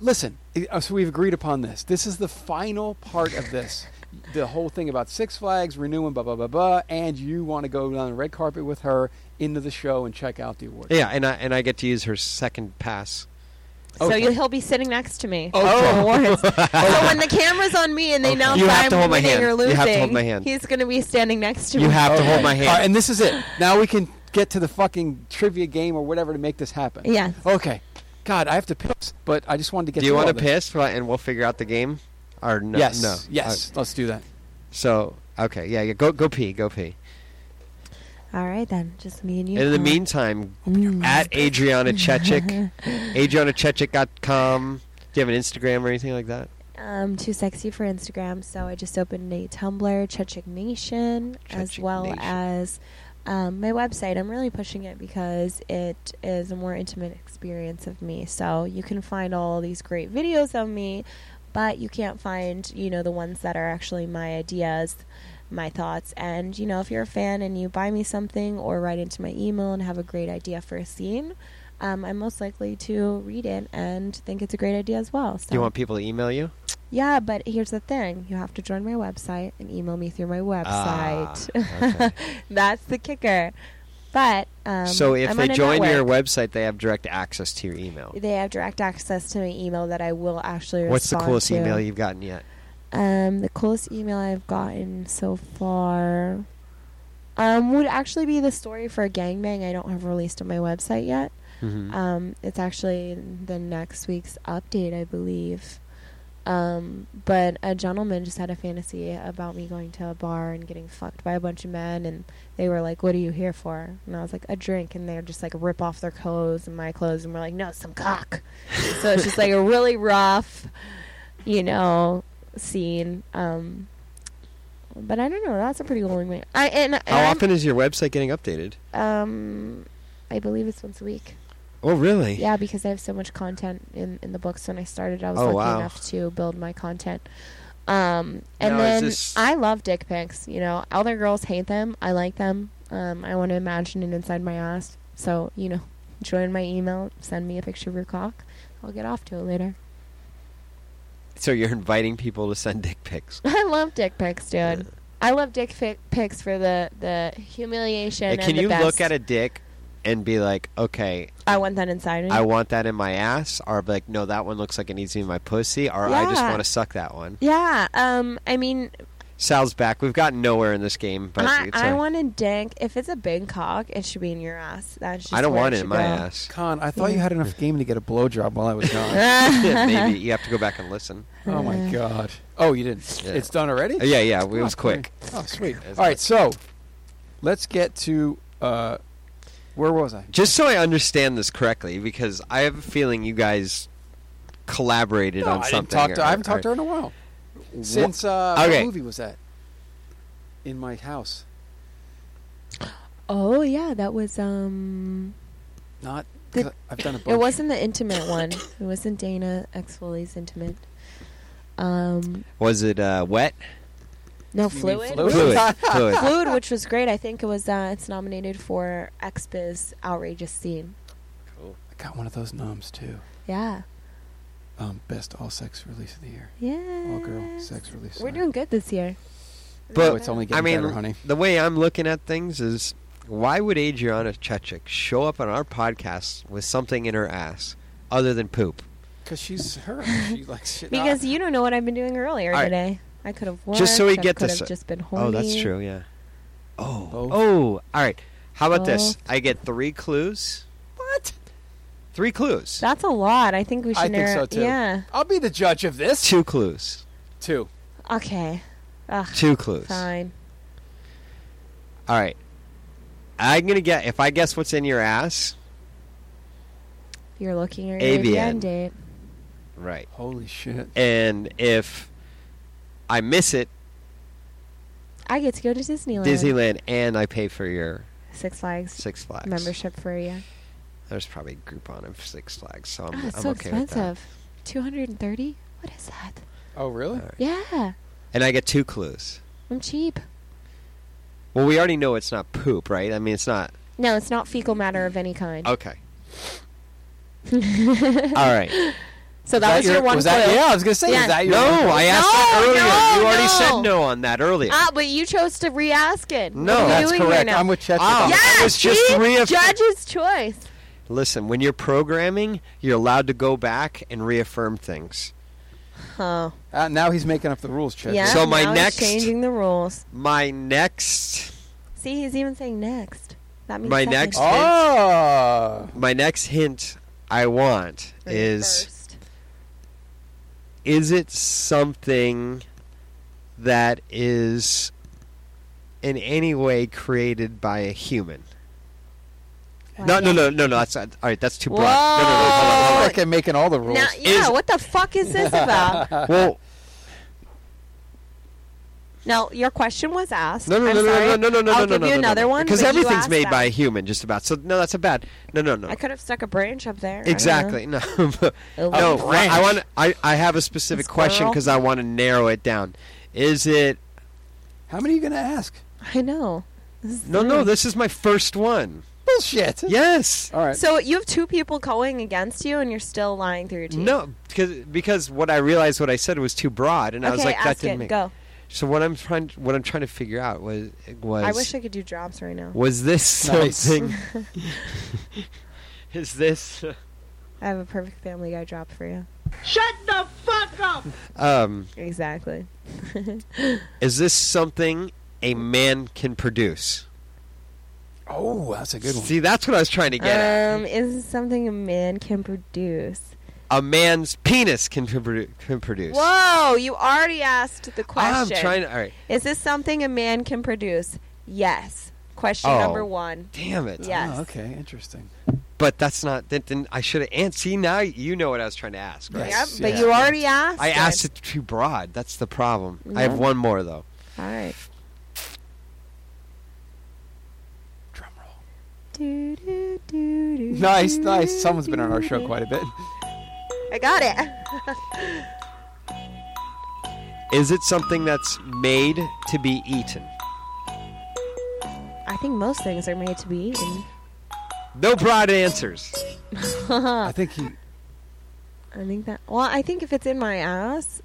B: Listen, i- uh, so we've agreed upon this. This is the final part of this. the whole thing about Six Flags, renewing, blah, blah, blah, blah, and you want to go down the red carpet with her into the show and check out the award.
C: Yeah, and I and I get to use her second pass.
D: So
B: Okay.
D: you, he'll be sitting next to me.
B: Okay.
D: Awards. so when the camera's on me and they announce
C: Oh, You have
D: I'm
C: to hold my
D: winning
C: hand.
D: or
C: You
D: losing,
C: have to hold my hand.
D: he's going to be standing next to
C: You
D: me.
C: have to hold my
B: All right,
C: hand.
B: and this is it. Now we can get to the fucking trivia game or whatever to make this happen.
D: Yeah.
B: Okay. God, I have to piss, but I just wanted to get
C: Do you
B: through
C: want
B: all
C: to
B: this.
C: piss Right, and we'll figure out the game? Or no?
B: yes.
C: No.
B: Yes. Let's do that.
C: Uh, so okay, yeah, yeah. Go go pee, go pee.
D: All right, then. Just me and you.
C: And in the
D: Huh?
C: meantime,
D: Mm.
C: at Adriana Chechik, AdrianaChechik.com. Do you have an Instagram or anything like that?
D: Um, too sexy for Instagram, so I just opened a Tumblr, Chechik Nation, as
C: Chechik
D: well
C: Nation.
D: as um, my website. I'm really pushing it because it is a more intimate experience of me. So you can find all these great videos of me, but you can't find, you know, the ones that are actually my ideas, my thoughts. And, you know, if you're a fan and you buy me something or write into my email and have a great idea for a scene, um, I'm most likely to read it and think it's a great idea as well. So.
C: Do you want people to email you?
D: Yeah, but here's the thing. You have to join my website and email me through my website.
C: Ah, okay.
D: That's the kicker. But um,
C: so if
D: I'm
C: they
D: on a
C: join your
D: network.
C: website, they have direct access to your email.
D: they have direct access to my email that I will actually
C: What's the
D: respond
C: coolest
D: to.
C: email you've gotten yet?
D: Um, the coolest email I've gotten so far um, would actually be the story for a gangbang I don't have released on my website yet.
C: Mhm.
D: Um, it's actually the next week's update, I believe. Um, but a gentleman just had a fantasy about me going to a bar and getting fucked by a bunch of men, and they were like, "What are you here for?" And I was like, "A drink." And they're just like rip off their clothes and my clothes, and we're like, "No, some cock." so it's just like a really rough, you know, scene. Um, but I don't know. That's a pretty cool email. I and, and
C: How
D: I'm-
C: often is your website getting updated?
D: Um, I believe it's once a week.
C: Oh, really?
D: Yeah, because I have so much content in, in the books. When I started, I was
C: Oh,
D: lucky
C: wow.
D: enough to build my content. Um, and
C: Now, is
D: then
C: this-
D: I love dick pics. You know, other girls hate them. I like them. Um, I want to imagine it inside my ass. So you know, join my email. Send me a picture of your cock. I'll get off to it later.
C: So you're inviting people to send dick pics.
D: I love dick pics, dude. I love dick fi- pics for the the humiliation.
C: And
D: and
C: can
D: the
C: you
D: best.
C: look at a dick and be like, okay,
D: I want that inside me.
C: I want that in my ass, or be like, no, that one looks like it needs to be in my pussy, or I just
D: Yeah.
C: want to suck that one.
D: Yeah. Um. I mean,
C: Sal's back. We've gotten nowhere in this game, but
D: I,
C: it's all
D: I
C: right.
D: want a dick. If it's a big cock, it should be in your ass. That's just
C: I don't
D: where
C: want it
D: should
C: in my
D: go.
C: ass.
B: Con, I thought you had enough game to get a blowjob while I was gone.
C: Maybe you have to go back and listen.
B: Oh my god! Oh, you didn't.
C: Yeah. Uh,
B: It's done already.
C: Yeah, yeah, it
B: Come
C: was
B: on,
C: quick.
B: Corey. Oh, sweet.
C: It's
B: All right, so let's get to uh, where was I?
C: Just so I understand this correctly, because I have a feeling you guys collaborated
B: No,
C: on
B: I didn't
C: something.
B: talk to.
C: or-
B: I haven't talked to
C: or-
B: her in a while. Since uh,
C: okay.
B: what movie was that? In my house,
D: Oh yeah, that was um.
B: not. 'cause
D: The-
B: I've done a bunch.
D: It wasn't the intimate one. It wasn't Dana X Foley's intimate. Um,
C: Was it uh, wet?
D: no
C: mean
D: fluid.
C: fluid? Fluid, fluid.
D: Fluid, which was great. I think it was. Uh, it's nominated for XBiz outrageous scene.
B: I got one of those noms too.
D: Yeah.
B: Um, best all sex release of the year.
D: Yeah.
B: All Oh, girl sex release.
D: We're doing good this year.
C: But
B: No, Oh, it's only getting
C: I mean,
B: better, honey.
C: The way I'm looking at things is, why would Adriana Chechik show up on our podcast with something in her ass other than poop?
B: Because she's her. She likes shit.
D: Because you don't know what I've been doing earlier
C: All right.
D: today. I could have worked.
C: just so we
D: I
C: get
D: could
C: this.
D: have just been horny.
C: oh, that's true. Yeah. Oh. Oh. All right. How about this? I get three clues.
B: What?
C: Three clues.
D: That's a lot. I think we should.
B: I think
D: narrow-
B: so too.
D: Yeah.
B: I'll be the judge of this.
C: Two clues.
B: Two.
D: Okay. Ugh,
C: Two clues.
D: Fine.
C: All right. I'm gonna get if I guess what's in your ass.
D: You're looking at your
C: AVN.
D: AVN date.
C: Right.
B: Holy shit.
C: And if I miss it,
D: I get to go to Disneyland.
C: Disneyland, and I pay for your
D: Six Flags.
C: Six Flags
D: Membership for a year.
C: There's probably a Groupon of Six Flags, so I'm,
D: Oh, it's
C: I'm
D: so
C: okay with
D: expensive. Two hundred and thirty. What is that?
B: Oh, really?
D: Yeah,
C: that. And I get two clues.
D: I'm cheap.
C: Well, we already know it's not poop, right? I mean, it's not.
D: No, it's not fecal matter of any kind.
C: Okay. All right.
D: So that was, your, one
B: was that-
D: clue.
B: yeah, I was gonna say, was
D: Yeah.
B: that your
C: no,
B: one clue?
C: I asked that
D: No,
C: earlier.
D: no,
C: you already said
D: no.
C: no on that earlier.
D: Ah, but you chose to re-ask it.
C: No.
D: What are we
C: That's
D: doing here
C: correct.
D: now?
C: I'm with Chet
B: Ah.
C: on that.
D: Yeah,
C: It was just
D: see?
C: reaff-
D: judge's choice.
C: Listen, when you're programming, you're allowed to go back and reaffirm things.
D: Huh.
B: Uh, now he's making up the rules, Chad.
D: Yeah.
C: So my
D: now he's
C: next-
D: changing the rules.
C: My next,
D: See, he's even saying next. That means
C: my
D: second.
C: next,
B: Oh.
C: hint, my next hint I want is, is it something that is in any way created by a human? No, no, no, no, no. That's not, all right. That's too broad. No, no, no, hold on, hold on.
B: Like I'm making all the rules.
D: Now, yeah, what the fuck is this about?
C: Well,
D: No, your question was asked.
C: no, no,
D: I'm
C: no,
D: sorry.
C: no, no, no, no,
D: I'll
C: no, no,
D: give
C: no,
D: you
C: no,
D: another
C: no.
D: one
C: Because
D: but you
C: everything's
D: asked
C: made
D: that.
C: by a human, just about. So no, that's a bad. No, no, no.
D: I could have stuck a branch up there. I don't
C: Exactly.
D: know. Oh,
C: No, no. I, I want. I, I have a specific question
D: squirrel?
C: because I want to narrow it down. Is it?
B: How many are you gonna ask?
D: I know. This is
C: No, no. This is my first one.
B: Bullshit.
C: Yes.
B: All right.
D: So you have two people going against you, and you're still lying through your teeth.
C: No, because because what I realized what I said was too broad, and I was
D: Okay,
C: like, that
D: ask
C: didn't
D: it.
C: make.
D: Go.
C: So what I'm trying what I'm trying to figure out was was
D: I wish I could do drops right now.
C: was this
B: Nice.
C: something? is this?
D: I have a perfect Family Guy drop for you.
M: Shut the fuck up!
C: Um,
D: Exactly.
C: is this something a man can produce?
B: Oh, that's a good one.
C: See, that's what I was trying to get at.
D: um, is this something a man can produce?
C: A man's penis can, produ- can produce.
D: Whoa! You already asked the
C: I'm
D: question.
C: trying to. All right.
D: Is this something a man can produce? Yes. Question
C: Oh,
D: number one.
C: damn it.
D: Yes.
B: Oh, okay, interesting.
C: But that's not. Then, then I should have answered. See, now you know what I was trying to ask, right?
D: Yep,
B: Yes,
D: but
B: yeah.
D: you already asked.
C: I asked it too broad. That's the problem. I have
D: No.
C: one more, though.
D: All right.
B: Drum roll.
D: Do, do, do, do,
B: nice, nice. Someone's been on our show quite a bit.
D: I got it.
C: Is it something that's made to be eaten?
D: I think most things are made to be eaten.
C: No broad answers.
B: I think he.
D: I think that. Well, I think if it's in my ass,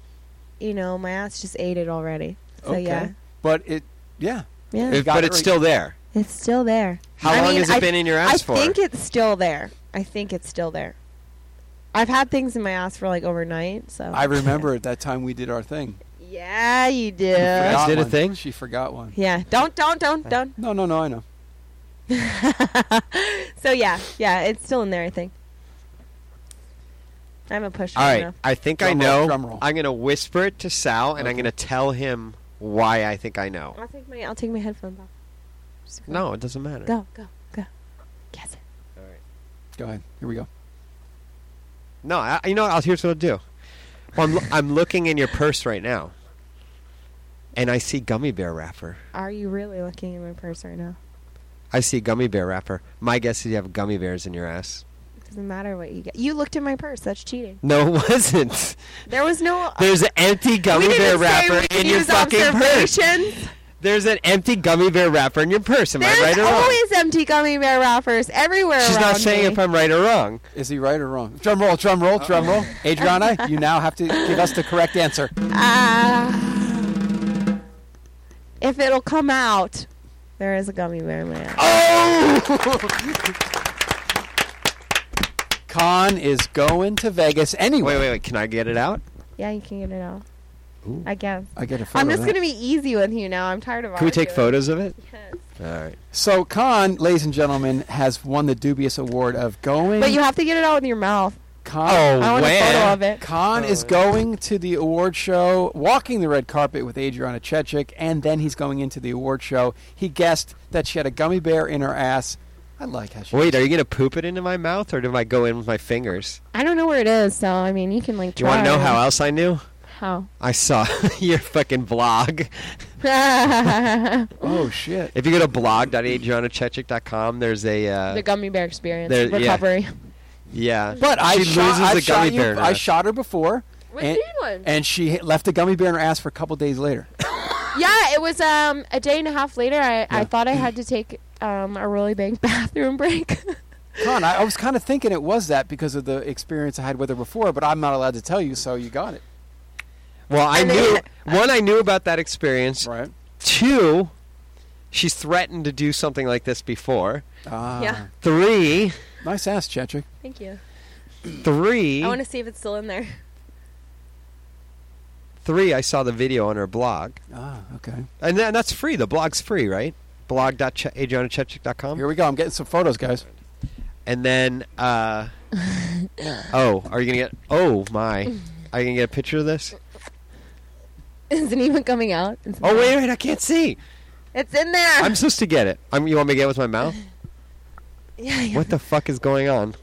D: you know, my ass just ate it already. So
B: okay.
D: yeah,
B: But it, yeah.
D: Yeah.
B: You
C: If-
B: got
C: but
B: it
C: it's
B: right.
C: still there.
D: it's still there.
C: How
D: I
C: long
D: mean,
C: has it
D: I-
C: been in your ass
D: I
C: for?
D: think it's still there. I think it's still there. I've had things in my ass for like overnight, so
B: I remember at that time we did our thing.
D: Yeah, you do.
B: She forgot
C: did a
B: one.
C: thing?
B: She forgot one.
D: Yeah, don't, don't, don't, don't.
B: No, no, no. I know.
D: So yeah, yeah, it's still in there. I think. I'm a pusher.
C: All
D: you
C: right.
D: know.
C: I think I
B: Drum roll,
C: know.
B: drum roll.
C: I'm going to whisper it to Sal, and I'm going to tell him why I think I know.
D: I'll take my I'll take my headphones off. Just go.
C: No, it doesn't matter.
D: Go, go, go. Guess it.
B: Go ahead. Here we go.
C: No, I, you know, what? I'll, here's what I'll do. Well, I'm, lo- I'm looking in your purse right now, and I see gummy bear wrapper.
D: Are you really looking in my purse right now?
C: I see gummy bear wrapper. My guess is you have gummy bears in your ass.
D: It doesn't matter what you get. You looked in my purse. That's cheating.
C: No, it wasn't.
D: There was no.
C: There's an empty gummy
D: we
C: bear
D: didn't say
C: wrapper
D: we
C: in your
D: use
C: fucking purse.
D: observations.
C: There's an empty gummy bear wrapper in your purse. Am I
D: There's
C: right or wrong?
D: always empty gummy bear wrappers everywhere
C: She's
D: around
C: not saying
D: me.
C: if I'm right or wrong.
B: Is he right or wrong? Drum roll, drum roll, drum roll. Adriana, you now have to give us the correct answer.
D: Ah. if it'll come out, Oh. there is a gummy bear man.
B: Khan is going to Vegas anyway.
C: Wait, wait, wait. Can I get it out?
D: Yeah, you can get it out.
C: Ooh.
D: I guess.
B: I get a photo.
D: I'm
B: of
D: just
B: that.
D: gonna be easy with you now. I'm tired of.
C: Can we take
D: arguing.
C: photos of it?
D: Yes.
C: All right.
B: So Khan, ladies and gentlemen, has won the dubious award of going.
D: But you have to get it out with your mouth.
B: Khan,
C: Oh,
D: I want a photo
C: where?
D: of it.
B: Khan
C: Oh.
B: is going to the award show, walking the red carpet with Adriana Chechik, and then he's going into the award show. He guessed that she had a gummy bear in her ass. I like how she.
C: Wait, are you gonna poop it into my mouth, or do I go in with my fingers?
D: I don't know where it is, so I mean, you can like.
C: Do you want to know
D: try.
C: how else I knew?
D: How?
C: I saw your fucking blog.
D: the
B: Oh shit!
C: If you go to blog.adrianachechik.com, there's a uh,
D: gummy bear experience
C: There- yeah.
D: recovery.
C: yeah.
B: But I
C: she
B: shot,
C: loses
B: I
C: the
B: shot
C: gummy
B: you-
C: bear. in her
B: I
C: ass.
B: shot her before,
D: We
B: and,
D: did one.
B: and she hit- left a gummy bear in her ass for a couple days later.
D: yeah, it was um a day and a half later. I, I thought I had to take um a really big bathroom break.
B: Khan, I, I was kind of thinking it was that because of the experience I had with her before, but I'm not allowed to tell you, so you got it
C: Well, I
D: And
C: knew
D: then-
C: one. I knew about that experience.
B: right.
C: Two, she's threatened to do something like this before.
B: Ah,
C: Uh.
D: Yeah.
C: Three,
B: Nice ass, Chechik.
D: Thank you.
C: three,
D: I want to see if it's still in there.
C: three. I saw the video on her blog,
B: Ah, okay.
C: and tha- that's free. The blog's free, right? Blog.adrianachechik.com.
B: Here we go. I'm getting some photos, guys.
C: And then, uh, oh, are you gonna get? Oh my, are you gonna get a picture of this?
D: Is it even coming out? It's
C: Oh wait, wait, I can't see.
D: It's in there.
C: I'm supposed to get it. I'm, you want me to get it with my mouth?
D: yeah, yeah.
C: What the fuck is going on?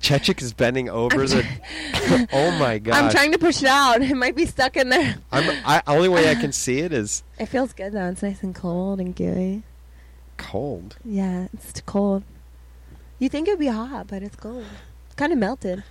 C: Chechik is bending over the. oh my god!
D: I'm trying to push it out. It might be stuck in there.
C: I'm, I, only way I can see it is
D: It feels good though. It's nice and cold and gooey.
C: cold.
D: Yeah, it's t- cold. You think it'd be hot, but it's cold. It's kind of melted.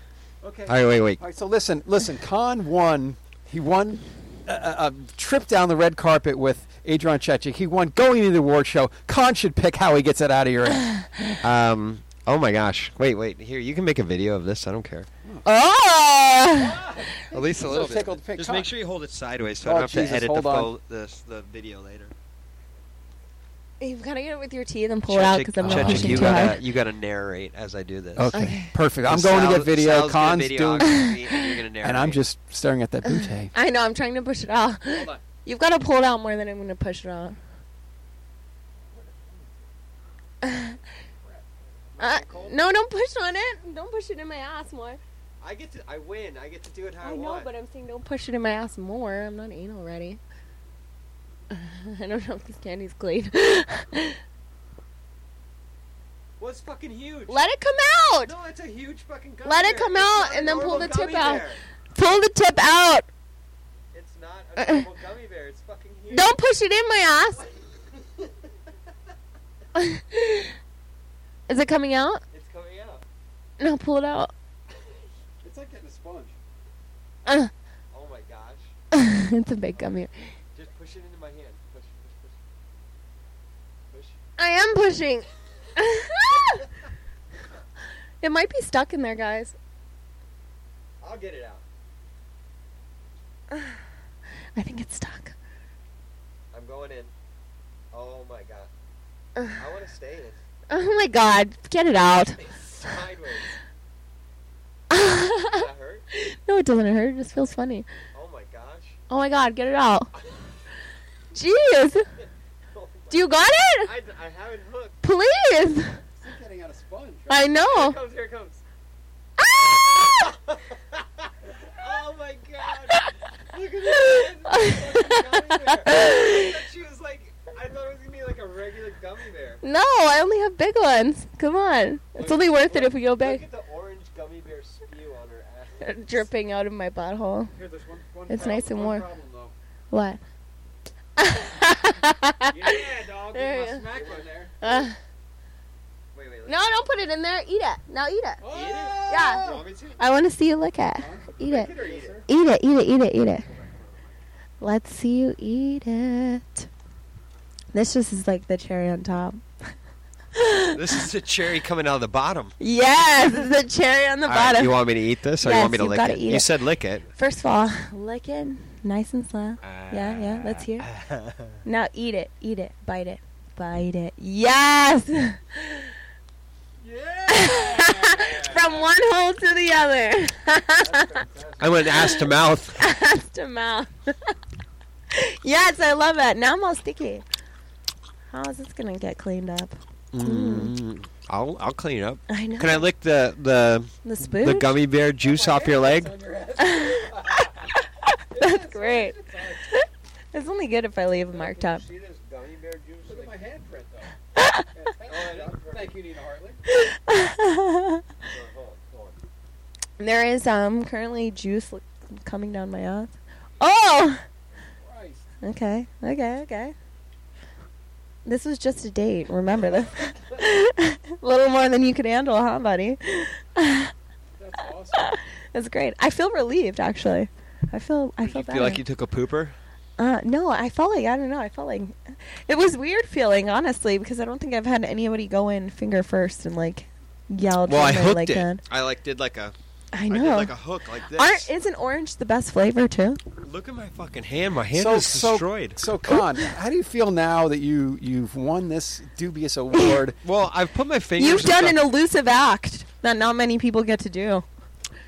B: Okay.
C: All right, wait, wait.
B: All right, so listen, listen. Khan won. He won a, a a trip down the red carpet with Adrian Chechik. He won going into the award show. Khan should pick how he gets it out of your ass.
C: Um. Oh my gosh! Wait, wait. Here, you can make a video of this. I don't care.
D: Oh!
C: At least a
B: little bit. tickled pink Just cock. make sure
C: you hold it sideways
B: so I don't Oh, have to Jesus, edit the hold on.
C: the, the video later.
D: You've got to get it with your teeth and pull it out because I'm not
I: Chechik,
D: pushing
C: you
D: too
C: gotta
D: hard.
C: you gotta narrate as I do this.
B: Okay, perfect. I'm going to get video. Khan's doing, and I'm just staring at that bootay.
D: I know. I'm trying to push it out. You've got to pull it out more than I'm going to push it out. Uh, no, don't push on it. Don't push it in my ass more.
C: I get to. I win. I get to do it how
D: I know, but I'm saying don't push it in my ass more. I'm not anal ready. I don't know if this candy's clean.
C: Well, it's fucking huge.
D: Let it come out.
C: it's a huge fucking.
D: Let it bear. come It's out not and an then pull normal the tip gummy out. bear. Pull the tip out.
C: It's
D: a Uh-uh. normal
C: gummy bear. It's fucking huge.
D: Don't push it in my ass. Is it coming out?
C: It's coming out.
D: No, pull it out.
B: It's like getting a sponge.
D: Uh,
C: Oh my gosh.
D: it's a big gum here.
C: Just push it into my hand. Push, push, push. Push.
D: I am pushing. it might be stuck in there, guys.
C: I'll get it out.
D: I think it's stuck.
C: I'm going in. Oh my god. I want to stay in.
D: Oh my god, get it out.
C: Sideways. that hurt?
D: no, it doesn't hurt. It just feels funny.
C: Oh my gosh.
D: Oh my god, get it out. Jeez.
C: Oh
D: Do you got it?
C: I, I have it hooked.
D: Please.
B: It's like getting out a sponge.
D: I know.
C: Here it comes.
D: Ah!
C: Oh my god. Look at this. I thought she was like, I thought it was going to be like a regular gummy bear.
D: no, I only have big ones. Come on. It's only worth it if we go
C: Look
D: big.
C: at the orange gummy bear spew on her ass.
D: Dripping out of my butthole.
B: Here, there's one, one
D: It's
B: problem-
D: nice and
B: one
D: warm.
B: Problem, though.
D: What?
B: Yeah, dog. There
D: There you go.
B: smack one there.
D: Uh,
C: Wait, wait.
D: no, don't put it in there. Eat it. Now eat it.
B: Oh!
D: Yeah.
C: You want me to?
D: I want to see you lick it. Eat
C: Lick
D: it.
C: or eat it?
D: Eat it, eat it, eat it, eat it. Let's see you eat it. This just is like the cherry on top.
C: This is the cherry coming out of the bottom.
D: Yes, it's the cherry on the
C: All right,
D: bottom.
C: you want me to eat this or you
D: Yes,
C: want me to
D: you've
C: lick
D: gotta
C: it?
D: eat
C: you
D: it.
C: said lick it.
D: First of all, lick it nice and slow. yeah, yeah, let's hear. Now eat it, eat it, bite it, bite it. Yes! From one hole to the other.
C: I went ass to mouth.
D: Ass to mouth. yes, I love it. Now I'm all sticky. How is this gonna get cleaned up?
C: Mm. I'll I'll clean it up.
D: I know.
C: Can I lick the the
D: The spoon?
C: gummy bear juice off your leg?
D: That's great. it's only good if I leave it marked up.
B: See this gummy bear juice? Look at my handprint, though. Thank you, Nina Hartley.
C: Uh-huh.
D: there is um currently juice li- coming down my ass. Oh.
B: Christ.
D: Okay. Okay. Okay. This was just a date. Remember this. Little more than you could handle, huh, buddy?
B: That's awesome.
D: That's great. I feel relieved, actually. I feel. I feel
C: You
D: better.
C: feel like you took a pooper?
D: Uh, no, I felt like I don't know. I felt like it was weird feeling, honestly, because I don't think I've had anybody go in finger first and like yelled.
C: Well, I
D: from my
C: hooked
D: leg
C: it.
D: down.
C: I like did like a
D: I
C: I
D: know.
C: did like a hook like this.
D: Aren't, isn't orange the best flavor too?
C: Look at my fucking hand. My hand
B: so,
C: is destroyed.
B: So, so Con, how do you feel now that you you've won this dubious award?
C: well, I've put my fingers.
D: You've
C: in
D: done
C: the-
D: an elusive act that not many people get to do.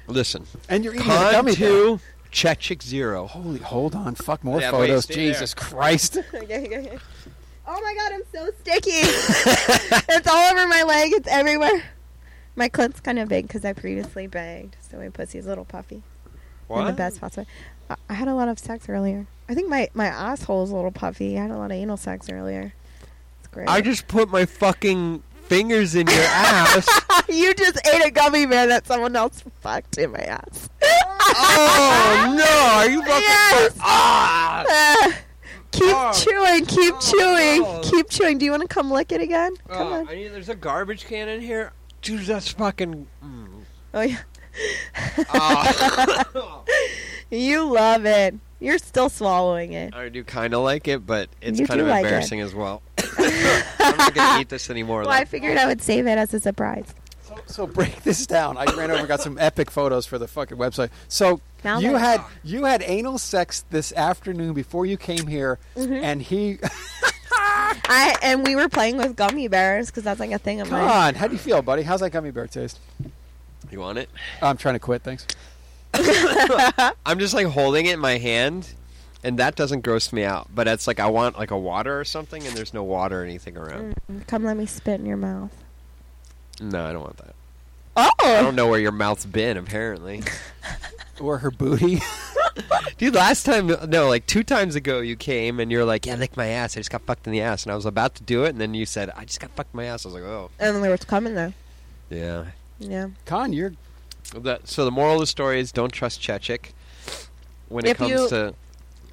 C: Listen,
B: And you're eating a
C: con
B: gummy bear.
C: two, Chechik zero.
B: Holy, hold on. Fuck more
C: Yeah, wait,
B: photos.
C: stay
B: Jesus Christ.
D: Okay, okay, okay. oh my god, I'm so sticky. it's all over my leg. It's everywhere. My clit's kind of big because I previously banged, so my pussy's a little puffy. In the best possible. I, I had a lot of sex earlier. I think my my asshole's a little puffy. I had a lot of anal sex earlier. It's great.
C: I just put my fucking fingers in your ass.
D: you just ate a gummy bear that someone else fucked in my ass.
C: oh no! Are you fucking?
D: Yes.
C: Ah!
D: Ah. keep
C: Oh.
D: chewing, keep
C: Oh,
D: chewing,
C: no.
D: keep chewing. Do you want to come lick it again? Come
C: Oh,
D: on.
C: I mean, there's a garbage can in here, dude. That's fucking. Mm.
D: Oh yeah.
C: Ah.
D: you love it. You're still swallowing it.
C: I do kind of like it, but it's
D: You
C: kind
D: do
C: of
D: like it.
C: embarrassing as well. I'm not gonna eat this anymore.
D: Well, I
C: though.
D: figured I would save it as a surprise.
B: So, so break this down. I ran over and got some epic photos for the fucking website. So
D: Now
B: you
D: that-
B: had you had anal sex this afternoon before you came here,
D: Mm-hmm.
B: and he.
D: I and we were playing with gummy bears because that's like a thing of
B: Come
D: mine.
B: on, how do you feel, buddy? How's that gummy bear taste?
C: you want it?
B: I'm trying to quit. Thanks.
C: I'm just like holding it in my hand, and that doesn't gross me out. But it's like I want like a water or something, and there's no water or anything around.
D: Come, let me spit in your mouth. Mm.
C: No, I don't want that. I
D: Oh,
C: don't know where your mouth's been. Apparently,
B: Or her booty.
C: dude. Last time, no, like two times ago, you came and you're like, "Yeah, lick my ass." I just got fucked in the ass, and I was about to do it, and then you said, "I just got fucked in my ass." I was like, "Oh,
D: and there was coming though.
C: yeah."
D: Yeah,
B: Con, you're
C: That, so the moral of the story is don't trust Chechik when it
D: If
C: comes
D: you-
C: to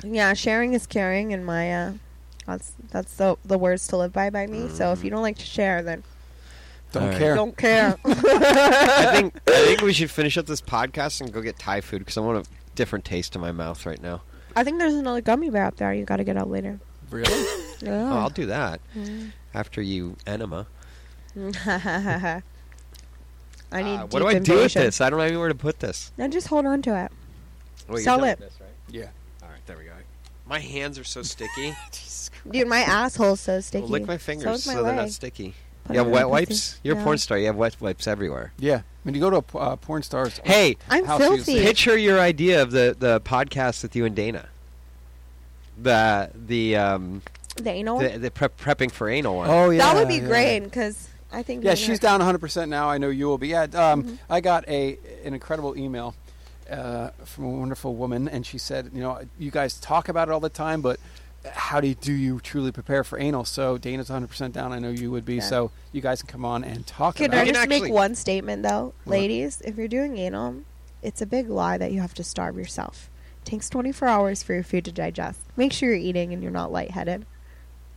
D: yeah. Sharing is caring, and my uh, that's that's the the words to live by by me. So if you don't like to share, then
B: Don't
C: All right.
B: care.
D: Don't care.
C: I think I think we should finish up this podcast and go get Thai food because I want a different taste in my mouth right now.
D: I think there's another gummy bear up there. You got to get out later.
B: Really?
D: Yeah.
C: Oh, I'll do that
D: Mm.
C: after you enema.
D: I need.
C: Uh, what
D: deep
C: do I do with
D: invasion.
C: this? I don't know anywhere to put this.
D: Now just hold on to it.
C: Wait, you're
D: Sell
C: done
D: it.
C: with this, right?
B: Yeah.
C: All right, there we go. My hands are so sticky.
D: Dude, my asshole's so sticky.
C: Well, lick my
D: So,
C: fingers
D: is
C: so,
D: my
C: they're
D: leg.
C: not sticky.
D: Put
C: you
D: it
C: have
D: on
C: wet
D: pussy.
C: wipes. You're a
D: Yeah.
C: porn star. You have wet wipes everywhere.
B: Yeah. When you go to a po- uh, porn star's
C: Hey,
D: I'm
B: house, you
D: filthy.
B: see-
C: picture your idea of the, the podcast with you and Dana. The the um
D: The anal. one?
C: the, the prep, prepping for anal one.
B: Oh yeah.
D: that would be
B: yeah.
D: great because I think.
B: Yeah,
D: we
B: she's down
D: have-
B: 100% now. I know you will be. Yeah, um,
D: Mm-hmm.
B: I got a an incredible email uh, from a wonderful woman, and she said, you know, you guys talk about it all the time, but how do you, do you truly prepare for anal? So Dana's 100% down. I know you would be.
D: Yeah.
B: So you guys can come on and talk
D: Can
B: about
D: I
B: it.
D: just
C: actually-
D: make one statement though, ladies? If you're doing anal, it's a big lie that you have to starve yourself. takes 24 hours for your food to digest. Make sure you're eating and you're not lightheaded.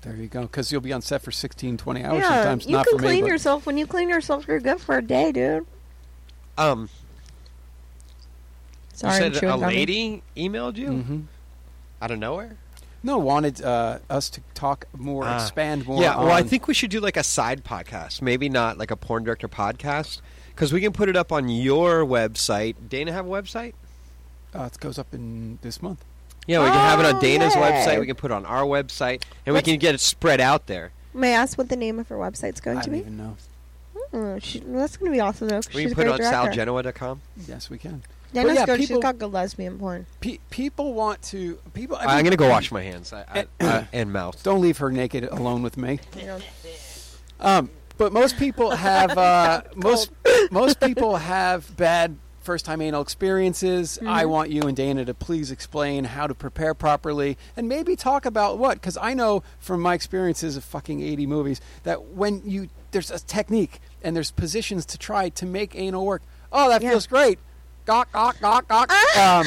B: There you go. Because you'll be on set for 16, 20 hours
D: yeah,
B: sometimes.
D: you
B: Not
D: can
B: for me.
D: clean
B: but-
D: yourself. When you clean yourself, you're good for a day, dude.
C: Um,
D: Sorry,
C: you
D: I'm
C: said
D: chewing Mm-hmm.
C: a
D: gummy.
C: lady emailed you
B: Mhm.
C: out of nowhere.
B: No, wanted uh, us to talk more,
C: Ah.
B: expand more.
C: Yeah, well, I
D: um,
B: on-
C: think we should do like a side podcast, maybe not like a porn director podcast, because we can put it up on your website. Dana have a website?
B: uh, it goes up in this month.
C: Yeah, we can have it on
D: Oh,
C: Dana's
D: yay.
C: website. We can put it on our website, and
D: Let's-
C: we can get it spread out there.
D: May I ask what the name of her website's going
B: I
D: to
B: don't
D: be?
B: even know.
D: Mm, she, that's going to be awesome though. 'cause
C: We can
D: she's a
C: put
D: great
C: it on
D: director.
C: salgenoa.com.
B: Yes, we can.
D: Yeah,
B: But
D: let's
B: yeah,
D: go.
B: people-
D: she's got good lesbian porn.
B: Pe- people want to. People. I
C: I am
B: mean-
C: going to go wash my hands I, I, uh, and mouth.
B: Don't leave her naked alone with me.
D: You know.
B: Um, but most people have uh, most most people have bad first time anal experiences. I want you and Dana to please explain how to prepare properly and maybe talk about what because I know from my experiences of fucking eighty movies that when you there's a technique and there's positions to try to make anal work. Oh, that
D: Yeah.
B: feels great. Gawk, gawk, gawk, gawk. Um,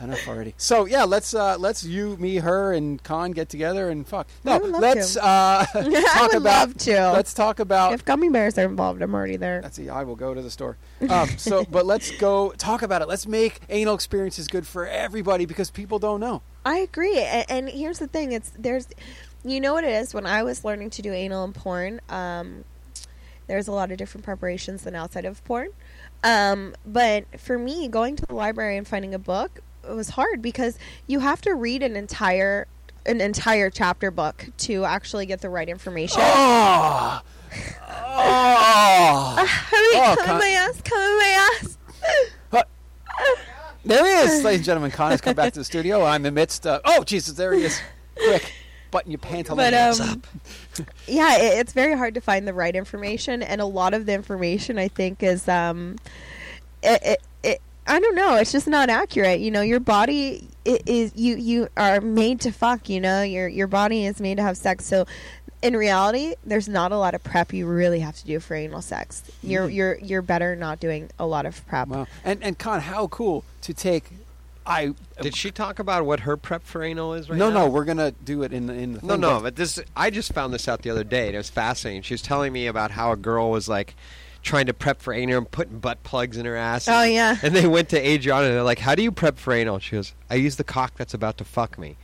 B: Enough already. So yeah, let's uh, let's you, me, her, and Khan get together and fuck. No,
D: I would love
B: let's
D: to.
B: uh, talk
D: I would
B: about.
D: love to.
B: Let's talk about.
D: if gummy bears are involved, I'm already there.
B: That's see, I will go to the store. Um, so, but let's go talk about it. Let's make anal experiences good for everybody because people don't know.
D: I agree. And, and here's the thing: it's there's, you know what it is. When I was learning to do anal and porn, um, there's a lot of different preparations than outside of porn. Um, but for me, going to the library and finding a book it was hard because you have to read an entire an entire chapter book to actually get the right information.
B: Oh, oh,
D: Hurry,
B: Oh,
D: come
B: Con-
D: in my ass, come in my ass.
B: there he is, ladies and gentlemen. Khan has come back to the studio. I'm amidst. Uh, oh Jesus, there he is. Quick, button your pantaloons
D: um,
B: up.
D: yeah it, it's very hard to find the right information and a lot of the information i think is um it, it, it i don't know it's just not accurate you know your body i- is you you are made to fuck you know your your body is made to have sex so in reality there's not a lot of prep you really have to do for anal sex you're you're you're better not doing a lot of prep
B: Wow. And and Khan, how cool to take. I
C: Did she talk about what her prep for anal is right
B: no,
C: now?
B: no, we're gonna do it in the in the.
C: No,
B: thing,
C: no,
B: but-
C: but this I just found this out the other day, and it was fascinating. She was telling me about how a girl was like trying to prep for anal and putting butt plugs in her ass.
D: Oh, yeah.
C: And they went to Adriana and they're like, "How do you prep for anal?" She goes, "I use the cock that's about to fuck me."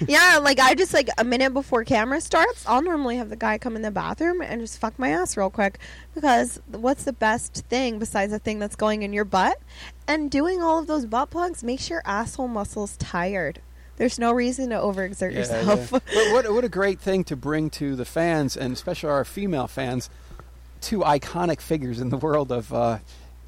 D: yeah, like I just like a minute before camera starts, I'll normally have the guy come in the bathroom and just fuck my ass real quick because what's the best thing besides the thing that's going in your butt? And doing all of those butt plugs makes your asshole muscles tired. There's no reason to overexert
B: Yeah,
D: yourself.
B: yeah. but what what a great thing to bring to the fans, and especially our female fans, two iconic figures in the world of uh,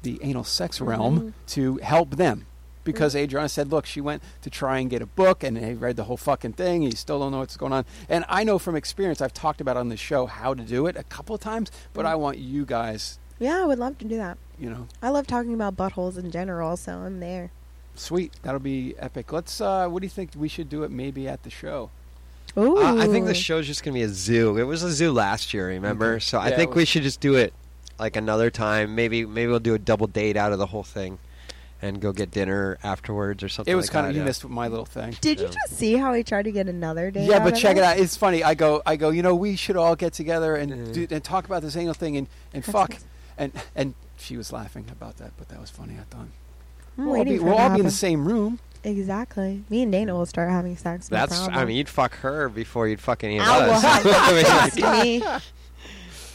B: the anal sex realm to help them. Because Adriana said, look, she went to try and get a book and they read the whole fucking thing. You still don't know what's going on. And I know from experience, I've talked about on this show how to do it a couple of times, but I want you guys,
D: yeah, I would love to do that.
B: you know,
D: I love talking about buttholes in general, so I'm there.
B: sweet. That'll be epic. Let's, uh, what do you think we should do it maybe at the show?
D: Ooh.
C: Uh, I think the show's just gonna be a zoo. It was a zoo last year, remember?
B: Okay.
C: So I
B: Mm-hmm. Yeah, it
C: think we
B: was.
C: should just do it like another time. Maybe maybe we'll do a double date out of the whole thing, and go get dinner afterwards or something.
B: It was
C: like
B: kind
C: that,
B: of you
C: yeah.
B: missed my little thing.
D: Did you just see how he tried to get another date?
B: Yeah, but
D: of
B: check it
D: this?
B: out. It's funny. I go, I go. You know, we should all get together and do, and talk about this anal thing and and fuck and and she was laughing about that, but that was funny. I thought
D: I'm
B: we'll all
D: waiting
B: be,
D: for
B: we'll
D: it to
B: all be in the
D: happen.
B: same room.
D: Exactly. Me and Dana will start having sex. no
C: That's. I
D: problem.
C: mean, you'd fuck her before you'd fuck any of
D: I will
C: us.
D: have
C: I mean,
D: Trust me.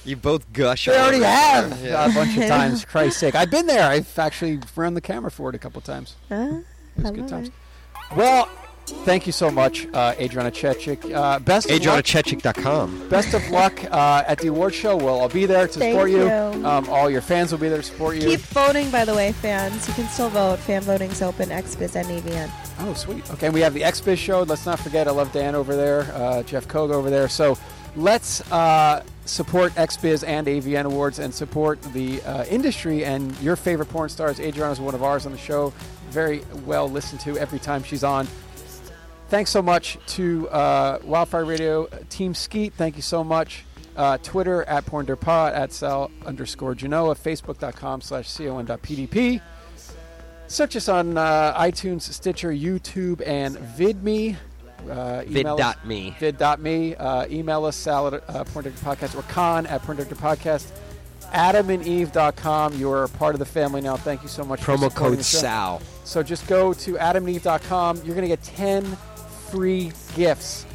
C: you both gush.
B: They
C: all
B: already
C: over each
B: have
C: other. Yeah.
B: uh, a bunch of times. Christ's sake, I've been there. I've actually run the camera for it a couple times.
D: Huh?
B: It was good times. Well, thank you so much, uh, Adriana Chechik. Uh, best of luck.
C: AdrianaChechik.com.
B: Best of luck uh, at the award show. We'll all be there to
D: Thank
B: support you.
D: you.
B: Um, all your fans will be there to support you.
D: Keep voting, by the way, fans. You can still vote. Fan voting's open. XBiz and EVN.
B: Oh, sweet. Okay, we have the XBiz show. Let's not forget, I love Dan over there, uh, Jeff Koga over there. So let's uh, support XBiz and AVN Awards and support the uh, industry and your favorite porn stars. Adriana is one of ours on the show. Very well listened to every time she's on. Thanks so much to uh, Wildfire Radio uh, Team Skeet. Thank you so much. Uh, Twitter at PornDerPod, at Sal underscore Genoa, Facebook.com slash con.pdp. Search us on uh, iTunes, Stitcher, YouTube, and VidMe. Uh, email us-
C: Vid.me.
B: Vid.me. Uh, email us, Sal at uh, Porn Director Podcast or Con at Porn Director Podcast. AdamandEve.com. You are a part of the family now. Thank you so much. for
C: Promo
B: supporting
C: code
B: the show.
C: Sal.
B: So just go to AdamandEve.com. You're going to get 10 free gifts.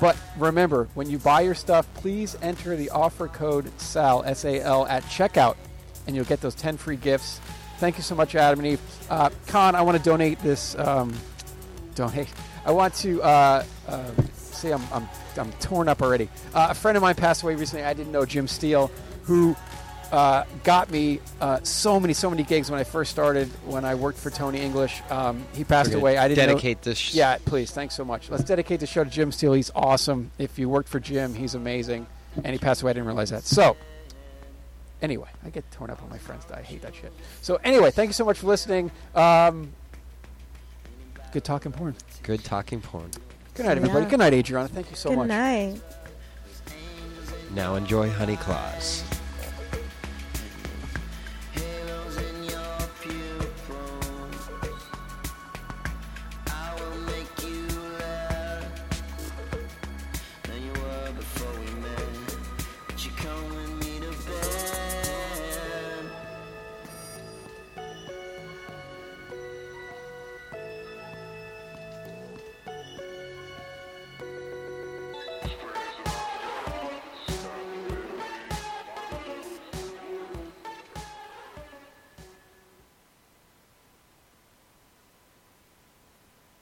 B: But remember, when you buy your stuff, please enter the offer code SAL, S A L, at checkout, and you'll get those 10 free gifts. Thank you so much, Adam and Eve. Uh, Con, I want to donate this. Um, donate. I want to uh, uh, see, I'm, I'm, I'm torn up already. Uh, a friend of mine passed away recently. I didn't know Jim Steele, who uh, got me uh, so many, so many gigs when I first started, when I worked for Tony English. Um, he passed
C: We're gonna
B: away. I didn't know-
C: dedicate this sh-
B: yeah, please. Thanks so much. Let's dedicate the show to Jim Steele. He's awesome. If you worked for Jim, he's amazing. And he passed away. I didn't realize that. So, anyway, I get torn up when my friends die. I hate that shit. So, anyway, thank you so much for listening. Um, good talking porn.
C: Good talking porn.
B: Good night, everybody.
D: Yeah.
B: Good night, Adriana. Thank you so
D: Good
B: much.
D: night.
C: Now enjoy Honey Claws.